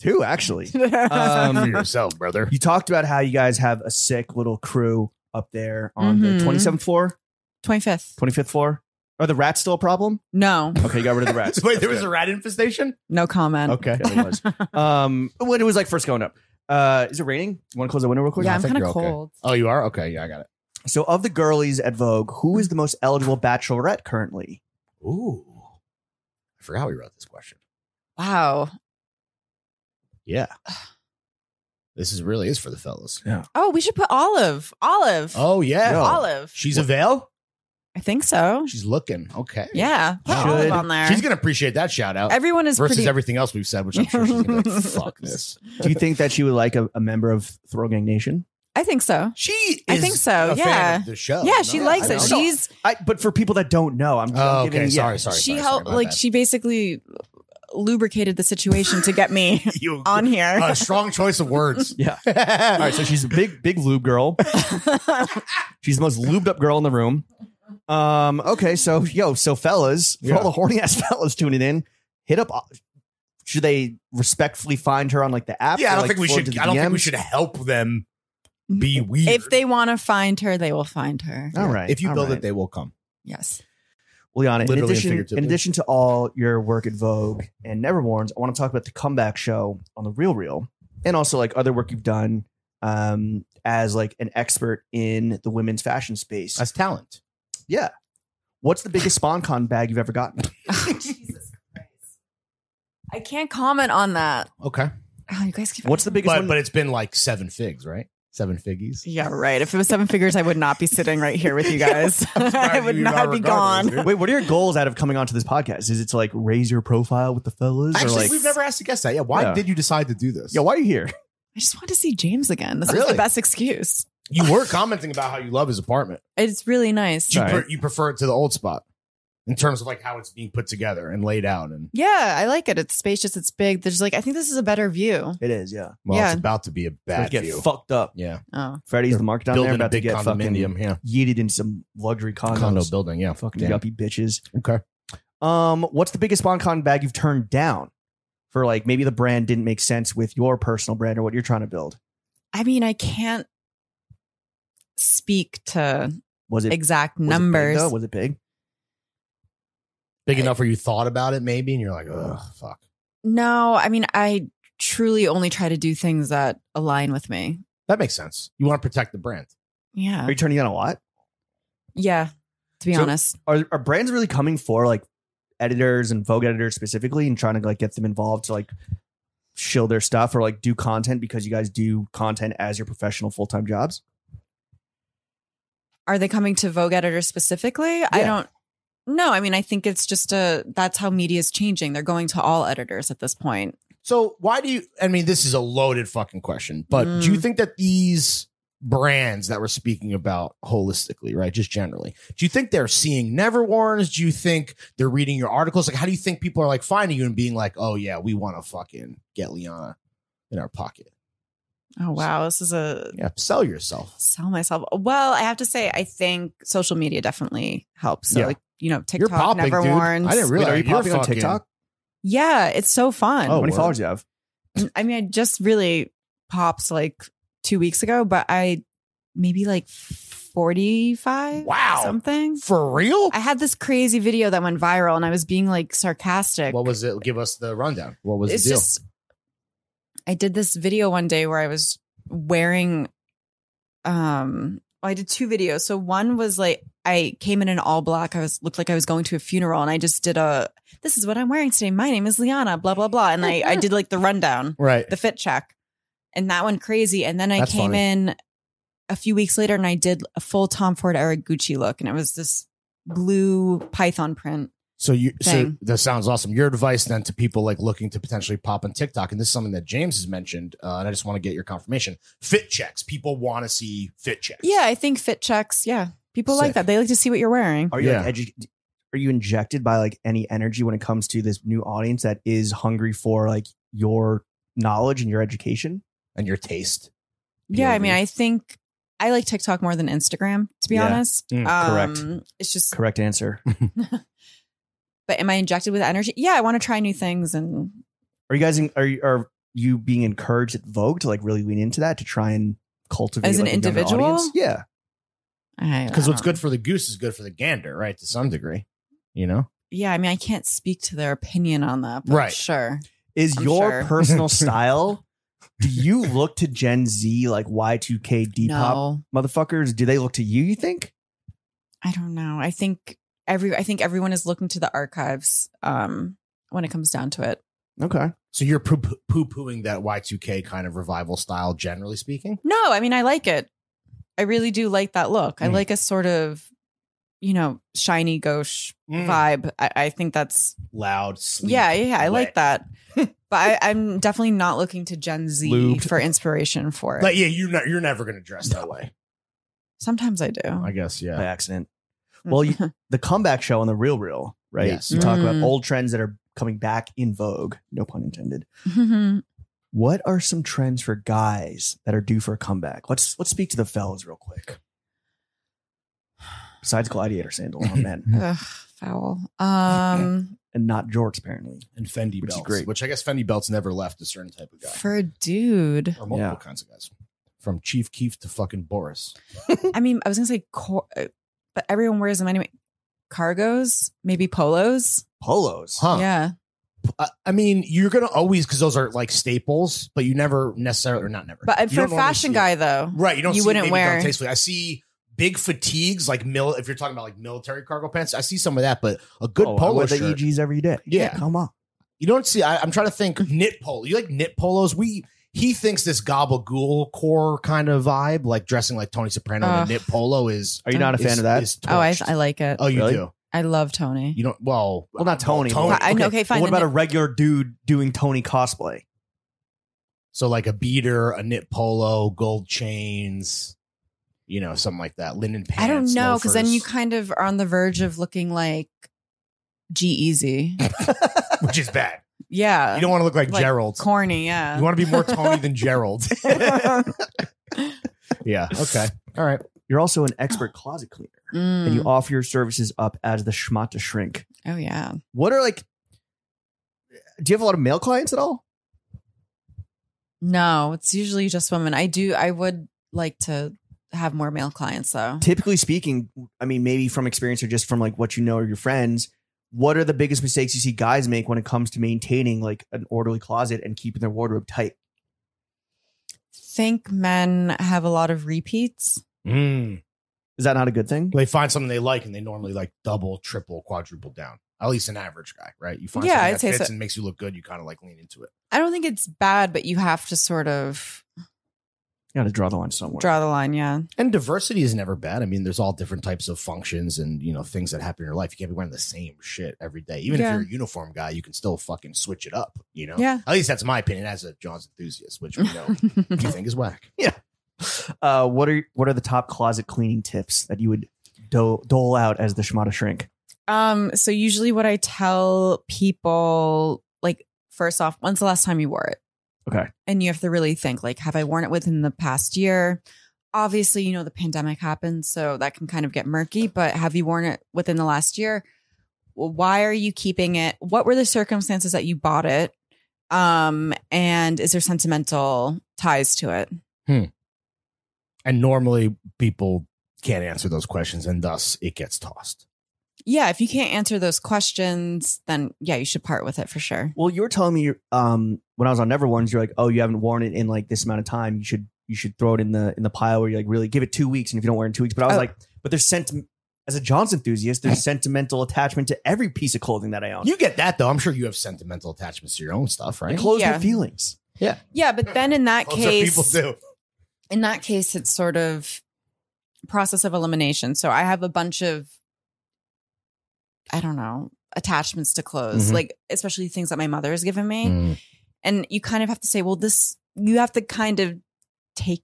Speaker 1: too actually.
Speaker 3: [LAUGHS]
Speaker 2: For
Speaker 1: [LAUGHS] Um,
Speaker 2: yourself, [LAUGHS] brother.
Speaker 1: you talked about how you guys have a sick little crew up there on
Speaker 3: Mhm.
Speaker 1: the 27th floor,
Speaker 3: 25th.
Speaker 1: 25th floor. Are the rats still a problem?
Speaker 3: No,
Speaker 1: Okay, you got rid of the rats.
Speaker 2: [LAUGHS] Wait, there
Speaker 1: That's
Speaker 2: was a rat infestation.
Speaker 3: no comment.
Speaker 1: good. Okay, it was. um, when it was like first going up. Uh, is it raining? You want to close the window real quick?
Speaker 3: Yeah,
Speaker 2: I
Speaker 3: I'm
Speaker 2: think
Speaker 3: kind
Speaker 2: you're
Speaker 3: of
Speaker 2: okay.
Speaker 3: cold.
Speaker 2: Oh, you are okay. Yeah, I got it.
Speaker 1: So, of the girlies at Vogue, who is the most eligible bachelorette currently?
Speaker 2: Ooh, I forgot we wrote this question.
Speaker 3: Wow. [SIGHS]
Speaker 2: Yeah, this is really is for the fellas.
Speaker 3: Oh, we should put Olive. Olive. Uh,
Speaker 2: Oh yeah,
Speaker 1: Yo.
Speaker 3: Olive.
Speaker 2: she's a veil.
Speaker 3: I think so.
Speaker 2: She's looking okay.
Speaker 3: Yeah. Put
Speaker 2: Wow.
Speaker 3: Olive
Speaker 1: Should-
Speaker 3: on there.
Speaker 2: She's gonna appreciate that shout out
Speaker 3: Everyone is
Speaker 2: versus
Speaker 3: pretty.
Speaker 2: everything else we've said, which I'm sure she's gonna
Speaker 3: [LAUGHS]
Speaker 2: be like, fuck this.
Speaker 1: Do you think that she would like a, a member of Throw Gang Nation?
Speaker 3: I think so.
Speaker 2: She,
Speaker 3: I
Speaker 2: is
Speaker 3: think so,
Speaker 2: a fan
Speaker 3: yeah.
Speaker 2: of the show.
Speaker 3: yeah, she
Speaker 2: Oh, No,
Speaker 3: likes
Speaker 2: I
Speaker 3: it.
Speaker 2: know.
Speaker 1: So-
Speaker 3: She's
Speaker 1: I, but for people that don't know, I'm,
Speaker 2: Oh,
Speaker 1: I'm
Speaker 2: okay.
Speaker 1: giving yeah.
Speaker 2: Sorry, sorry.
Speaker 3: she
Speaker 2: sorry,
Speaker 3: helped
Speaker 2: sorry, my
Speaker 3: like
Speaker 2: bad.
Speaker 3: she basically lubricated the situation to get
Speaker 2: [LAUGHS]
Speaker 3: me
Speaker 2: You-
Speaker 3: on here.
Speaker 2: a strong choice
Speaker 3: [LAUGHS]
Speaker 2: of words.
Speaker 1: Yeah.
Speaker 2: [LAUGHS] All
Speaker 1: All right, so she's a big, big lube girl.
Speaker 2: Uh,
Speaker 1: She's the most lubed up girl in the room. Um, okay, so yo, so fellas, for
Speaker 2: Yeah.
Speaker 1: all the horny ass [LAUGHS] fellas tuning in, hit up. Should they respectfully find her on like the app?
Speaker 2: yeah,
Speaker 1: or,
Speaker 2: I don't
Speaker 1: like,
Speaker 2: think we
Speaker 1: forward
Speaker 2: should.
Speaker 1: to
Speaker 2: I don't think we
Speaker 1: DMs?
Speaker 2: should help them be weird.
Speaker 3: [LAUGHS] Mm-hmm. if they want to find her, they will find her.
Speaker 1: All right,
Speaker 2: if you
Speaker 1: all
Speaker 2: build
Speaker 1: right.
Speaker 2: it, they will come.
Speaker 3: Yes.
Speaker 1: Well, Liana, in
Speaker 2: Literally and
Speaker 1: addition,
Speaker 2: figuratively.
Speaker 1: in addition to all your work at Vogue and Neverwarns, I want to talk about the comeback show on the Real Real, and also like other work you've done um, as like an expert in the women's fashion space.
Speaker 2: That's talent.
Speaker 1: What's the biggest SpawnCon bag you've ever
Speaker 2: [LAUGHS]
Speaker 1: gotten?
Speaker 3: [LAUGHS] Jesus Christ. I can't comment on that.
Speaker 2: Okay,
Speaker 3: Oh, you guys keep.
Speaker 1: What's the biggest?
Speaker 2: but
Speaker 1: one?
Speaker 2: but it's been like seven figs, right? Seven figgies.
Speaker 3: yeah, right. If it was seven figures, I would not be sitting right
Speaker 1: [LAUGHS]
Speaker 3: here with you guys. [LAUGHS] I would
Speaker 2: You are
Speaker 3: not be
Speaker 2: regardless,
Speaker 3: gone.
Speaker 2: dude.
Speaker 1: Wait, what are your goals out of coming onto this podcast? Is it to like raise your profile with the fellas,
Speaker 2: Actually,
Speaker 1: or like,
Speaker 2: we've never asked a guest that. Yeah, why
Speaker 1: Yeah.
Speaker 2: did you decide to do this?
Speaker 1: yo, why are you
Speaker 2: [LAUGHS]
Speaker 1: here?
Speaker 3: I just want to see James again. This is
Speaker 2: Really?
Speaker 3: the best excuse.
Speaker 2: you were commenting about how you love his apartment.
Speaker 3: It's really nice.
Speaker 2: you,
Speaker 1: All
Speaker 2: pre-
Speaker 1: right.
Speaker 2: you prefer it to the old spot in terms of like how it's being put together and laid out and
Speaker 3: Yeah, I like it. It's spacious. It's big. There's like, I think this is a better view.
Speaker 1: It is, yeah.
Speaker 2: well
Speaker 3: Yeah.
Speaker 2: it's about to be a bad
Speaker 1: get
Speaker 2: view
Speaker 1: fucked up.
Speaker 2: yeah
Speaker 3: Oh,
Speaker 1: Freddy's
Speaker 2: They're
Speaker 1: the market down
Speaker 2: building
Speaker 1: there
Speaker 2: a
Speaker 1: about to
Speaker 2: big
Speaker 1: get
Speaker 2: condominium
Speaker 1: fucking
Speaker 2: yeah
Speaker 1: yeeted in some luxury condos.
Speaker 2: condo building yeah
Speaker 1: fucking
Speaker 2: Damn.
Speaker 1: yuppie bitches.
Speaker 2: okay
Speaker 1: Um, what's the biggest SpawnCon bag you've turned down for like maybe the brand didn't make sense with your personal brand or what you're trying to build?
Speaker 3: I mean, I can't speak to
Speaker 1: Was it
Speaker 3: exact
Speaker 1: was it big,
Speaker 3: numbers.
Speaker 1: though? was it big?
Speaker 2: big enough where you thought about it maybe and you're like oh fuck
Speaker 3: No, I mean, I truly only try to do things that align with me.
Speaker 2: that makes sense you want to protect the brand
Speaker 3: Yeah.
Speaker 1: Are you turning down a lot?
Speaker 3: Yeah. To be
Speaker 1: So-
Speaker 3: honest.
Speaker 1: Are are brands really coming for like editors and Vogue editors specifically and trying to like get them involved to like shill their stuff or like do content because you guys do content as your professional full time jobs?
Speaker 3: Are they coming to Vogue editors specifically? I
Speaker 1: Yeah.
Speaker 3: don't no, I mean I think it's just a that's how media is changing. They're going to all editors at this point.
Speaker 2: so why do you i mean this is a loaded fucking question but do
Speaker 1: Mm.
Speaker 2: you think that these brands that we're speaking about holistically right just generally do you think they're seeing never warns do you think they're reading your articles like how do you think people are like finding you and being like oh yeah we want to fucking get liana in our pocket
Speaker 3: Oh wow, this is a
Speaker 2: yeah sell yourself
Speaker 3: sell myself. Well, I have to say I think social media definitely helps. So
Speaker 2: Yeah.
Speaker 3: like, you know, TikTok
Speaker 2: you're popping
Speaker 3: never
Speaker 2: dude
Speaker 3: warns.
Speaker 2: i didn't
Speaker 1: Wait,
Speaker 2: realize
Speaker 1: are you
Speaker 2: you're
Speaker 1: popping on
Speaker 2: fucking-
Speaker 1: TikTok?
Speaker 3: yeah, it's so fun.
Speaker 1: How
Speaker 2: Oh,
Speaker 1: many
Speaker 2: word.
Speaker 1: followers do you have?
Speaker 3: I mean, I just really popped like two weeks ago, but I maybe like 45
Speaker 2: Wow.
Speaker 3: something.
Speaker 2: for real
Speaker 3: I had this crazy video that went viral and I was being like sarcastic.
Speaker 2: what was it give us the rundown what was
Speaker 3: it's
Speaker 2: the deal
Speaker 3: just I did this video one day where I was wearing um well, I did two videos. So one was like I came in in all black. I was looked like I was going to a funeral and I just did a this is what I'm wearing today. My name is Liana, blah blah blah. And I I did like the rundown,
Speaker 2: Right.
Speaker 3: the fit check. And that went crazy. And then I
Speaker 2: That's
Speaker 3: came
Speaker 2: funny.
Speaker 3: in a few weeks later and I did a full Tom Ford Araguchi look and it was this blue python print.
Speaker 2: So you so
Speaker 3: thing.
Speaker 2: that sounds awesome. Your advice then to people like looking to potentially pop on TikTok, and this is something that James has mentioned, uh, and I just want to get your confirmation. Fit checks. People want to see fit checks.
Speaker 3: Yeah, I think fit checks. Yeah. People
Speaker 2: Sick.
Speaker 3: like that. They like to see what you're wearing.
Speaker 1: Are you
Speaker 2: Yeah.
Speaker 1: like, edu- are you injected by like any energy when it comes to this new audience that is hungry for like your knowledge and your education?
Speaker 2: and your taste.
Speaker 3: Yeah, I
Speaker 2: POV.
Speaker 3: mean, I think I like TikTok more than Instagram, to be
Speaker 1: Yeah.
Speaker 3: honest.
Speaker 2: Mm,
Speaker 3: correct. It's just,
Speaker 1: Correct
Speaker 2: [LAUGHS]
Speaker 1: answer.
Speaker 3: but am I injected with energy? Yeah, I want to try new things, and
Speaker 1: Are you guys in, are you, are you being encouraged at Vogue to like really lean into that to try and cultivate
Speaker 3: As an
Speaker 1: like, a younger
Speaker 3: individual?
Speaker 1: audience? Yeah,
Speaker 2: Because what's good for the goose is good for the gander, right? To some degree, you know.
Speaker 3: Yeah, I mean, I can't speak to their opinion on that, but
Speaker 2: Right.
Speaker 3: Sure.
Speaker 1: is
Speaker 3: I'm
Speaker 1: your
Speaker 3: sure.
Speaker 2: [LAUGHS]
Speaker 1: personal style? Do you look to Gen Z like Y two K Depop pop
Speaker 3: No,
Speaker 1: motherfuckers? Do they look to you? You think?
Speaker 3: I don't know. I think every, I think everyone is looking to the archives um, when it comes down to it.
Speaker 1: Okay.
Speaker 2: So you're poo pooing that Y2K kind of revival style, generally speaking.
Speaker 3: No, I mean, I like it. I really do like that look. I
Speaker 2: Mm.
Speaker 3: like a sort of, you know, shiny gauche
Speaker 2: Mm.
Speaker 3: vibe. I, I think that's
Speaker 2: Loud, sleek,
Speaker 3: Yeah, yeah, I
Speaker 2: wet.
Speaker 3: like that. [LAUGHS] but I, I'm definitely not looking to Gen Z
Speaker 1: Lubed.
Speaker 3: for inspiration for it.
Speaker 2: Like, yeah, you're not. You're never gonna dress that way.
Speaker 3: Sometimes I do.
Speaker 2: I guess.
Speaker 1: By
Speaker 2: Yeah.
Speaker 1: accident. Well, you, the comeback show on the Real Real, right?
Speaker 2: Yes.
Speaker 1: You talk about
Speaker 3: Mm.
Speaker 1: old trends that are coming back in vogue. No pun intended. What are some trends for guys that are due for a comeback? Let's let's speak to the fellas real quick. Besides gladiator sandals on [LAUGHS] men
Speaker 3: [LAUGHS] Ugh, foul.
Speaker 2: [LAUGHS]
Speaker 3: Um,
Speaker 1: and not jorts, apparently.
Speaker 2: And Fendi
Speaker 1: Which is
Speaker 2: belts,
Speaker 1: great.
Speaker 2: which I guess Fendi belts never left a certain type of guy.
Speaker 3: for a dude,
Speaker 2: or multiple
Speaker 1: Yeah.
Speaker 2: kinds of guys, from Chief Keef to fucking Boris.
Speaker 3: I mean, I was gonna say, cor- uh, but everyone wears them anyway. Cargos, maybe polos.
Speaker 1: Polos.
Speaker 2: Huh?
Speaker 3: Yeah,
Speaker 2: I, I mean, you're gonna always because those are like staples, but you never necessarily, or not never.
Speaker 3: but uh,
Speaker 2: You
Speaker 3: for a
Speaker 2: don't normally
Speaker 3: fashion
Speaker 2: see it.
Speaker 3: guy though,
Speaker 2: right? You don't.
Speaker 3: you
Speaker 2: see
Speaker 3: wouldn't
Speaker 2: wouldn't
Speaker 3: wear-
Speaker 2: wear tastefully. I see big fatigues like mil. If you're talking about like military cargo pants, I see some of that, but a good
Speaker 1: Oh, I
Speaker 2: polo
Speaker 1: wear the
Speaker 2: shirt.
Speaker 1: EGs every day.
Speaker 2: Yeah.
Speaker 1: Come on.
Speaker 2: You don't see. I, I'm trying to think. knit polo. You like knit polos? We. He thinks this gabagool core kind of vibe, like dressing like Tony Soprano in a
Speaker 3: Ugh.
Speaker 2: knit polo, is.
Speaker 1: Are you not a fan
Speaker 2: is-
Speaker 1: of that?
Speaker 2: is
Speaker 3: oh, I,
Speaker 2: torched.
Speaker 3: I like it.
Speaker 2: oh, you
Speaker 1: Really?
Speaker 2: do.
Speaker 3: I love Tony.
Speaker 2: You don't. Well,
Speaker 1: Well, not Tony.
Speaker 2: Tony.
Speaker 3: I- okay,
Speaker 1: but
Speaker 3: fine,
Speaker 1: What
Speaker 3: then
Speaker 1: about a
Speaker 3: it-
Speaker 1: regular dude doing Tony cosplay?
Speaker 2: So like a beater, a knit polo, gold chains, you know, something like that. Linen pants.
Speaker 3: I don't know because then you
Speaker 2: loafers,
Speaker 3: kind of are on the verge of looking like G Easy.
Speaker 2: which
Speaker 3: [LAUGHS]
Speaker 2: is bad.
Speaker 3: Yeah,
Speaker 2: You don't want to look like,
Speaker 3: like
Speaker 2: Gerald.
Speaker 3: corny. Yeah,
Speaker 2: You want to be more Tony
Speaker 3: [LAUGHS]
Speaker 1: [LAUGHS]
Speaker 2: than Gerald. yeah. Okay. All right.
Speaker 1: You're also an expert closet cleaner
Speaker 3: Mm.
Speaker 1: and you offer your services up as the schmata shrink.
Speaker 3: oh yeah.
Speaker 1: What are like? Do you have a lot of male clients at all?
Speaker 3: No, it's usually just women. I do. I would like to have more male clients though.
Speaker 1: Typically speaking, I mean, maybe from experience or just from like what you know or your friends. What are the biggest mistakes you see guys make when it comes to maintaining like an orderly closet and keeping their wardrobe tight?
Speaker 3: Think men have a lot of repeats.
Speaker 2: Mm.
Speaker 1: Is that not a good thing?
Speaker 2: They find something they like, and they normally like double, triple, quadruple down. At least an average guy, right? You find
Speaker 3: Yeah,
Speaker 2: something
Speaker 3: I'd
Speaker 2: that
Speaker 3: say
Speaker 2: fits
Speaker 3: so.
Speaker 2: and makes you look good. You kind of like lean into it.
Speaker 3: I don't think it's bad, but you have to sort of
Speaker 1: You got to draw the line somewhere.
Speaker 3: draw the line. Yeah.
Speaker 2: And diversity is never bad. I mean, there's all different types of functions and you know things that happen in your life. You can't be wearing the same shit every day. Even if
Speaker 3: Yeah.
Speaker 2: you're a uniform guy, you can still fucking switch it up. You know,
Speaker 3: Yeah.
Speaker 2: At least that's my opinion as a John's enthusiast,
Speaker 3: [LAUGHS]
Speaker 2: which we know you think is whack.
Speaker 1: Uh, what are what are the top closet cleaning tips that you would dole, dole out as the schmata shrink?
Speaker 3: um. So usually, what I tell people, like, first off, when's the last time you wore it?
Speaker 1: Okay.
Speaker 3: And you have to really think, like, have I worn it within the past year? Obviously, you know, the pandemic happened, so that can kind of get murky, but have you worn it within the last year? Well, why are you keeping it? What were the circumstances that you bought it? Um, and is there sentimental ties to it?
Speaker 2: And normally people can't answer those questions, and thus it gets tossed.
Speaker 3: yeah, if you can't answer those questions, then yeah, you should part with it for sure.
Speaker 1: Well, you were telling me um, when I was on Never Ones, you're like, oh, you haven't worn it in like this amount of time. You should you should throw it in the in the pile where you like really give it two weeks, and if you don't wear it in two weeks, but I was
Speaker 3: Oh.
Speaker 1: like, but there's sent as a Johns enthusiast,
Speaker 2: [LAUGHS]
Speaker 1: there's sentimental attachment to every piece of clothing that I own.
Speaker 2: You get that though. I'm sure you have sentimental attachments to your own stuff, right?
Speaker 1: Clothes
Speaker 3: Yeah.
Speaker 1: with feelings.
Speaker 3: Yeah, but then in that
Speaker 2: Lots of
Speaker 3: case,
Speaker 2: people do.
Speaker 3: in that case it's sort of process of elimination so i have a bunch of i don't know attachments to clothes
Speaker 1: Mhm.
Speaker 3: like especially things that my mother has given me
Speaker 2: Mm.
Speaker 3: and you kind of have to say well this you have to kind of take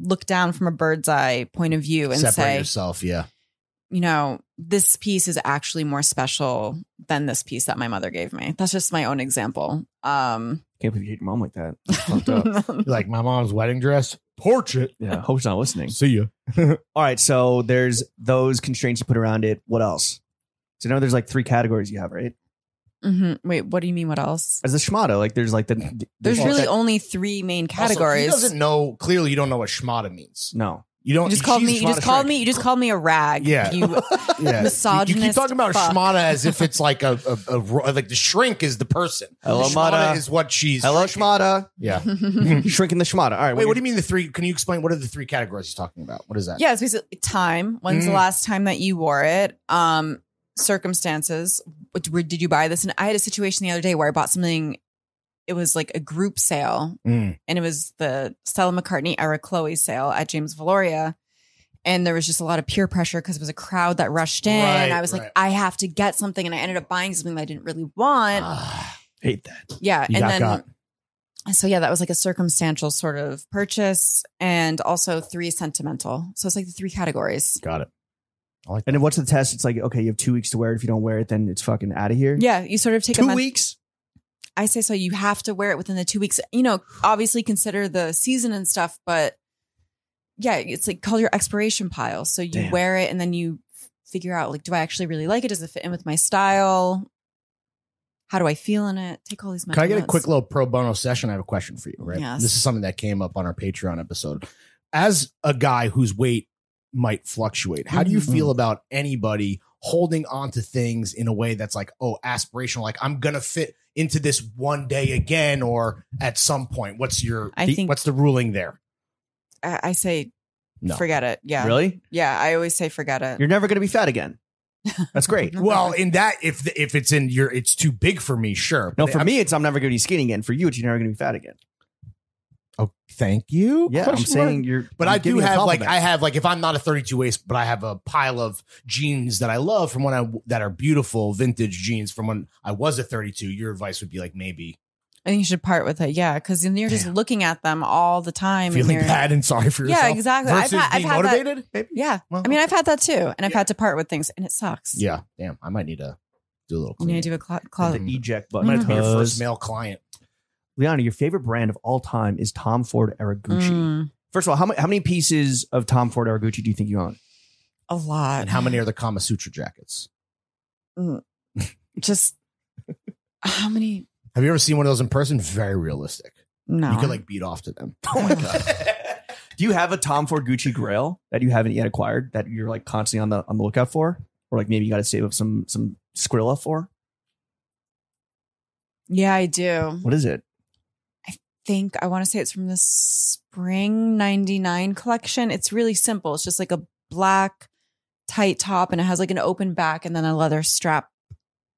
Speaker 3: look down from a bird's eye point of view and
Speaker 2: Separate
Speaker 3: say
Speaker 2: yourself, yeah.
Speaker 3: you know this piece is actually more special than this piece that my mother gave me that's just my own example um
Speaker 1: Can't believe you hate your mom like that. That's fucked up.
Speaker 3: [LAUGHS]
Speaker 2: You're like my mom's wedding dress, portrait.
Speaker 1: Yeah, hope she's not listening.
Speaker 2: See you.
Speaker 1: All right, so there's those constraints you put around it. What else? So now there's like three categories you have, right?
Speaker 3: Mhm. wait what do you mean what else
Speaker 1: As a schmata, like there's like the, the-
Speaker 3: there's
Speaker 1: the-
Speaker 3: really only three main categories
Speaker 2: Also, he doesn't know. Clearly, you don't know what schmata means.
Speaker 1: no.
Speaker 2: You don't.
Speaker 3: You just called
Speaker 2: she's
Speaker 3: me. You just
Speaker 2: schmata
Speaker 3: called
Speaker 2: shrink.
Speaker 3: me.
Speaker 2: [LAUGHS]
Speaker 3: You just called me a rag.
Speaker 2: Oh, Yeah.
Speaker 3: You,
Speaker 2: Yeah. You- You keep
Speaker 3: misogynist
Speaker 2: talking about
Speaker 3: fuck.
Speaker 2: schmata as if it's like a,
Speaker 3: [LAUGHS]
Speaker 2: a, a, ro- like the shrink is the person.
Speaker 1: Hello,
Speaker 2: the schmata
Speaker 1: Mata.
Speaker 2: is what she's.
Speaker 1: Hello,
Speaker 2: shrinking. [CLEARS THROAT]
Speaker 1: schmata.
Speaker 2: [LAUGHS] Yeah.
Speaker 1: Shrinking the schmata. All right.
Speaker 2: Wait, what do you mean the three? Can you explain what are the three categories he's talking about? What is that?
Speaker 3: [LAUGHS] yeah. It's basically time. When's the
Speaker 2: Mm.
Speaker 3: last time that you wore it? Um, circumstances. What- Where did you buy this? And I had a situation the other day where I bought something. It was like a group sale,
Speaker 2: Mm.
Speaker 3: and it was the Stella McCartney era Chloe sale at James Valoria. And there was just a lot of peer pressure because it was a crowd that rushed in.
Speaker 2: Right,
Speaker 3: and I was
Speaker 2: right.
Speaker 3: like, I have to get something. And I ended up buying something that I didn't really want.
Speaker 2: Ah,
Speaker 1: hate that?
Speaker 3: Yeah.
Speaker 2: You
Speaker 3: and
Speaker 2: got
Speaker 3: then
Speaker 2: got.
Speaker 3: so yeah, that was like a circumstantial sort of purchase and also three sentimental. So it's like the three categories.
Speaker 2: Got it.
Speaker 1: And then what's the test? It's like, okay, you have two weeks to wear it. If you don't wear it, then it's fucking out of here.
Speaker 3: Yeah, you sort of take a
Speaker 1: Two
Speaker 3: month.
Speaker 1: weeks?
Speaker 3: I say so you have to wear it within the two weeks. You know, obviously consider the season and stuff, but yeah, it's like called your expiration pile. So you
Speaker 1: Damn.
Speaker 3: wear it and then you f- figure out like, do I actually really like it? Does it fit in with my style? How do I feel in it? Take all these.
Speaker 2: Can I
Speaker 3: mental
Speaker 2: get a
Speaker 3: notes.
Speaker 2: quick little pro bono session? I have a question for you, right?
Speaker 3: Yes.
Speaker 2: This is something that came up on our Patreon episode. As a guy whose weight might fluctuate, how do you
Speaker 3: Mm-hmm.
Speaker 1: Mhm.
Speaker 2: feel about anybody holding on to things in a way that's like, oh, aspirational, like I'm gonna fit into this one day again or at some point? What's your
Speaker 3: I think
Speaker 2: what's the ruling there?
Speaker 3: I, I say
Speaker 2: No.
Speaker 3: forget it. Yeah,
Speaker 1: Really?
Speaker 3: yeah. I always say forget it.
Speaker 1: You're never going to be fat again.
Speaker 2: [LAUGHS]
Speaker 1: That's great.
Speaker 2: Well, in that if the, if it's in your it's too big for me, sure.
Speaker 1: no,
Speaker 2: But
Speaker 1: for
Speaker 2: I'm-
Speaker 1: me, it's I'm never going to be skinny again. For you, it's you're never going to be fat again.
Speaker 2: oh, thank you.
Speaker 1: Yeah, I'm
Speaker 2: Question mark.
Speaker 1: saying you're.
Speaker 2: But
Speaker 1: I'm
Speaker 2: i do
Speaker 1: giving you a
Speaker 2: have like
Speaker 1: compliment.
Speaker 2: I have like if I'm not a 32 waist, but I have a pile of jeans that I love from when I that are beautiful vintage jeans from when I was a 32. Your advice would be like maybe
Speaker 3: I think you should part with it. Yeah. Cause then you're just looking at them all the time. and
Speaker 2: feeling
Speaker 3: you're-
Speaker 2: bad and sorry for yourself.
Speaker 3: Yeah, exactly. I've
Speaker 2: Versus
Speaker 3: had- I've
Speaker 2: being
Speaker 3: had that-
Speaker 2: motivated. Maybe.
Speaker 3: Yeah.
Speaker 2: Well,
Speaker 3: I mean, I've had that too. And I've
Speaker 2: Yeah.
Speaker 3: had to part with things and it sucks.
Speaker 2: yeah, damn. I might need to do a little.
Speaker 3: I'm going
Speaker 2: Cleaning.
Speaker 3: to do Mm-hmm. a clo-
Speaker 1: the
Speaker 3: closet.
Speaker 1: eject
Speaker 2: I
Speaker 1: button.
Speaker 2: might have to be your first
Speaker 1: Because-
Speaker 2: male client.
Speaker 1: Mm-hmm. Liana, your favorite brand of all time is Tom Ford Araguchi.
Speaker 3: Mm,
Speaker 1: First of all, how many, how many pieces of Tom Ford Araguchi do you think you own?
Speaker 3: a lot.
Speaker 2: And how many are the Kama Sutra jackets?
Speaker 3: Just how many?
Speaker 2: Have you ever seen one of those in person? Very realistic.
Speaker 3: No.
Speaker 2: You could like beat off to them. Oh [LAUGHS]
Speaker 3: my
Speaker 2: god.
Speaker 1: Do you have a Tom Ford Gucci Grail that you haven't yet acquired that you're like constantly on the on the lookout for, or like maybe you got to save up some some Skrilla for?
Speaker 3: yeah, I do.
Speaker 1: What is it?
Speaker 3: think I want to say it's from the spring 99 collection. It's really simple. It's just like a black tight top and it has like an open back and then a leather strap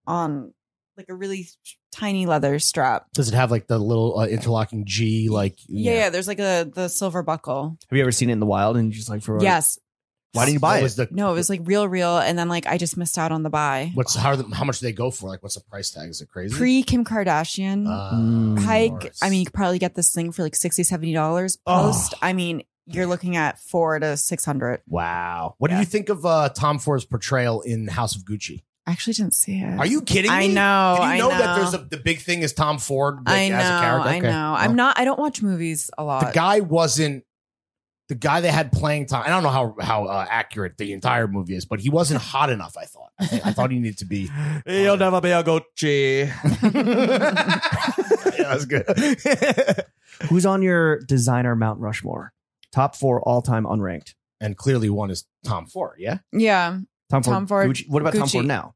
Speaker 3: on like a really tiny leather strap.
Speaker 2: Does it have like the little uh, interlocking G? Like
Speaker 3: Yeah, yeah, there's like a the silver buckle.
Speaker 1: Have you ever seen it in the wild and you're just like for
Speaker 3: Yes.
Speaker 1: Why didn't you buy
Speaker 2: What
Speaker 1: it?
Speaker 2: was the-
Speaker 3: No, it was like real real and then like I just missed out on the buy.
Speaker 2: What's how are the, how much do they go for? Like, what's the price tag? Is it crazy?
Speaker 3: Pre Kim Kardashian
Speaker 2: Uh, of
Speaker 3: hike.
Speaker 2: course.
Speaker 3: I mean, you could probably get this thing for like 60 dollars
Speaker 1: Oh.
Speaker 3: post. I mean, you're looking at 4 to 600.
Speaker 2: wow. What do
Speaker 3: Yeah.
Speaker 2: you think of uh, Tom Ford's portrayal in House of Gucci?
Speaker 3: I actually didn't see it.
Speaker 2: Are you kidding me?
Speaker 3: I know.
Speaker 2: Did you
Speaker 3: I
Speaker 2: know, that there's a, the big thing is Tom Ford like,
Speaker 3: I know.
Speaker 2: as a character?
Speaker 3: I know.
Speaker 2: Okay.
Speaker 3: I'm
Speaker 2: Well,
Speaker 3: not. I don't watch movies a lot.
Speaker 2: The guy wasn't. The guy they had playing Tom. I don't know how how uh, accurate the entire movie is, but
Speaker 3: [LAUGHS]
Speaker 2: he wasn't hot enough. I thought. I, think- I thought he needed to be. [LAUGHS]
Speaker 1: You'll never be a Gucci.
Speaker 2: Yeah, that was good. [LAUGHS]
Speaker 1: Who's on your designer Mount Rushmore? Top four all time unranked.
Speaker 2: and clearly, one is Tom Ford. Yeah.
Speaker 3: yeah.
Speaker 1: Tom Ford.
Speaker 3: Tom Ford,
Speaker 1: Gucci. What about Tom
Speaker 3: Gucci.
Speaker 1: Ford now?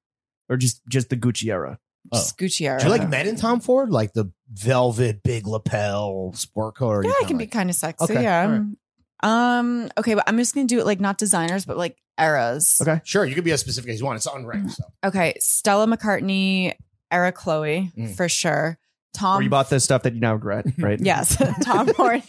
Speaker 1: Or just just the Gucci era?
Speaker 2: Oh.
Speaker 3: Just Gucci era.
Speaker 2: Do you like men in Tom Ford? Like the velvet, big lapel, sport coat? Or
Speaker 3: yeah,
Speaker 2: you
Speaker 3: I can be
Speaker 2: kinda
Speaker 3: kind of sexy.
Speaker 2: Okay,
Speaker 3: Yeah.
Speaker 2: all right.
Speaker 3: Um. Okay, but I'm just gonna do it like not designers, but like eras.
Speaker 1: Okay.
Speaker 3: Okay.
Speaker 2: like- Sure, you can be as specific as you want. It's unranked. So.
Speaker 3: Stella McCartney, era Chloe
Speaker 2: Mm.
Speaker 3: for sure.
Speaker 1: Where
Speaker 3: Tom.
Speaker 1: you bought the stuff that you now
Speaker 2: [LAUGHS]
Speaker 1: regret, right?
Speaker 3: yes, [LAUGHS] Tom Ford,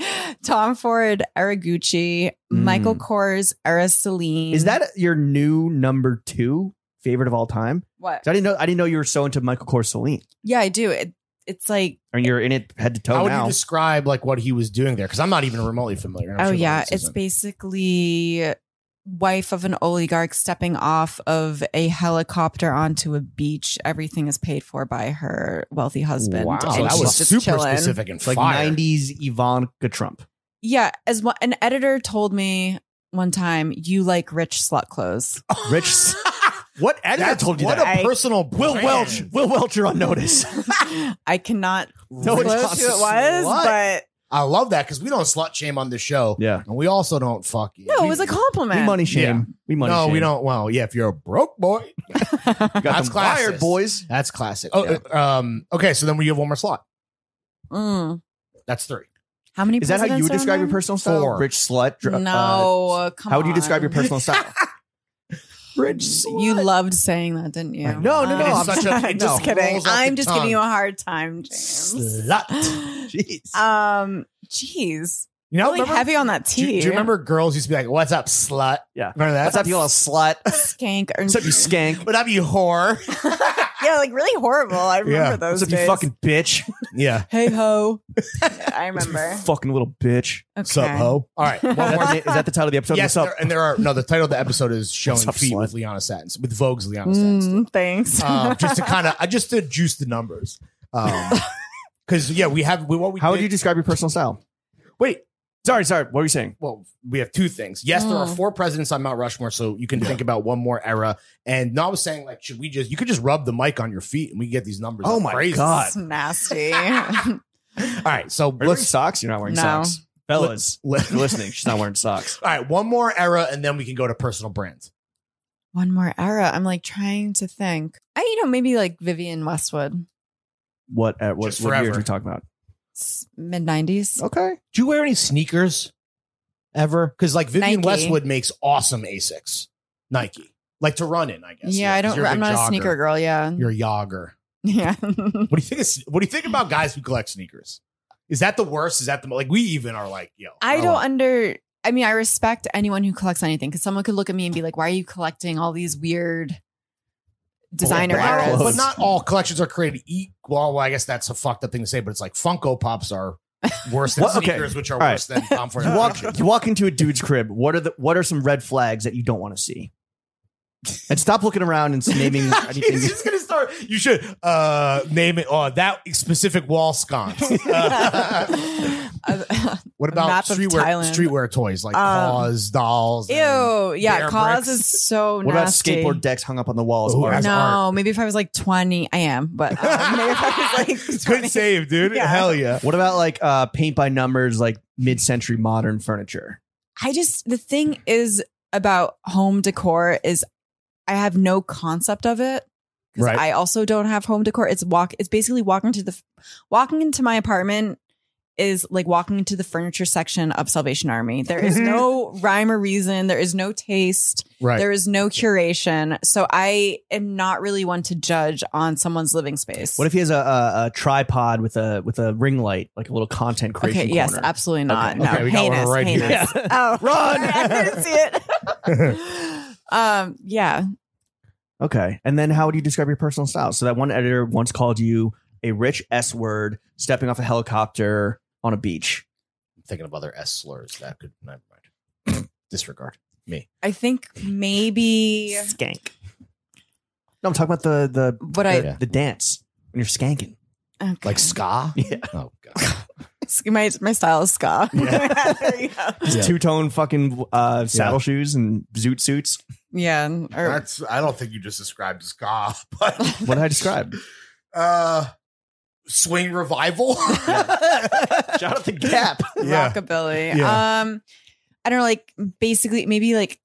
Speaker 3: Tom Ford, era Gucci, Michael
Speaker 2: Mm.
Speaker 3: Kors, era Celine.
Speaker 1: Is that your new number two favorite of all time?
Speaker 3: what?
Speaker 1: 'Cause I didn't know. I didn't know you were so into Michael Kors Celine.
Speaker 3: yeah, I do. It, it's like
Speaker 1: I mean, you're in it head to toe
Speaker 2: How would
Speaker 1: Oh, now.
Speaker 2: you describe like what he was doing there? Because I'm not even remotely familiar. and I'm
Speaker 3: Oh
Speaker 2: sure the
Speaker 3: yeah,
Speaker 2: audience
Speaker 3: it's
Speaker 2: isn't.
Speaker 3: basically wife of an oligarch stepping off of a helicopter onto a beach. Everything is paid for by her wealthy husband.
Speaker 1: Wow,
Speaker 2: So
Speaker 3: And
Speaker 2: that
Speaker 3: she's
Speaker 2: was
Speaker 3: just
Speaker 2: super
Speaker 3: chilling.
Speaker 2: specific and
Speaker 1: it's like
Speaker 2: fire.
Speaker 1: '90s Ivanka
Speaker 2: [LAUGHS]
Speaker 1: Trump.
Speaker 3: Yeah, as one, an editor told me one time, you like rich slut clothes.
Speaker 1: Rich. what editor
Speaker 2: That's
Speaker 1: told you
Speaker 2: what
Speaker 1: that?
Speaker 2: a
Speaker 3: I-
Speaker 2: personal
Speaker 1: Will
Speaker 2: brand.
Speaker 1: Welch. Will Welch, you're on
Speaker 2: [LAUGHS]
Speaker 1: notice.
Speaker 3: [LAUGHS] I cannot
Speaker 1: [LAUGHS] No, it's
Speaker 3: close
Speaker 1: not
Speaker 3: who it was,
Speaker 2: slut.
Speaker 3: but
Speaker 2: I love that because we don't slut shame on the show.
Speaker 1: yeah.
Speaker 2: And we also don't fuck you.
Speaker 3: no, it was a compliment.
Speaker 1: We money shame.
Speaker 2: Yeah.
Speaker 1: We money
Speaker 2: no,
Speaker 1: shame.
Speaker 2: we don't. Well, yeah, if you're a broke boy,
Speaker 1: You got
Speaker 2: That's
Speaker 1: them wired,
Speaker 2: classist.
Speaker 1: boys.
Speaker 2: that's classic. Oh, uh, um, okay. So then we have one more slot.
Speaker 3: [LAUGHS] Mm.
Speaker 2: That's three.
Speaker 3: How many?
Speaker 1: Is that how you would
Speaker 3: presidents are
Speaker 1: describe
Speaker 3: on
Speaker 1: your
Speaker 3: there?
Speaker 1: personal style?
Speaker 2: Four.
Speaker 1: Rich slut. dr- uh,
Speaker 3: No, come
Speaker 1: how would you describe your
Speaker 3: on.
Speaker 1: personal
Speaker 3: [LAUGHS]
Speaker 1: style? Rich slut.
Speaker 3: You loved saying that, didn't you?
Speaker 1: I- no, no, no,
Speaker 3: Um,
Speaker 1: I'm
Speaker 2: such a-
Speaker 3: [LAUGHS] just
Speaker 2: it just
Speaker 3: kidding.
Speaker 2: rolls off
Speaker 3: I'm
Speaker 2: the
Speaker 3: just
Speaker 2: tongue.
Speaker 3: giving you a hard time, James.
Speaker 2: Slut.
Speaker 3: [LAUGHS]
Speaker 1: Jeez.
Speaker 3: Um, jeez,
Speaker 2: You know,
Speaker 3: really
Speaker 2: remember-
Speaker 3: heavy on that
Speaker 2: do, you-
Speaker 3: T.
Speaker 2: do you remember girls used to be like, "What's up, slut"?
Speaker 1: Yeah.
Speaker 2: Remember that?
Speaker 1: What's up, you little
Speaker 3: [LAUGHS]
Speaker 1: slut?
Speaker 3: skank? Or,
Speaker 1: What's up, you skank?
Speaker 2: [LAUGHS] What up, you whore?
Speaker 3: yeah, like really horrible. I remember
Speaker 2: Yeah.
Speaker 3: those.
Speaker 1: What's up, you
Speaker 3: days.
Speaker 1: fucking bitch?
Speaker 2: yeah.
Speaker 3: hey
Speaker 2: [LAUGHS]
Speaker 3: ho? I
Speaker 1: What's up, you
Speaker 3: remember.
Speaker 1: fucking little bitch.
Speaker 3: Okay.
Speaker 2: Sup, ho? All right. One
Speaker 1: Is that,
Speaker 3: [LAUGHS]
Speaker 2: more.
Speaker 1: the, na- is that the title of the episode?
Speaker 2: yes,
Speaker 1: What's
Speaker 2: there- and there are no. The title of the episode is showing
Speaker 1: What's up,
Speaker 2: feet
Speaker 1: slut?
Speaker 2: with Liana Satins with Vogue's Liana Satins.
Speaker 3: Mm, thanks. [LAUGHS]
Speaker 2: Um, just to kind of, I just to juice the numbers. Because yeah, we have we, what we
Speaker 1: How would
Speaker 2: did-
Speaker 1: you describe your personal style?
Speaker 2: wait.
Speaker 1: Sorry, sorry. What were you saying?
Speaker 2: Well, we have two things. Yes, there are
Speaker 3: Mm.
Speaker 2: four presidents on Mount Rushmore, so you can think about one more era. And now I was saying, like, should we just? You could just rub the mic on your feet, and we get these numbers.
Speaker 1: Oh
Speaker 2: up
Speaker 1: my
Speaker 2: crazy.
Speaker 1: God.
Speaker 3: That's nasty. [LAUGHS]
Speaker 2: All right, so
Speaker 1: Are you wearing
Speaker 2: let's.
Speaker 1: socks? You're not wearing
Speaker 3: No.
Speaker 1: socks. Fellas,
Speaker 2: let-
Speaker 1: if you're listening. She's not wearing socks.
Speaker 2: All right, one more era, and then we can go to personal brands.
Speaker 3: One more era. I'm like trying to think. I, you know, maybe like Vivian Westwood,
Speaker 1: What, uh, what,
Speaker 2: Just
Speaker 1: what years
Speaker 2: forever.
Speaker 1: are we talking about?
Speaker 3: mid '90s.
Speaker 2: Oh,
Speaker 1: Okay.
Speaker 2: Do you wear any sneakers ever? Because like Vivian
Speaker 3: Nike.
Speaker 2: Westwood makes awesome Asics, Nike, like to run in. I guess.
Speaker 3: Yeah, I
Speaker 2: 'cause
Speaker 3: don't.
Speaker 2: you're
Speaker 3: I'm
Speaker 2: big
Speaker 3: not
Speaker 2: jogger.
Speaker 3: a sneaker girl. Yeah.
Speaker 2: You're a jogger.
Speaker 3: [LAUGHS] yeah.
Speaker 2: What do you think? Is, what do you think about guys who collect sneakers? Is that the worst? Is that the like we even are like yo?
Speaker 3: I
Speaker 2: oh,
Speaker 3: don't under. I mean, I respect anyone who collects anything because someone could look at me and be like, "Why are you collecting all these weird designer
Speaker 2: but not, all-
Speaker 3: eras?"
Speaker 2: but [LAUGHS] not all collections are created equal. Well, I guess that's a fucked up thing to say, but it's like Funko Pops are worse than
Speaker 1: What? Okay.
Speaker 2: sneakers, which are
Speaker 1: All
Speaker 2: worse than Tom Ford.
Speaker 1: You walk, you walk into a dude's crib. What are the what are some red flags that you don't want to see? And stop looking around and
Speaker 3: [LAUGHS]
Speaker 1: naming
Speaker 2: [LAUGHS]
Speaker 1: anything.
Speaker 2: He's just gonna start. You should uh, name it. Oh, that specific
Speaker 3: [LAUGHS]
Speaker 2: wall sconce. [LAUGHS]
Speaker 3: Uh,
Speaker 2: What about
Speaker 3: map [LAUGHS] of
Speaker 2: streetwear
Speaker 3: Thailand.
Speaker 2: streetwear toys like
Speaker 3: Um,
Speaker 2: cause dolls? and-
Speaker 3: Ew. Yeah.
Speaker 2: Bear
Speaker 3: Cause
Speaker 2: bricks.
Speaker 3: is so
Speaker 1: what about
Speaker 3: nasty.
Speaker 1: skateboard decks hung up on the walls?
Speaker 2: Ooh,
Speaker 1: Or-
Speaker 2: as
Speaker 3: no,
Speaker 2: art?
Speaker 3: maybe if I was like 20, I am, but um, maybe if I was like 20,
Speaker 2: [LAUGHS] Good save, dude.
Speaker 3: Yeah.
Speaker 2: Hell yeah.
Speaker 1: What about like uh, paint by numbers, like mid century modern furniture?
Speaker 3: I just the thing is about home decor is I have no concept of it because
Speaker 2: Right.
Speaker 3: I also don't have home decor. It's walk. It's basically walking to the walking into my apartment is like walking into the furniture section of Salvation Army. There
Speaker 2: [LAUGHS]
Speaker 3: is no rhyme or reason. There is no taste.
Speaker 2: Right.
Speaker 3: There is no curation. So I am not really one to judge on someone's living space.
Speaker 1: What if he has a, a, a tripod with a with a ring light, like a little content creation?
Speaker 3: Okay. Yes.
Speaker 1: corner?
Speaker 3: Absolutely not.
Speaker 1: Okay.
Speaker 3: No.
Speaker 2: Okay, we got one
Speaker 3: heinous.
Speaker 2: right here.
Speaker 3: heinous.
Speaker 2: [LAUGHS]
Speaker 1: [LAUGHS]
Speaker 3: Oh,
Speaker 1: Run!
Speaker 3: [LAUGHS] I didn't see it.
Speaker 2: [LAUGHS]
Speaker 3: um. Yeah.
Speaker 1: [LAUGHS] Okay. And then how would you describe your personal style? So that one editor once called you a rich S word stepping off a helicopter on a beach.
Speaker 2: I'm thinking of other S slurs that could never mind. [COUGHS] Disregard.
Speaker 3: I think maybe
Speaker 1: Skank. No, I'm talking about the the
Speaker 3: what
Speaker 1: the,
Speaker 3: I
Speaker 2: Yeah.
Speaker 1: the dance when you're skanking.
Speaker 3: okay. [LAUGHS]
Speaker 2: Like ska?
Speaker 1: Yeah.
Speaker 2: Oh god.
Speaker 3: my my style is ska.
Speaker 2: Yeah.
Speaker 3: [LAUGHS] There you go.
Speaker 2: Yeah.
Speaker 1: Two tone fucking uh, saddle shoes and zoot suits.
Speaker 3: yeah. and- [LAUGHS] or-
Speaker 2: That's I don't think you just described ska, [LAUGHS]
Speaker 3: [LAUGHS]
Speaker 2: but
Speaker 1: What did I describe?
Speaker 2: uh swing
Speaker 3: [LAUGHS]
Speaker 2: revival.
Speaker 1: Shout out the gap.
Speaker 2: Yeah.
Speaker 3: Rockabilly.
Speaker 2: Yeah.
Speaker 3: Um I don't know, like basically maybe like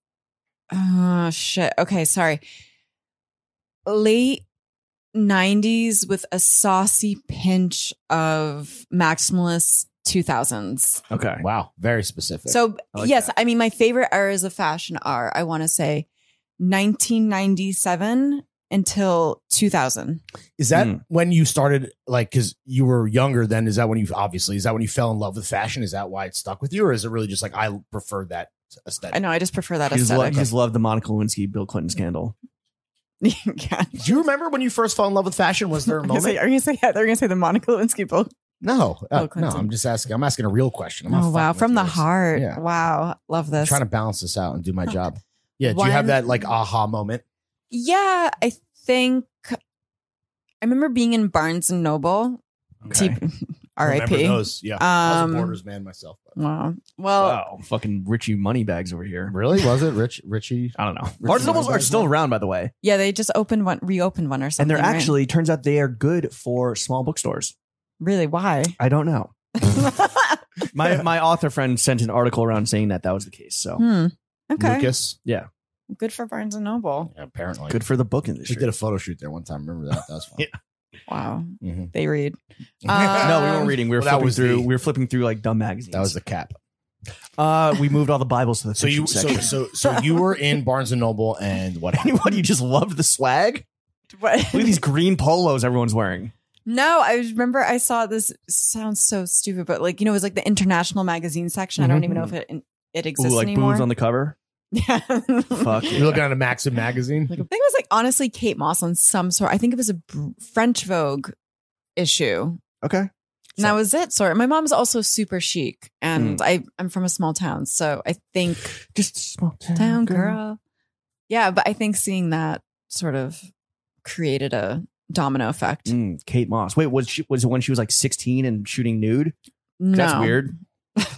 Speaker 3: Oh shit. Okay, sorry. Late nineties with a saucy pinch of maximalist two thousands.
Speaker 1: Okay.
Speaker 2: Wow, very specific.
Speaker 3: So
Speaker 1: I like
Speaker 3: yes, I mean my favorite eras of fashion are I want to say nineteen ninety seven until two thousand.
Speaker 2: is that
Speaker 1: Mm.
Speaker 2: when you started like cuz you were younger then is that when you obviously is that when you fell in love with fashion is that why it stuck with you or is it really just like I prefer that aesthetic?
Speaker 3: I know I just prefer that
Speaker 1: He just, lo- he
Speaker 3: aesthetic.
Speaker 1: just loved the Monica Lewinsky Bill Clinton scandal.
Speaker 3: [LAUGHS] yeah.
Speaker 2: Do you remember when you first fell in love with fashion? Was
Speaker 3: [LAUGHS]
Speaker 2: there a
Speaker 3: I'm gonna
Speaker 2: moment?
Speaker 3: say, are you gonna say yeah? They're gonna say the Monica Lewinsky book.
Speaker 2: no, uh,
Speaker 3: Bill
Speaker 2: no.
Speaker 3: Clinton.
Speaker 2: I'm just asking. I'm asking a real question. I'm not
Speaker 3: Oh
Speaker 2: fucking
Speaker 3: wow,
Speaker 2: with
Speaker 3: from the
Speaker 2: yours.
Speaker 3: heart.
Speaker 2: Yeah.
Speaker 3: Wow, love
Speaker 2: I'm
Speaker 3: this.
Speaker 2: trying to balance this out and do my
Speaker 3: Okay.
Speaker 2: job. Yeah. Do you
Speaker 3: One-
Speaker 2: have that like aha moment?
Speaker 3: yeah, I think I remember being in Barnes and Noble. T- [LAUGHS]
Speaker 2: Remember
Speaker 3: R.I.P.
Speaker 2: those? Yeah. I was
Speaker 3: Um,
Speaker 2: a Borders man myself. but-
Speaker 3: Wow. Well,
Speaker 1: wow, fucking Richie Moneybags over here.
Speaker 2: Really? Was it Rich Richie?
Speaker 1: I don't know. Barnes and Nobles are
Speaker 2: Moneybags,
Speaker 1: still
Speaker 2: huh?
Speaker 1: around, by the way,
Speaker 3: yeah, they just opened one, reopened one or
Speaker 1: and
Speaker 3: something.
Speaker 1: they're
Speaker 3: right?
Speaker 1: actually turns out they are good for small bookstores.
Speaker 3: really
Speaker 2: [LAUGHS]
Speaker 3: why?
Speaker 1: I don't know.
Speaker 3: hmm.
Speaker 1: My my author friend sent an article around saying that that was the case.
Speaker 3: Hmm.
Speaker 1: So
Speaker 3: Okay.
Speaker 2: Lucas.
Speaker 3: Good for Barnes and Noble.
Speaker 2: Yeah, apparently.
Speaker 1: good for the book
Speaker 2: She
Speaker 1: industry.
Speaker 2: did a photo shoot there one time. Remember that? That was fun.
Speaker 1: Yeah.
Speaker 3: Wow, [LAUGHS]
Speaker 2: Mhm.
Speaker 3: they read.
Speaker 2: [LAUGHS]
Speaker 1: no, we
Speaker 3: Um,
Speaker 1: weren't reading. We were
Speaker 2: well, that
Speaker 1: flipping
Speaker 2: was
Speaker 1: through.
Speaker 2: the-
Speaker 1: we were flipping through like dumb magazines.
Speaker 2: That was the cap.
Speaker 1: Uh, we moved all the Bibles to the
Speaker 2: So you so
Speaker 1: section. [LAUGHS]
Speaker 2: so so you were in Barnes and Noble and what? happened?
Speaker 1: Anyone you just loved the swag?
Speaker 3: But
Speaker 1: Look at these green polos everyone's wearing.
Speaker 3: [LAUGHS] no, I remember I saw this. Sounds so stupid, but like you know, it was like the international magazine section. I don't even know if it it
Speaker 1: Ooh,
Speaker 3: exists
Speaker 1: like
Speaker 3: anymore.
Speaker 1: boobs on the cover.
Speaker 3: [LAUGHS] yeah. [LAUGHS]
Speaker 1: Fuck.
Speaker 2: [LAUGHS] You're looking at a Maxim magazine.
Speaker 3: I think it was like honestly Kate Moss on some sort. I think it was a br- French Vogue issue.
Speaker 1: Okay.
Speaker 3: And that was it. Sorry. My mom's also super chic and
Speaker 1: Mm.
Speaker 3: I, I'm from a small town. So I think
Speaker 1: Just a small town,
Speaker 3: town girl. Yeah. But I think seeing that sort of created a domino effect.
Speaker 1: Mm, Kate Moss. Wait, was she was it when she was like 16 and shooting nude?
Speaker 3: no.
Speaker 1: That's
Speaker 3: [LAUGHS]
Speaker 1: weird.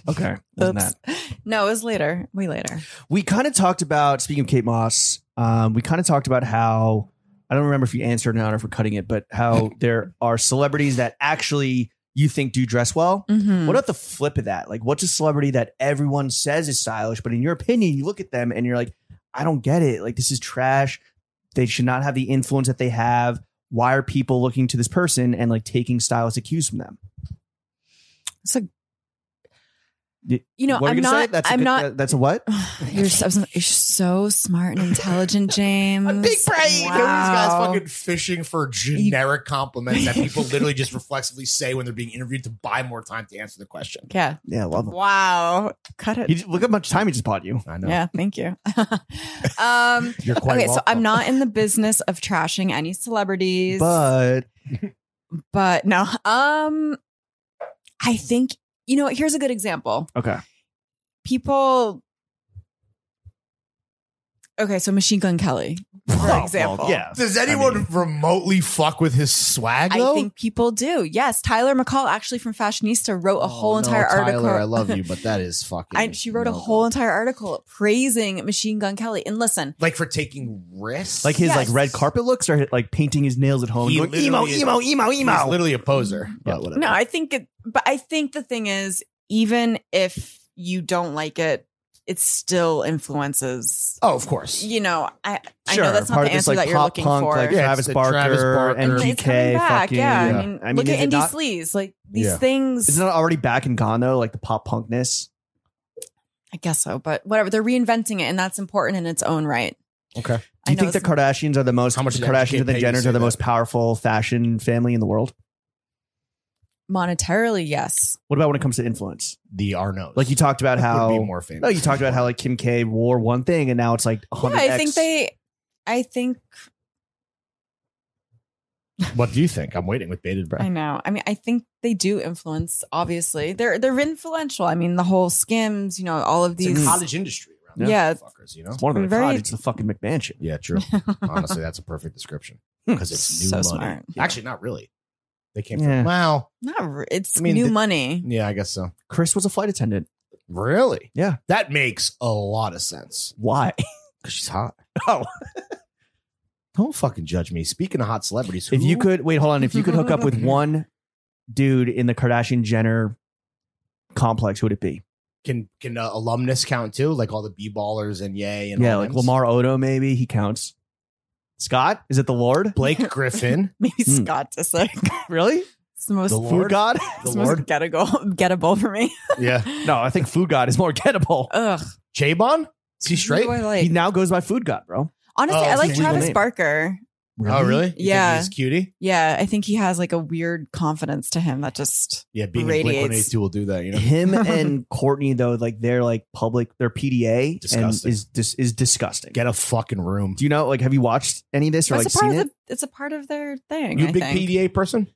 Speaker 1: Okay. Wasn't
Speaker 3: Oops.
Speaker 1: that.
Speaker 3: No, it was later. Way later.
Speaker 1: We kind of talked about speaking of Kate Moss, um, we kind of talked about how I don't remember if you answered or not or if we're cutting it, but
Speaker 3: [LAUGHS]
Speaker 1: how there are celebrities that actually you think do dress well.
Speaker 3: Mhm.
Speaker 1: What about the flip of that? Like, what's a celebrity that everyone says is stylish, but in your opinion, you look at them and you're like, I don't get it. Like, this is trash. They should not have the influence that they have. Why are people looking to this person and like taking stylistic cues from them?
Speaker 3: you know,
Speaker 1: What are
Speaker 3: I'm
Speaker 1: you gonna say?
Speaker 3: not,
Speaker 1: That's a
Speaker 3: I'm
Speaker 1: good-
Speaker 3: not,
Speaker 1: that- that's a what?
Speaker 3: you're, so, you're so smart and
Speaker 1: [LAUGHS]
Speaker 3: intelligent, James.
Speaker 2: A big brain. Look at these guys
Speaker 3: Wow.
Speaker 2: fucking fishing for generic compliments
Speaker 3: [LAUGHS]
Speaker 2: that people literally just reflexively say when they're being interviewed to buy more time to answer the question.
Speaker 3: Yeah.
Speaker 1: Yeah, I love him.
Speaker 3: Wow. Cut it.
Speaker 1: He, look how much time he just bought you.
Speaker 2: I know.
Speaker 3: Yeah, thank you. [LAUGHS] um,
Speaker 2: You're quite
Speaker 3: okay, so
Speaker 2: welcome.
Speaker 3: I'm not in the business of trashing any celebrities,
Speaker 1: But
Speaker 3: but no. Um, I think you know. what, Here's a good example.
Speaker 1: okay,
Speaker 3: People. Okay, so Machine Gun Kelly, for
Speaker 1: [LAUGHS] Well,
Speaker 3: example.
Speaker 1: well, yeah.
Speaker 2: Does
Speaker 1: I mean-
Speaker 2: remotely fuck with his swag?
Speaker 3: I
Speaker 2: though?
Speaker 3: think people do. Yes, Tyler McCall, actually from Fashionista, wrote a
Speaker 2: Oh,
Speaker 3: whole
Speaker 2: no,
Speaker 3: entire
Speaker 2: Tyler,
Speaker 3: article.
Speaker 2: I love you, but that is
Speaker 3: [LAUGHS]
Speaker 2: fucking.
Speaker 3: I, she wrote a
Speaker 2: no-go.
Speaker 3: whole entire article praising Machine Gun Kelly. And listen,
Speaker 2: like for taking risks,
Speaker 1: like his
Speaker 3: Yes.
Speaker 1: like red carpet looks or like painting his nails at home,
Speaker 2: He
Speaker 1: and going, emo,
Speaker 2: literally-
Speaker 1: emo, emo,
Speaker 2: he's
Speaker 1: emo.
Speaker 2: literally a poser.
Speaker 1: Yeah.
Speaker 2: But whatever.
Speaker 3: No, I think it, but I think the thing is, even if you don't like it, it still influences.
Speaker 2: oh, of course.
Speaker 3: You know, I I
Speaker 1: Sure,
Speaker 3: know that's not
Speaker 1: part
Speaker 3: the
Speaker 1: of this,
Speaker 3: answer
Speaker 1: like,
Speaker 3: that you're
Speaker 1: pop
Speaker 3: looking
Speaker 1: punk,
Speaker 3: for.
Speaker 1: Like
Speaker 2: Yeah, it's
Speaker 1: Travis,
Speaker 2: the
Speaker 1: Barker,
Speaker 2: Travis Barker.
Speaker 1: and
Speaker 3: But
Speaker 1: MGK.
Speaker 3: it's coming back.
Speaker 1: fucking,
Speaker 3: yeah,
Speaker 2: yeah.
Speaker 3: I mean,
Speaker 1: I mean,
Speaker 3: look
Speaker 1: is
Speaker 3: at
Speaker 1: it
Speaker 3: Indy
Speaker 1: not-
Speaker 3: Sleaze. Like these
Speaker 2: Yeah.
Speaker 3: things.
Speaker 1: Isn't it already back and gone though? Like the pop punkness.
Speaker 3: I guess so, but whatever. They're reinventing it, and that's important in its own right.
Speaker 2: Okay.
Speaker 3: I
Speaker 1: Do you
Speaker 3: know
Speaker 1: think the
Speaker 3: it's-
Speaker 1: Kardashians are the most?
Speaker 2: How much
Speaker 1: the
Speaker 2: did MGK
Speaker 1: Kardashians and the
Speaker 2: pay you to
Speaker 1: Jenners
Speaker 2: say
Speaker 1: are the
Speaker 2: that?
Speaker 1: most powerful fashion family in the world?
Speaker 3: monetarily? Yes.
Speaker 1: What about when it comes to influence?
Speaker 2: The Arnos.
Speaker 1: Like you talked about how
Speaker 2: would be more famous.
Speaker 1: no, you talked about how like Kim K wore one thing and now it's like
Speaker 3: Yeah,
Speaker 1: 100
Speaker 3: I think they. I think
Speaker 2: What do you think? I'm waiting with bated breath.
Speaker 3: I know. I mean, I think they do influence. Obviously, they're they're influential. I mean, the whole Skims, you know, all of
Speaker 2: It's
Speaker 3: these.
Speaker 2: a cottage industry around these
Speaker 3: Yeah.
Speaker 2: fuckers, you know?
Speaker 1: It's one of the
Speaker 3: Very-
Speaker 1: God, it's the fucking McMansion.
Speaker 2: Yeah,
Speaker 3: [LAUGHS]
Speaker 2: true. Honestly, that's a perfect description because it's new
Speaker 3: So
Speaker 2: money.
Speaker 3: smart.
Speaker 2: Actually, not really. They came
Speaker 1: Yeah.
Speaker 2: from wow.
Speaker 3: Not re- it's
Speaker 2: I mean,
Speaker 3: new
Speaker 2: the-
Speaker 3: money.
Speaker 2: Yeah, I guess so.
Speaker 1: Chris was a flight attendant.
Speaker 2: Really?
Speaker 1: Yeah.
Speaker 2: That makes a lot of sense
Speaker 1: Why?
Speaker 2: because she's hot.
Speaker 1: Oh.
Speaker 2: [LAUGHS] Don't fucking judge me. Speaking of hot celebrities,
Speaker 1: If you
Speaker 2: who-
Speaker 1: could wait, hold on. If you could hook up
Speaker 2: [LAUGHS]
Speaker 1: with one dude in the Kardashian Jenner complex, who would it be?
Speaker 2: Can can uh, alumnus count too? Like all the B ballers and yay and
Speaker 1: yeah,
Speaker 2: all
Speaker 1: like
Speaker 2: thems?
Speaker 1: Lamar Odo, maybe he counts. Scott, is it the Lord?
Speaker 2: Blake
Speaker 3: [LAUGHS]
Speaker 2: Griffin,
Speaker 3: Maybe
Speaker 1: Mm.
Speaker 3: Scott just like
Speaker 1: Really?
Speaker 3: it's the most
Speaker 2: Hmm. The Lord?
Speaker 1: Food God? [LAUGHS]
Speaker 3: it's
Speaker 2: the
Speaker 3: the most
Speaker 2: Lord.
Speaker 3: gettable gettable for me. [LAUGHS]
Speaker 2: Yeah,
Speaker 1: No, I think Food God is more
Speaker 2: [LAUGHS]
Speaker 1: gettable.
Speaker 3: Ugh.
Speaker 2: Jabon. Is he straight?
Speaker 3: Who do I
Speaker 2: Oh,
Speaker 3: like?
Speaker 1: He now goes by Food God, bro.
Speaker 3: Honestly,
Speaker 2: Oh,
Speaker 3: I
Speaker 2: it's
Speaker 3: like
Speaker 1: his legal
Speaker 3: Travis
Speaker 1: name.
Speaker 3: Barker.
Speaker 2: Oh, really? You think
Speaker 3: Yeah.
Speaker 2: he's cutie.
Speaker 3: Yeah, I think he has like a weird confidence to him that just
Speaker 2: Yeah, being in Blink
Speaker 3: Radiates.
Speaker 2: One Eight Two will do that.
Speaker 3: [LAUGHS]
Speaker 2: You know. [LAUGHS]
Speaker 1: Him and Courtney though, like they're like public, their PDA
Speaker 2: Disgusting.
Speaker 1: and is dis- is disgusting.
Speaker 2: Get a fucking room.
Speaker 1: Do you know? Like, have you watched any of this or like
Speaker 3: it's a part
Speaker 1: seen
Speaker 3: of
Speaker 1: it?
Speaker 3: the, it's a part of their thing.
Speaker 2: You
Speaker 3: I
Speaker 2: a big
Speaker 3: think.
Speaker 2: PDA person?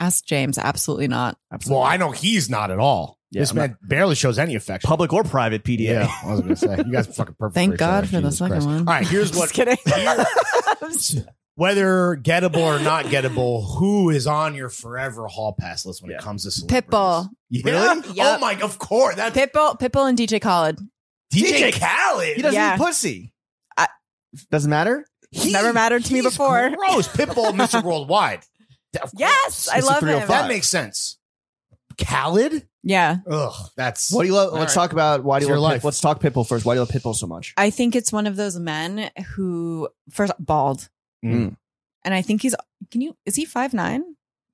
Speaker 3: Ask James. Absolutely not.
Speaker 2: Well, I know he's not at all.
Speaker 1: Yeah,
Speaker 2: this
Speaker 1: I'm
Speaker 2: man barely shows any affection.
Speaker 1: public or private PDA.
Speaker 2: Yeah, I was gonna say you
Speaker 3: [LAUGHS]
Speaker 2: guys are fucking perfect.
Speaker 3: Thank
Speaker 2: for each
Speaker 3: God
Speaker 2: other.
Speaker 3: for the
Speaker 2: Jesus
Speaker 3: second
Speaker 2: Christ.
Speaker 3: one.
Speaker 2: All right, here's
Speaker 3: [LAUGHS] Just
Speaker 2: what
Speaker 3: kidding.
Speaker 2: Here- whether gettable or not gettable, who is on your forever hall pass list when
Speaker 1: Yeah.
Speaker 2: it comes to celebrities?
Speaker 3: Pitbull,
Speaker 2: Yeah?
Speaker 3: Really? [LAUGHS] Yeah.
Speaker 2: Oh my, of course. That's
Speaker 3: Pitbull, Pitbull, and DJ Khaled.
Speaker 2: DJ,
Speaker 1: DJ [LAUGHS]
Speaker 2: Khaled.
Speaker 1: He doesn't
Speaker 3: Yeah.
Speaker 1: need pussy.
Speaker 3: I-
Speaker 1: doesn't matter.
Speaker 2: He-
Speaker 3: Never mattered to me
Speaker 2: he's
Speaker 3: before.
Speaker 2: Gross.
Speaker 3: [LAUGHS]
Speaker 2: Pitbull, Mr. Worldwide. Of
Speaker 3: Yes,
Speaker 2: course.
Speaker 3: I
Speaker 1: It's a
Speaker 3: love him.
Speaker 1: 305.
Speaker 2: That makes sense. Khaled?
Speaker 3: yeah,
Speaker 2: Ugh, that's
Speaker 1: What do you love?
Speaker 2: All
Speaker 1: let's
Speaker 2: right.
Speaker 1: talk about why do
Speaker 2: It's
Speaker 1: you
Speaker 2: your
Speaker 1: love
Speaker 2: life.
Speaker 1: Pit, Let's talk Pitbull first. Why do you love Pitbull so much?
Speaker 3: I think it's one of those men who first bald,
Speaker 1: Mm.
Speaker 3: and I think he's. Can you? Is he five nine?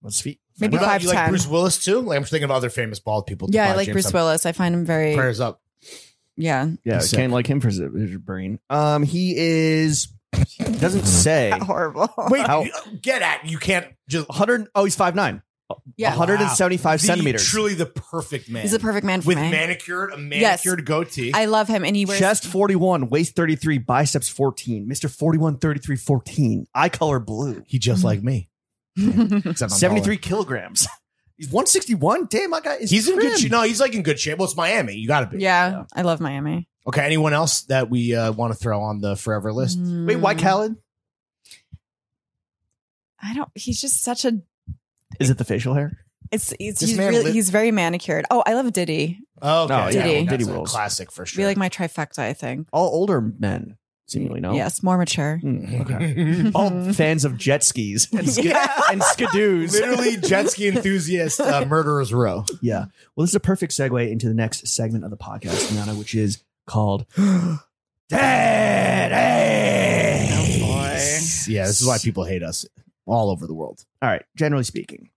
Speaker 1: Let's feet.
Speaker 3: Maybe
Speaker 2: What about-
Speaker 3: five
Speaker 2: You like
Speaker 3: ten.
Speaker 2: Bruce Willis too? Like, I'm just thinking of other famous bald people.
Speaker 3: Yeah, I
Speaker 2: Tupac,
Speaker 3: like
Speaker 2: James
Speaker 3: Bruce
Speaker 2: Hunt.
Speaker 3: Willis. I find him very.
Speaker 2: Prayers up.
Speaker 3: Yeah,
Speaker 1: Yeah,
Speaker 2: He's
Speaker 1: can't like him for his, his brain. Um, he is he doesn't say
Speaker 3: [LAUGHS] horrible.
Speaker 2: Wait,
Speaker 1: How-
Speaker 2: you- get at you can't just
Speaker 1: 100. Oh, he's five nine. Uh-huh.
Speaker 3: Yeah.
Speaker 1: 175
Speaker 2: the-
Speaker 1: centimeters.
Speaker 2: Truly the perfect man.
Speaker 3: he's the perfect man for
Speaker 2: with
Speaker 3: me.
Speaker 2: manicured, a
Speaker 3: Yes.
Speaker 2: manicured goatee.
Speaker 3: I love him, and he wears. [LAUGHS]
Speaker 1: Chest 41, waist 33, biceps 14. Mr. 41, 33, 14. Eye color blue.
Speaker 3: Mm-hmm.
Speaker 2: he just like me. Except I'm
Speaker 1: 73 kilograms. [LAUGHS] He's 161. Damn, my guy
Speaker 2: taller.
Speaker 1: is
Speaker 2: He's in good
Speaker 1: trim.
Speaker 2: shape. No, he's like in good shape. Well, it's Miami. You got to be.
Speaker 3: yeah, I love Miami.
Speaker 2: Okay. Anyone else that we uh, want to throw on the forever list?
Speaker 1: Wait, why
Speaker 3: Mm,
Speaker 1: Khaled?
Speaker 3: I don't. He's just such a.
Speaker 1: Is it the facial hair?
Speaker 3: It's. it's
Speaker 2: This
Speaker 3: he's
Speaker 2: man
Speaker 3: really.
Speaker 2: lit-
Speaker 3: he's very manicured. Oh, I love Diddy.
Speaker 2: Oh,
Speaker 1: No,
Speaker 3: yeah, Diddy.
Speaker 1: Diddy
Speaker 2: that's a
Speaker 1: rules.
Speaker 2: classic for
Speaker 3: Be
Speaker 2: sure.
Speaker 3: like my trifecta. I think.
Speaker 1: All older men, seemingly, no? Oh,
Speaker 3: Yes, more mature.
Speaker 1: Hmm, okay.
Speaker 3: [LAUGHS]
Speaker 1: [LAUGHS] All fans of jet skis [LAUGHS] and, sk-
Speaker 3: Yeah.
Speaker 1: and skidoos.
Speaker 3: [LAUGHS]
Speaker 2: [LAUGHS] Literally jet ski enthusiast, uh, murderers row.
Speaker 1: Yeah. Well, this is a perfect segue into the next segment of the podcast, Liana, which is called Dead Ace.
Speaker 2: Yeah, this is why people hate us all over the world.
Speaker 1: All right, generally speaking.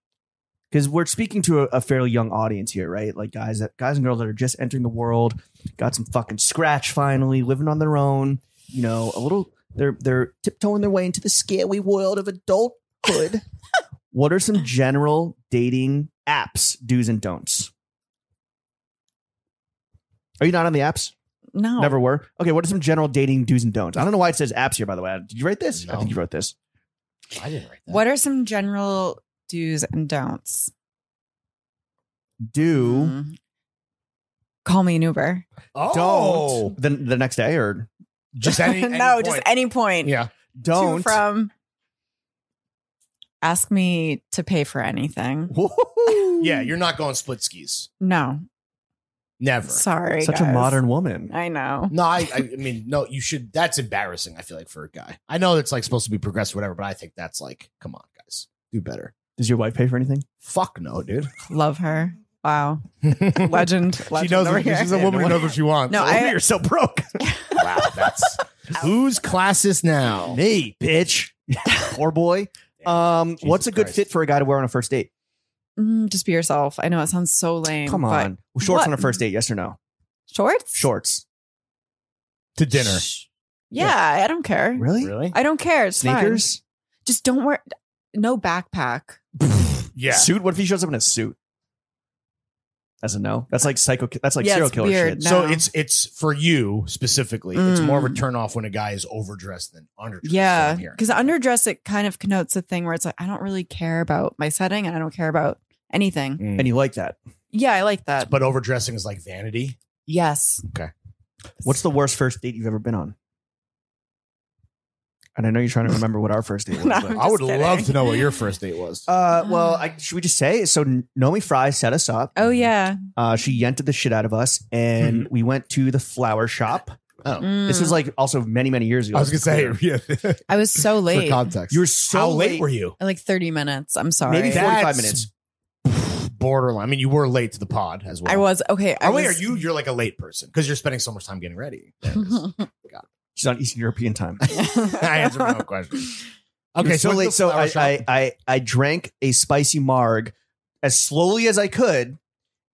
Speaker 1: Because we're speaking to a, a fairly young audience here, right? Like guys that guys and girls that are just entering the world, got some fucking scratch finally, living on their own, you know, a little they're they're tiptoeing their way into the scary world of
Speaker 3: [LAUGHS]
Speaker 1: adulthood. what are some general dating apps, do's and don'ts? Are you not on the apps?
Speaker 3: No,
Speaker 1: Never were. Okay, what are some general dating do's and don'ts? I don't know why it says apps here, by the way. Did you write this? I
Speaker 2: No.
Speaker 1: think you wrote this.
Speaker 2: I didn't write that.
Speaker 3: What are some general do's and don'ts?
Speaker 1: Do
Speaker 3: Mm. Call me an Uber.
Speaker 2: Oh,
Speaker 1: don't the, the next day or
Speaker 3: [LAUGHS]
Speaker 2: just any, any
Speaker 3: no,
Speaker 2: point.
Speaker 3: just any point.
Speaker 2: yeah.
Speaker 1: don't
Speaker 3: To from ask me to pay for anything.
Speaker 1: Woo-hoo.
Speaker 2: Yeah, you're not going split skis.
Speaker 3: No,
Speaker 2: Never.
Speaker 3: sorry.
Speaker 1: such a
Speaker 3: guys.
Speaker 1: modern woman
Speaker 3: I know.
Speaker 2: No, I, I I mean, no, you should. That's embarrassing. I feel like for a guy, I know it's like supposed to be progressive, whatever, but I think that's like, come on, guys, do better.
Speaker 1: does your wife pay for anything
Speaker 2: Fuck no, dude.
Speaker 3: Love her. Wow.
Speaker 2: [LAUGHS] she
Speaker 3: Legend. Legend
Speaker 2: knows
Speaker 3: over
Speaker 2: what,
Speaker 3: here.
Speaker 2: she's a woman who knows what she wants.
Speaker 3: No, I-
Speaker 1: you're so broke
Speaker 2: wow, that's who's classist now?
Speaker 1: me bitch [LAUGHS] poor boy um
Speaker 2: Jesus
Speaker 1: what's a good
Speaker 2: Christ.
Speaker 1: fit for a guy to wear on a first date
Speaker 3: [LAUGHS] Mm, just be yourself. I know it sounds so lame.
Speaker 1: come
Speaker 3: but-
Speaker 1: on shorts
Speaker 3: What?
Speaker 1: on a first date yes or no
Speaker 3: Shorts?
Speaker 1: shorts
Speaker 2: To dinner,
Speaker 3: Yeah, I don't care.
Speaker 1: really
Speaker 2: really?
Speaker 3: I don't care. It's fine.
Speaker 1: sneakers
Speaker 3: Just don't wear no backpack.
Speaker 2: Yeah,
Speaker 1: suit what if he shows up in a suit that's a no that's like psycho that's like
Speaker 3: Yeah,
Speaker 1: serial
Speaker 3: it's
Speaker 1: killer
Speaker 3: weird.
Speaker 1: shit
Speaker 2: so
Speaker 3: No.
Speaker 2: it's it's for you specifically. It's more of a
Speaker 3: Mm.
Speaker 2: turn off when a guy is overdressed than underdressed. is what
Speaker 3: Yeah,
Speaker 2: I'm hearing.
Speaker 3: because underdress it kind of connotes a thing where it's like I don't really care about my setting and I don't care about anything.
Speaker 2: Mm.
Speaker 1: and you like that
Speaker 3: Yeah, I like that.
Speaker 2: but overdressing is like vanity.
Speaker 3: yes,
Speaker 1: what's the worst first date you've ever been on and I know you're trying to remember what our first
Speaker 3: [LAUGHS]
Speaker 1: date was.
Speaker 3: No,
Speaker 1: but-
Speaker 3: I'm
Speaker 2: I would
Speaker 3: just kidding.
Speaker 2: love to know what your first date was.
Speaker 1: Uh, well, I, should we just say so? Nomi Fry set us up.
Speaker 3: Oh
Speaker 2: Mm.
Speaker 3: yeah.
Speaker 1: Uh, she yented the shit out of us, and
Speaker 2: Mm-hmm.
Speaker 1: we went to the flower shop.
Speaker 2: oh,
Speaker 3: Mm.
Speaker 1: This was like also many many years ago.
Speaker 2: I was gonna say, yeah, [LAUGHS] for
Speaker 3: I was so late.
Speaker 2: context,
Speaker 1: you were so
Speaker 2: how late were you?
Speaker 3: Like thirty minutes. I'm sorry.
Speaker 1: Maybe
Speaker 2: That's-
Speaker 1: forty five minutes.
Speaker 2: borderline. I mean, you were late to the pod as well.
Speaker 3: I was okay. I
Speaker 2: Oh, wait,
Speaker 3: was-
Speaker 2: are you? You're like a late person because you're spending so much time getting ready. [LAUGHS] There it
Speaker 3: [LAUGHS]
Speaker 2: is.
Speaker 1: She's on Eastern European time.
Speaker 2: I answered my own question.
Speaker 1: Okay, so
Speaker 2: it's
Speaker 1: late.
Speaker 2: the
Speaker 1: So
Speaker 2: flower
Speaker 1: I,
Speaker 2: shop.
Speaker 1: I I I drank a spicy marg as slowly as I could,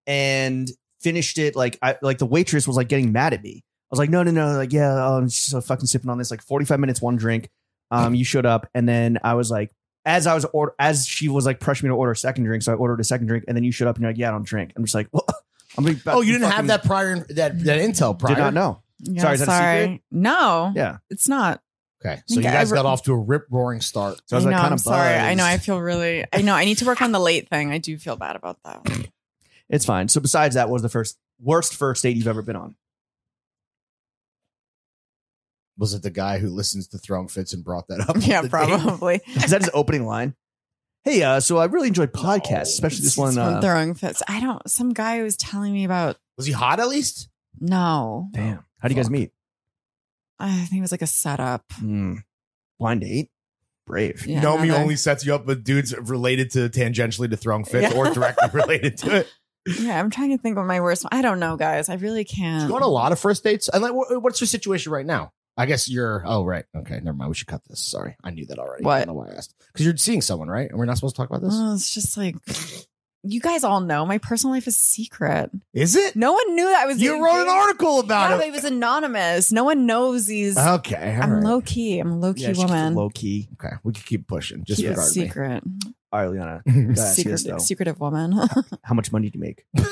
Speaker 1: and finished it. Like I like the waitress was like getting mad at me. I was like, no, no, no. Like yeah, oh, I'm just so fucking sipping on this. Like 45 minutes, one drink. Um, you showed up, and then I was like, as I was order, as she was like pressuring me to order a second drink, so I ordered a second drink, and then you showed up, and you're like, yeah, I don't drink. I'm just like, [LAUGHS] well, I'm like,
Speaker 2: oh, you didn't
Speaker 1: fucking-
Speaker 2: have that prior that that intel prior.
Speaker 1: Did not know.
Speaker 3: [LAUGHS] Yeah,
Speaker 1: Sorry, is that a secret?
Speaker 3: No,
Speaker 1: Yeah.
Speaker 3: it's not.
Speaker 2: Okay, so
Speaker 3: Okay,
Speaker 2: you guys
Speaker 3: I re-
Speaker 2: got off to a rip roaring start.
Speaker 1: So I was
Speaker 3: I
Speaker 1: like,
Speaker 3: know,
Speaker 1: kind
Speaker 3: I'm
Speaker 1: of
Speaker 3: sorry. I know. I feel really. I know. I need to work on the late thing. I do feel bad about that.
Speaker 2: [LAUGHS]
Speaker 3: [LAUGHS]
Speaker 1: It's fine. So besides that, was the first worst first date you've ever been on?
Speaker 2: Was it the guy who listens to Throne Fits and brought that up?
Speaker 3: [LAUGHS] yeah,
Speaker 2: The date?
Speaker 3: probably.
Speaker 1: Is that his opening line? Hey, uh, so I really enjoyed podcasts,
Speaker 2: No.
Speaker 1: especially
Speaker 3: It's
Speaker 1: this one.
Speaker 3: from
Speaker 1: Uh,
Speaker 3: throwing fits. I don't. Some guy was telling me about.
Speaker 2: Was he hot at least?
Speaker 3: No,
Speaker 1: damn, how do you guys
Speaker 2: Fuck.
Speaker 1: meet?
Speaker 3: I think it was like a setup.
Speaker 1: Hmm. Blind date, brave.
Speaker 3: Yeah,
Speaker 2: Nomi
Speaker 3: another-
Speaker 2: only sets you up with dudes related to tangentially to Throne Fits
Speaker 3: Yeah.
Speaker 2: or
Speaker 3: [LAUGHS]
Speaker 2: directly related to it.
Speaker 3: Yeah, I'm trying to think of my worst. One. I don't know, guys. I really
Speaker 2: You
Speaker 3: can't.
Speaker 2: go on a lot of first dates. And like, wh- what's your situation right now? I guess you're. Oh, right. Okay, never mind. We should cut this. Sorry, I knew that already. I
Speaker 3: What?
Speaker 2: don't know why I asked. Because you're seeing someone, right? And we're not supposed to talk about this.
Speaker 3: Oh, it's just like you guys all know my personal life is secret.
Speaker 2: Is it?
Speaker 3: No one knew that I was.
Speaker 2: You wrote an
Speaker 3: engaged.
Speaker 2: article about
Speaker 3: Yeah,
Speaker 2: it.
Speaker 3: but it was anonymous. No one knows these.
Speaker 2: Okay, all
Speaker 3: I'm
Speaker 2: right.
Speaker 3: low key. I'm a low key woman.
Speaker 1: low key.
Speaker 2: Okay, we can keep pushing. Just
Speaker 1: Yeah.
Speaker 2: regard
Speaker 3: Secret,
Speaker 1: All right, Liana.
Speaker 2: me. [LAUGHS]
Speaker 1: gotta ask you
Speaker 3: secret,
Speaker 1: this, though.
Speaker 3: secretive woman.
Speaker 1: How much money do you make?
Speaker 3: you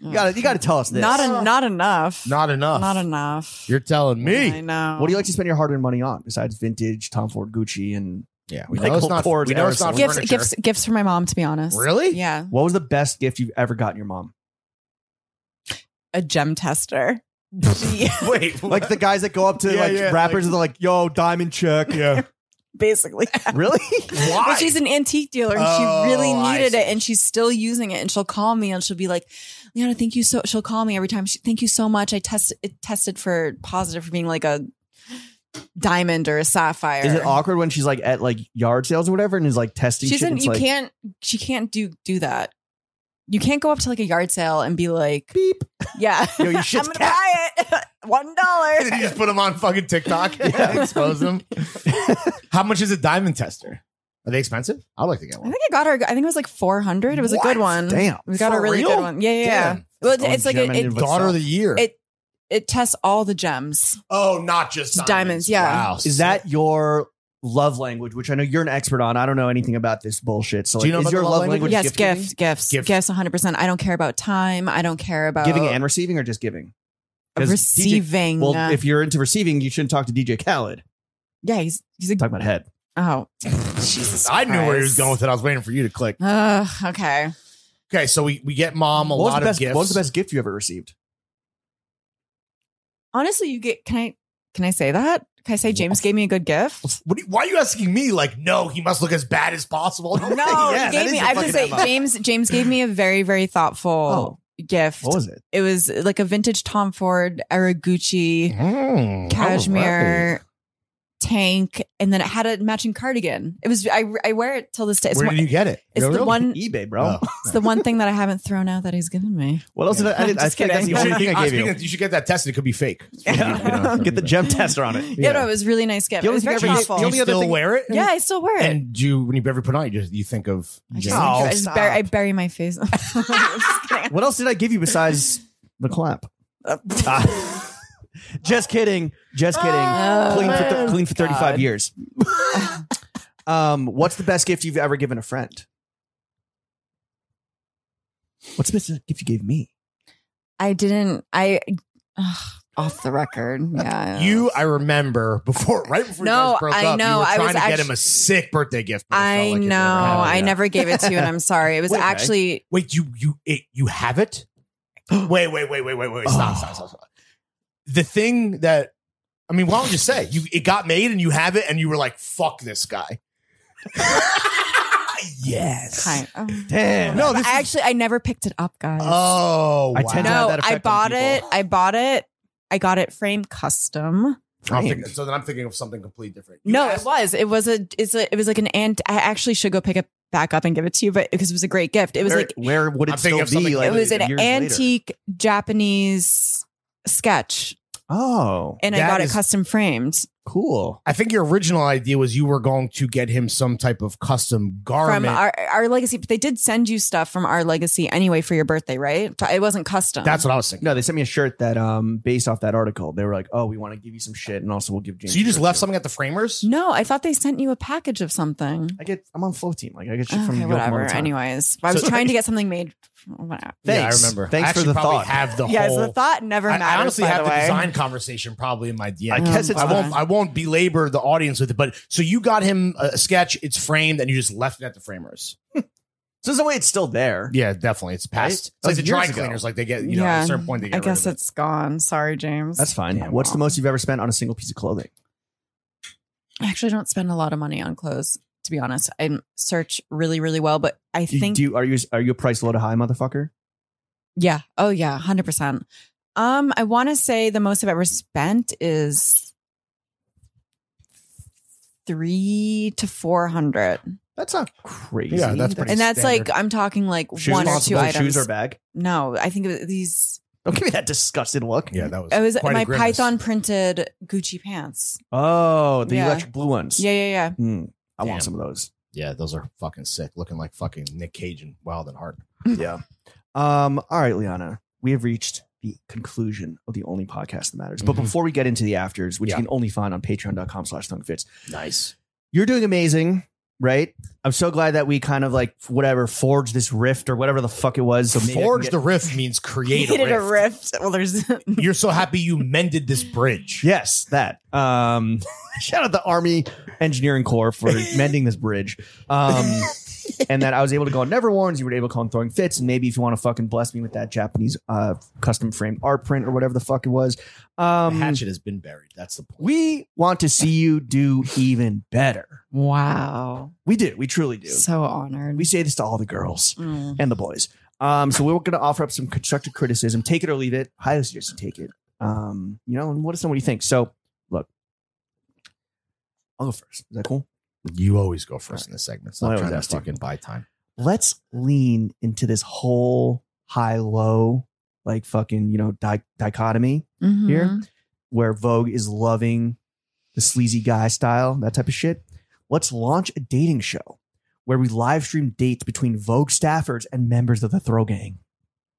Speaker 1: You gotta, you gotta tell us this.
Speaker 3: Oh, Not en- not enough.
Speaker 2: Not enough.
Speaker 3: Not enough.
Speaker 2: You're telling
Speaker 3: I
Speaker 2: me.
Speaker 3: know.
Speaker 1: what do you like to spend your hard-earned money on besides vintage, Tom Ford, Gucci, and
Speaker 2: Yeah, we
Speaker 1: Michael
Speaker 2: know it's not.
Speaker 1: Kors
Speaker 2: we know it's not
Speaker 1: aerosol.
Speaker 3: Gifts,
Speaker 2: furniture.
Speaker 3: gifts, gifts for my mom. To be honest, [LAUGHS]
Speaker 2: Really?
Speaker 3: Yeah,
Speaker 1: what was the best gift you've ever gotten your mom?
Speaker 3: a gem tester. She-
Speaker 2: [LAUGHS]
Speaker 3: [LAUGHS]
Speaker 2: Wait,
Speaker 1: Like the guys that go up to
Speaker 2: [LAUGHS] Yeah,
Speaker 1: like
Speaker 2: yeah,
Speaker 1: rappers and they're like, "Yo, diamond check."
Speaker 2: yeah.
Speaker 3: basically.
Speaker 1: [LAUGHS] Really?
Speaker 2: Why?
Speaker 3: But
Speaker 2: [LAUGHS]
Speaker 3: she's an antique dealer and
Speaker 2: Oh,
Speaker 3: she really
Speaker 2: I
Speaker 3: needed
Speaker 2: see.
Speaker 3: it and she's still using it and she'll call me and she'll be like, Leona, thank you so she'll call me every time. She, thank you so much. I test it tested for positive for being like a diamond or a sapphire.
Speaker 1: Is it awkward when she's like at like yard sales or whatever and is like testing?
Speaker 3: She
Speaker 1: shit?
Speaker 3: doesn't
Speaker 1: It's
Speaker 3: you
Speaker 1: like,
Speaker 3: can't she can't do do that. You can't go up to like a yard sale and be like,
Speaker 1: beep.
Speaker 3: [LAUGHS] yeah,
Speaker 1: Yo, your
Speaker 3: I'm
Speaker 1: shit's
Speaker 3: gonna
Speaker 1: cat.
Speaker 3: buy it. [LAUGHS] One
Speaker 2: and then you [LAUGHS]
Speaker 3: dollar.
Speaker 2: just put them on fucking
Speaker 3: [LAUGHS]
Speaker 2: TikTok.
Speaker 1: Yeah.
Speaker 2: [LAUGHS] expose them. How much is a diamond tester? Are they expensive? I'd like to get
Speaker 3: I
Speaker 2: one.
Speaker 3: think I got her. I think it was like four hundred. It was a
Speaker 2: What?
Speaker 3: good one.
Speaker 1: Damn.
Speaker 3: We got
Speaker 2: For
Speaker 3: a really
Speaker 2: real?
Speaker 3: good one. Yeah, yeah. yeah.
Speaker 2: Damn.
Speaker 3: Well,
Speaker 1: Oh,
Speaker 3: it's like it,
Speaker 1: gem
Speaker 3: it,
Speaker 1: and What's
Speaker 2: Daughter
Speaker 1: up?
Speaker 2: of the year.
Speaker 3: It- it tests all the gems.
Speaker 2: oh, not just
Speaker 3: Just
Speaker 2: diamonds.
Speaker 3: diamonds, yeah.
Speaker 2: Wow.
Speaker 1: Is that your love language? Which I know you're an expert on. I don't know anything about this bullshit. So
Speaker 2: Do
Speaker 1: like,
Speaker 2: you know
Speaker 1: is
Speaker 2: about
Speaker 1: your
Speaker 2: the
Speaker 1: love,
Speaker 2: love
Speaker 1: language?
Speaker 2: language?
Speaker 3: yes,
Speaker 1: gift
Speaker 3: gift,
Speaker 1: giving?
Speaker 3: gifts,
Speaker 2: Gift.
Speaker 3: gifts, one hundred percent. I don't care about time. I don't care about
Speaker 1: giving and receiving, or just giving? 'Cause DJ
Speaker 3: receiving. uh,
Speaker 1: well, if you're into receiving, you shouldn't talk to DJ Khaled.
Speaker 3: yeah, he's he's a
Speaker 1: Talk about head.
Speaker 3: oh Jesus.
Speaker 2: I knew where he was
Speaker 3: Christ.
Speaker 2: going with it. I was waiting for you to click.
Speaker 3: Ugh, okay.
Speaker 2: Okay, so we, we get mom a
Speaker 1: what was
Speaker 2: lot
Speaker 1: the best?
Speaker 2: of gifts.
Speaker 1: What was the best gift you ever received?
Speaker 3: Honestly, you get. Can I can I say that? Can I say James gave me a good
Speaker 2: [LAUGHS]
Speaker 3: gift?
Speaker 2: What do you- why are you asking me? Like, no, he must look as bad as possible. [LAUGHS]
Speaker 3: No,
Speaker 1: Yeah,
Speaker 3: he
Speaker 1: that
Speaker 3: gave
Speaker 1: is
Speaker 3: me.
Speaker 1: the
Speaker 3: I have
Speaker 1: fucking
Speaker 3: to say,
Speaker 1: MO.
Speaker 3: James James gave me a very very thoughtful gift.
Speaker 1: What was it?
Speaker 3: It was like a vintage Tom Ford Araguchi.
Speaker 2: Mm,
Speaker 3: cashmere tank, and then it had a matching cardigan. It was I, I wear it till this day.
Speaker 2: all
Speaker 3: It's,
Speaker 2: right. Where
Speaker 3: one,
Speaker 2: did you get it?
Speaker 3: it's the one.
Speaker 1: eBay, bro.
Speaker 2: Oh.
Speaker 3: [LAUGHS] It's the one thing that I haven't thrown out that he's given me.
Speaker 1: What else did I? I, did, I
Speaker 3: [LAUGHS] Just
Speaker 1: think that's the
Speaker 2: [LAUGHS]
Speaker 3: kidding.
Speaker 1: only thing I
Speaker 2: was
Speaker 1: gave you.
Speaker 2: thinking should get that tested. It could be fake.
Speaker 3: [LAUGHS] Yeah.
Speaker 1: Get the gem tester
Speaker 2: [LAUGHS]
Speaker 1: on it.
Speaker 3: [LAUGHS] Yeah,
Speaker 2: Yeah.
Speaker 3: no, it was a really nice gift.
Speaker 1: The
Speaker 3: It
Speaker 1: only
Speaker 3: was
Speaker 1: thing
Speaker 3: very
Speaker 1: I really-
Speaker 3: thoughtful.
Speaker 1: the
Speaker 2: You
Speaker 1: only other
Speaker 2: still
Speaker 1: thing-
Speaker 2: wear it?
Speaker 3: yeah, I still wear it.
Speaker 2: And do you, when you ever put it on, you just you think of
Speaker 3: I just,
Speaker 2: James?
Speaker 1: Oh,
Speaker 3: I, just bur- I bury my face. [LAUGHS] I'm just
Speaker 2: [LAUGHS]
Speaker 3: kidding.
Speaker 1: What else did I give you besides the
Speaker 3: [LAUGHS]
Speaker 1: clap? Ah. [LAUGHS] just kidding. Just kidding.
Speaker 3: Oh,
Speaker 1: clean, for th-
Speaker 3: man.
Speaker 1: clean for 35
Speaker 3: God. [LAUGHS]
Speaker 1: years. um, what's the best gift you've ever given a friend? What's the best gift you gave me?
Speaker 3: I didn't. I ugh, off the record.
Speaker 2: [LAUGHS]
Speaker 3: Yeah,
Speaker 2: You, I remember before, [LAUGHS] right before
Speaker 3: No,
Speaker 2: you guys broke
Speaker 3: I
Speaker 2: up, you
Speaker 3: know.
Speaker 2: were
Speaker 3: I
Speaker 2: trying
Speaker 3: was
Speaker 2: to get
Speaker 3: actu-
Speaker 2: him a sick birthday gift. but it felt
Speaker 3: I
Speaker 2: like it never
Speaker 3: know.
Speaker 2: happened.
Speaker 3: I
Speaker 2: Yeah.
Speaker 3: never gave it to you, and I'm sorry. It was
Speaker 1: Wait, okay.
Speaker 3: actually
Speaker 2: [LAUGHS] Wait, you you it, you have [GASPS] it? wait, wait, wait, wait, wait, wait. Stop, stop, stop, stop. The thing that I mean, why don't you say you it got made and you have it and you were like, fuck this [LAUGHS] guy. yes.
Speaker 3: kind. Oh.
Speaker 1: Damn.
Speaker 2: [LAUGHS] No, this
Speaker 3: I
Speaker 2: is,
Speaker 3: actually I never picked it up, guys.
Speaker 2: Oh,
Speaker 1: I
Speaker 2: wow.
Speaker 1: tend to have
Speaker 3: no,
Speaker 1: that effect
Speaker 3: I
Speaker 1: on
Speaker 3: bought
Speaker 1: people.
Speaker 3: it. I bought it. I got it framed custom.
Speaker 2: I'm thinking- so then I'm thinking of something completely different. You
Speaker 3: No,
Speaker 2: asked-
Speaker 3: it was. It was a. It's a. It was like an ant. I actually should go pick up back up and give it to you, but because it was a great gift. It was
Speaker 1: where,
Speaker 3: like
Speaker 1: where would it
Speaker 2: I'm thinking
Speaker 1: still
Speaker 2: of something
Speaker 1: be? Like
Speaker 3: it was an
Speaker 1: years later?
Speaker 3: antique Japanese sketch,
Speaker 1: Oh,
Speaker 3: and I
Speaker 2: That
Speaker 3: got
Speaker 2: is-
Speaker 3: it custom framed
Speaker 1: cool.
Speaker 2: I think your original idea was you were going to get him some type of custom
Speaker 3: from
Speaker 2: garment.
Speaker 3: our our legacy. But they did send you stuff from our legacy anyway for your birthday, right? But It wasn't custom.
Speaker 2: That's what I was thinking.
Speaker 1: No, they sent me a shirt that um based off that article. They were like, "Oh, we want to give you some shit, and also we'll give James."
Speaker 2: So you
Speaker 1: a
Speaker 2: just
Speaker 1: shirt,
Speaker 2: left
Speaker 1: too."
Speaker 2: something at the framers?
Speaker 3: no, I thought they sent you a package of something.
Speaker 1: I get. I'm on flow team. Like I get shit from
Speaker 3: Okay,
Speaker 1: York all the
Speaker 3: whatever.
Speaker 1: time.
Speaker 3: Anyways, I was
Speaker 1: So-
Speaker 3: trying
Speaker 1: [LAUGHS]
Speaker 3: to get something made. Whatever.
Speaker 1: Thanks.
Speaker 2: Yeah, I remember.
Speaker 1: Thanks
Speaker 2: I
Speaker 1: for
Speaker 2: actually
Speaker 1: the
Speaker 2: probably
Speaker 1: thought.
Speaker 2: Have the
Speaker 3: Yes,
Speaker 2: whole.
Speaker 3: the thought never
Speaker 2: I-
Speaker 3: matters.
Speaker 2: I honestly
Speaker 3: by
Speaker 2: have
Speaker 3: the
Speaker 2: the
Speaker 3: way.
Speaker 2: design conversation probably in my DM.
Speaker 1: I guess it's
Speaker 2: I won't.
Speaker 3: fine.
Speaker 2: I won't belabor the audience with it. But so you got him a sketch. It's framed, and you just left it at the framers.
Speaker 1: So there's a way it's still there.
Speaker 2: Yeah, definitely. It's
Speaker 1: Right?
Speaker 2: past.
Speaker 1: That was
Speaker 2: It's like the
Speaker 1: years
Speaker 2: dry
Speaker 1: ago.
Speaker 2: cleaners. Like they get. You know, at
Speaker 3: Yeah,
Speaker 2: a certain point they get.
Speaker 3: I
Speaker 2: rid
Speaker 3: guess
Speaker 2: of it.
Speaker 3: it's gone. Sorry, James.
Speaker 1: That's fine.
Speaker 3: Damn,
Speaker 1: What's the
Speaker 3: Mom.
Speaker 1: most you've ever spent on a single piece of clothing?
Speaker 3: I actually don't spend a lot of money on clothes, to be honest. I search really, really well, but I
Speaker 1: Do you-
Speaker 3: think
Speaker 1: do you, are you are you a price low to high motherfucker?
Speaker 3: yeah. Oh yeah, hundred percent. Um, I want to say the most I've ever spent is three to four hundred,
Speaker 1: That's not crazy.
Speaker 2: Yeah, that's pretty-
Speaker 3: and that's
Speaker 2: standard.
Speaker 3: like I'm talking like
Speaker 1: Shoes,
Speaker 3: one or two
Speaker 1: possible
Speaker 3: items.
Speaker 1: Shoes or bag.
Speaker 3: no, I think it was these.
Speaker 1: Don't give me that disgusted look.
Speaker 2: Yeah, that was.
Speaker 3: It was
Speaker 2: quite a
Speaker 3: my
Speaker 2: grimace.
Speaker 3: Python printed Gucci pants.
Speaker 1: Oh, the
Speaker 3: Yeah.
Speaker 1: electric blue ones.
Speaker 3: Yeah, yeah, yeah.
Speaker 1: Hmm. I
Speaker 2: Damn.
Speaker 1: want some of those.
Speaker 2: Yeah, those are fucking sick. Looking like fucking Nick Cage and Wild and Hard.
Speaker 1: yeah. Um. All right, Liana. We have reached the conclusion of the only podcast that matters. But
Speaker 2: Mhm.
Speaker 1: before we get into the afters, which
Speaker 2: Yeah.
Speaker 1: you can only find on patreon.com slash thungfits,
Speaker 2: Nice.
Speaker 1: you're doing amazing, right? I'm so glad that we kind of like whatever forged this rift or whatever the fuck it was. So maybe I can
Speaker 2: Forge
Speaker 1: get-
Speaker 2: the rift means create a
Speaker 3: Created a
Speaker 2: rift.
Speaker 3: rift. Well, there's [LAUGHS]
Speaker 2: You're so happy you mended this bridge.
Speaker 1: Yes, that. Um, [LAUGHS] shout out the Army Engineering Corps
Speaker 2: [LAUGHS]
Speaker 1: for mending this bridge. Um, and that I was able to go on Never Warns. You were able to call him Throwing Fits. And maybe if you want to fucking bless me with that Japanese uh, custom framed art print or whatever the fuck it was.
Speaker 2: The
Speaker 1: Um,
Speaker 2: hatchet has been buried. That's the point.
Speaker 1: we want to see you do even better.
Speaker 3: wow.
Speaker 1: We do. We truly do.
Speaker 3: So honored.
Speaker 1: We say this to all the girls
Speaker 3: Mm.
Speaker 1: and the boys. Um, so we're going to offer up some constructive criticism. Take it or leave it. Highly suggest you take it. Um, you know, and let us know what you think. So, look, I'll go first. Is that cool?
Speaker 2: You always go first in this segment. Stop
Speaker 1: Well, I
Speaker 2: trying to
Speaker 1: always ask you.
Speaker 2: fucking buy time.
Speaker 1: Let's lean into this whole high low, like fucking, you know, di- dichotomy Here?
Speaker 3: Mhm.
Speaker 1: where Vogue is loving the sleazy guy style, that type of shit. Let's launch a dating show where we live stream dates between Vogue staffers and members of the Throw Gang.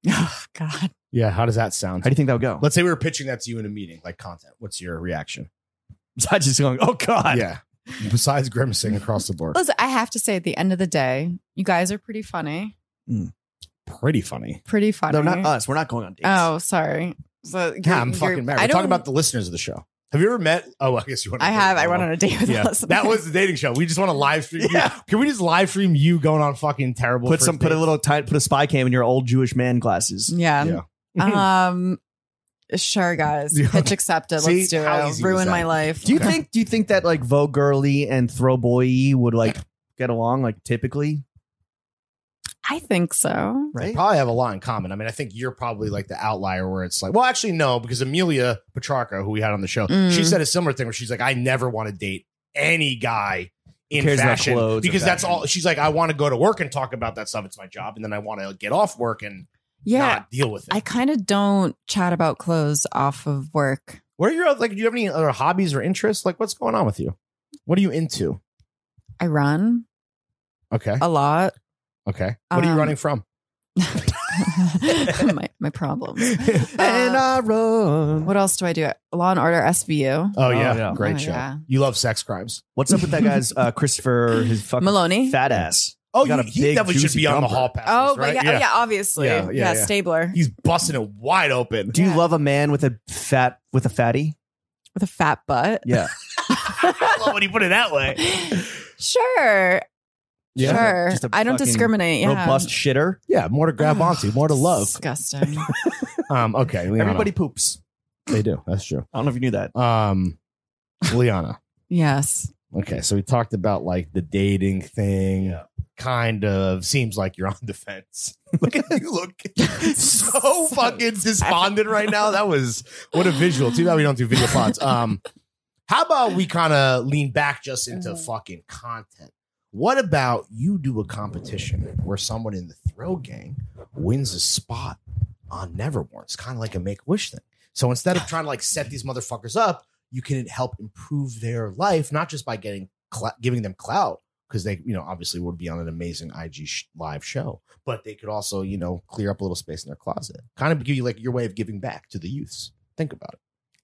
Speaker 3: [LAUGHS] Oh, God.
Speaker 2: Yeah, how does that sound?
Speaker 1: How do you think that would [LAUGHS] go?
Speaker 2: Let's say we were pitching that to you in a meeting, like content. What's your reaction?
Speaker 1: I just going, oh God.
Speaker 2: yeah. Besides grimacing across the board,
Speaker 3: Listen, I have to say, at the end of the day, you guys are pretty funny.
Speaker 2: pretty funny.
Speaker 3: Pretty funny.
Speaker 1: No, not us. We're not going on dates.
Speaker 3: Oh, sorry. So you're-
Speaker 2: Yeah, I'm
Speaker 3: you're-
Speaker 2: fucking mad.
Speaker 3: I
Speaker 2: We're
Speaker 3: don't-
Speaker 2: talking about the listeners of the show. Have you ever met? Oh, I guess you went. on
Speaker 3: I
Speaker 2: a
Speaker 3: have.
Speaker 2: date.
Speaker 3: I went on a date [LAUGHS] with
Speaker 2: Yeah,
Speaker 3: us.
Speaker 2: that was the dating show. We just want to live stream. you.
Speaker 1: [LAUGHS] Yeah.
Speaker 2: Can we just live stream you going on fucking terrible?
Speaker 1: put
Speaker 2: first
Speaker 1: some put a
Speaker 2: dates?
Speaker 1: little tight put a spy cam in your old Jewish man glasses.
Speaker 3: Yeah. Um.
Speaker 2: [LAUGHS]
Speaker 3: Sure, guys.
Speaker 2: Yeah.
Speaker 3: Pitch accepted.
Speaker 2: See,
Speaker 3: Let's do
Speaker 2: how easy was
Speaker 3: it. Ruin
Speaker 2: that?
Speaker 3: my life.
Speaker 1: Do you
Speaker 2: Okay.
Speaker 1: think do you think that like Vogue girly and throw boy would like get along like typically?
Speaker 3: I think so.
Speaker 2: They
Speaker 1: Right?
Speaker 2: probably have a lot in common. I mean, I think you're probably like the outlier where it's like, well, actually, no, because Amelia Petrarca, who we had on the show,
Speaker 3: Mm.
Speaker 2: she said a similar thing where she's like, I never want to date any guy in
Speaker 1: cares about
Speaker 2: fashion
Speaker 1: clothes or
Speaker 2: because that's
Speaker 1: fashion.
Speaker 2: all. She's like, I want to go to work and talk about that stuff. It's my job, and then I want to get off work and
Speaker 3: Yeah.
Speaker 2: not deal with it.
Speaker 3: I kind of don't chat about clothes off of work.
Speaker 2: what are your like? Do you have any other hobbies or interests? Like, what's going on with you? What are you into?
Speaker 3: I run
Speaker 2: Okay,
Speaker 3: a lot.
Speaker 2: okay. What are you
Speaker 3: um,
Speaker 2: running from?
Speaker 3: [LAUGHS]
Speaker 2: Oh,
Speaker 3: my my
Speaker 2: [LAUGHS]
Speaker 3: problems. Uh,
Speaker 1: and uh, I run.
Speaker 3: What else do I do? Law and Order SVU.
Speaker 2: Oh yeah,
Speaker 1: yeah.
Speaker 2: great
Speaker 3: Oh,
Speaker 2: show.
Speaker 3: yeah.
Speaker 2: You love sex crimes.
Speaker 1: What's up with that guy's uh Christopher his fucking
Speaker 3: Maloney.
Speaker 1: fat ass?
Speaker 2: Oh,
Speaker 1: He got
Speaker 2: you,
Speaker 1: a
Speaker 2: he
Speaker 1: big,
Speaker 2: definitely should
Speaker 1: juicy
Speaker 2: be on the
Speaker 1: jumper.
Speaker 2: hall pass.
Speaker 3: Oh my
Speaker 2: right?
Speaker 3: god! Yeah, obviously.
Speaker 2: Yeah,
Speaker 3: Yeah,
Speaker 2: yeah, yeah.
Speaker 3: Stabler
Speaker 2: He's busting it wide open.
Speaker 1: Do you
Speaker 3: Yeah.
Speaker 1: love a man with a fat with a fatty?
Speaker 3: with a fat butt. [LAUGHS]
Speaker 1: Yeah.
Speaker 2: I love when you put it that way.
Speaker 3: sure,
Speaker 1: Yeah.
Speaker 3: sure.
Speaker 1: Just a
Speaker 3: I don't
Speaker 1: fucking
Speaker 3: discriminate. Yeah.
Speaker 1: Robust shitter.
Speaker 2: [LAUGHS] Yeah, more to grab onto, more to love.
Speaker 3: Disgusting.
Speaker 2: Um, okay, Liana.
Speaker 1: Everybody poops.
Speaker 2: they do. That's true.
Speaker 1: I don't know if you knew that.
Speaker 2: Um, Liana. [LAUGHS]
Speaker 3: yes.
Speaker 2: Okay, so we talked about like the dating thing. Kind of seems like you're on [LAUGHS] the fence. Look at you look
Speaker 3: [LAUGHS]
Speaker 2: so [LAUGHS] fucking despondent right now. That was what a visual. Too bad we don't do video fonts. Um, how about we kind of lean back just into fucking content? What about you do a competition where someone in the throw gang wins a spot on Nevermore? It's kind of like a make wish thing. So instead of trying to like set these motherfuckers up, you can help improve their life, not just by getting cl- giving them clout because they, you know, obviously would be on an amazing IG sh- live show, but they could also, you know, clear up a little space in their closet. Kind of give you like your way of giving back to the youths. Think about it.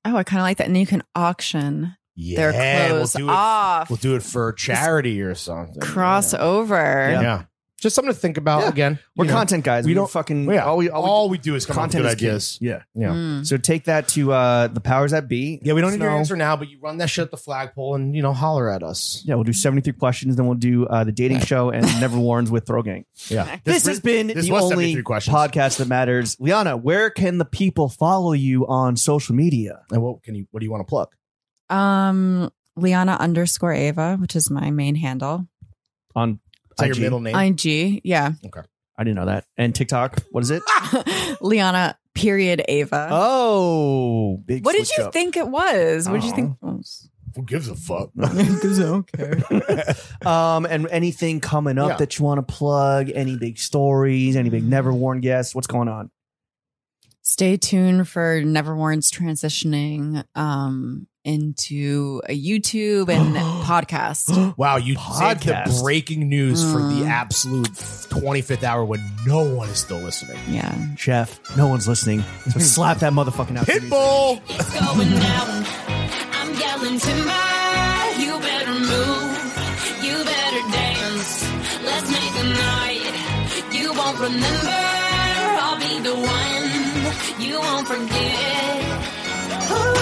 Speaker 3: Oh, I kind of like that. And you can auction
Speaker 2: Yeah,
Speaker 3: their clothes
Speaker 2: we'll do it.
Speaker 3: off.
Speaker 2: We'll do it for charity or something.
Speaker 3: crossover.
Speaker 2: Yeah. Yeah. Just something to think about
Speaker 1: Yeah.
Speaker 2: again.
Speaker 1: We're
Speaker 2: you know.
Speaker 1: content guys.
Speaker 2: we
Speaker 1: We don't
Speaker 2: don't-
Speaker 1: fucking
Speaker 2: Yeah.
Speaker 1: all we all, we-
Speaker 2: All we do is come up with
Speaker 1: content
Speaker 2: good
Speaker 1: is king.
Speaker 2: ideas.
Speaker 1: Yeah.
Speaker 2: Yeah.
Speaker 3: Mm.
Speaker 1: So take that to uh the powers that be.
Speaker 2: Yeah, we don't need your
Speaker 1: Snow.
Speaker 2: answer now, but you run that shit at the flagpole and you know holler at us.
Speaker 1: Yeah, we'll do 73 questions, then we'll do uh, the dating show and
Speaker 2: [LAUGHS]
Speaker 1: Never Warns with Throw Gang.
Speaker 2: Yeah,
Speaker 1: This, has been
Speaker 2: this
Speaker 1: the
Speaker 2: was
Speaker 1: only
Speaker 2: 73 questions.
Speaker 1: podcast that matters. Liana, where can the people follow you on social media?
Speaker 2: And what can you? What do you want to plug?
Speaker 3: Um, Liana underscore Ava, which is my main handle.
Speaker 1: On
Speaker 2: Is that your
Speaker 1: IG?
Speaker 2: middle name?
Speaker 3: IG,
Speaker 2: [LAUGHS]
Speaker 3: yeah.
Speaker 1: I didn't know that. And TikTok, what is it?
Speaker 3: Liana period Ava.
Speaker 1: oh, big
Speaker 3: what did
Speaker 1: switch
Speaker 3: you
Speaker 1: up.
Speaker 3: think it was? What did you
Speaker 1: Oh.
Speaker 3: think?
Speaker 2: Who gives
Speaker 1: [LAUGHS]
Speaker 2: a fuck?
Speaker 1: um, and anything coming up
Speaker 2: Yeah.
Speaker 1: that you want to plug? Any big stories? Any big Never Worn guests? What's going on?
Speaker 3: Stay tuned for Neverwarn's transitioning um into a YouTube and podcast.
Speaker 2: [LAUGHS] [GASPS] Wow, you said the
Speaker 1: Podcast.
Speaker 2: breaking news for the
Speaker 3: Mm.
Speaker 2: absolute 25th hour when no one is still listening.
Speaker 3: Yeah.
Speaker 1: Jeff, no one's listening.
Speaker 2: [LAUGHS]
Speaker 1: So slap that motherfucking out.
Speaker 2: Pitbull!
Speaker 5: It's going down. I'm yelling timber. You better move. You better dance. Let's make a night. You won't remember. I'll be the one. You won't forget. Ooh.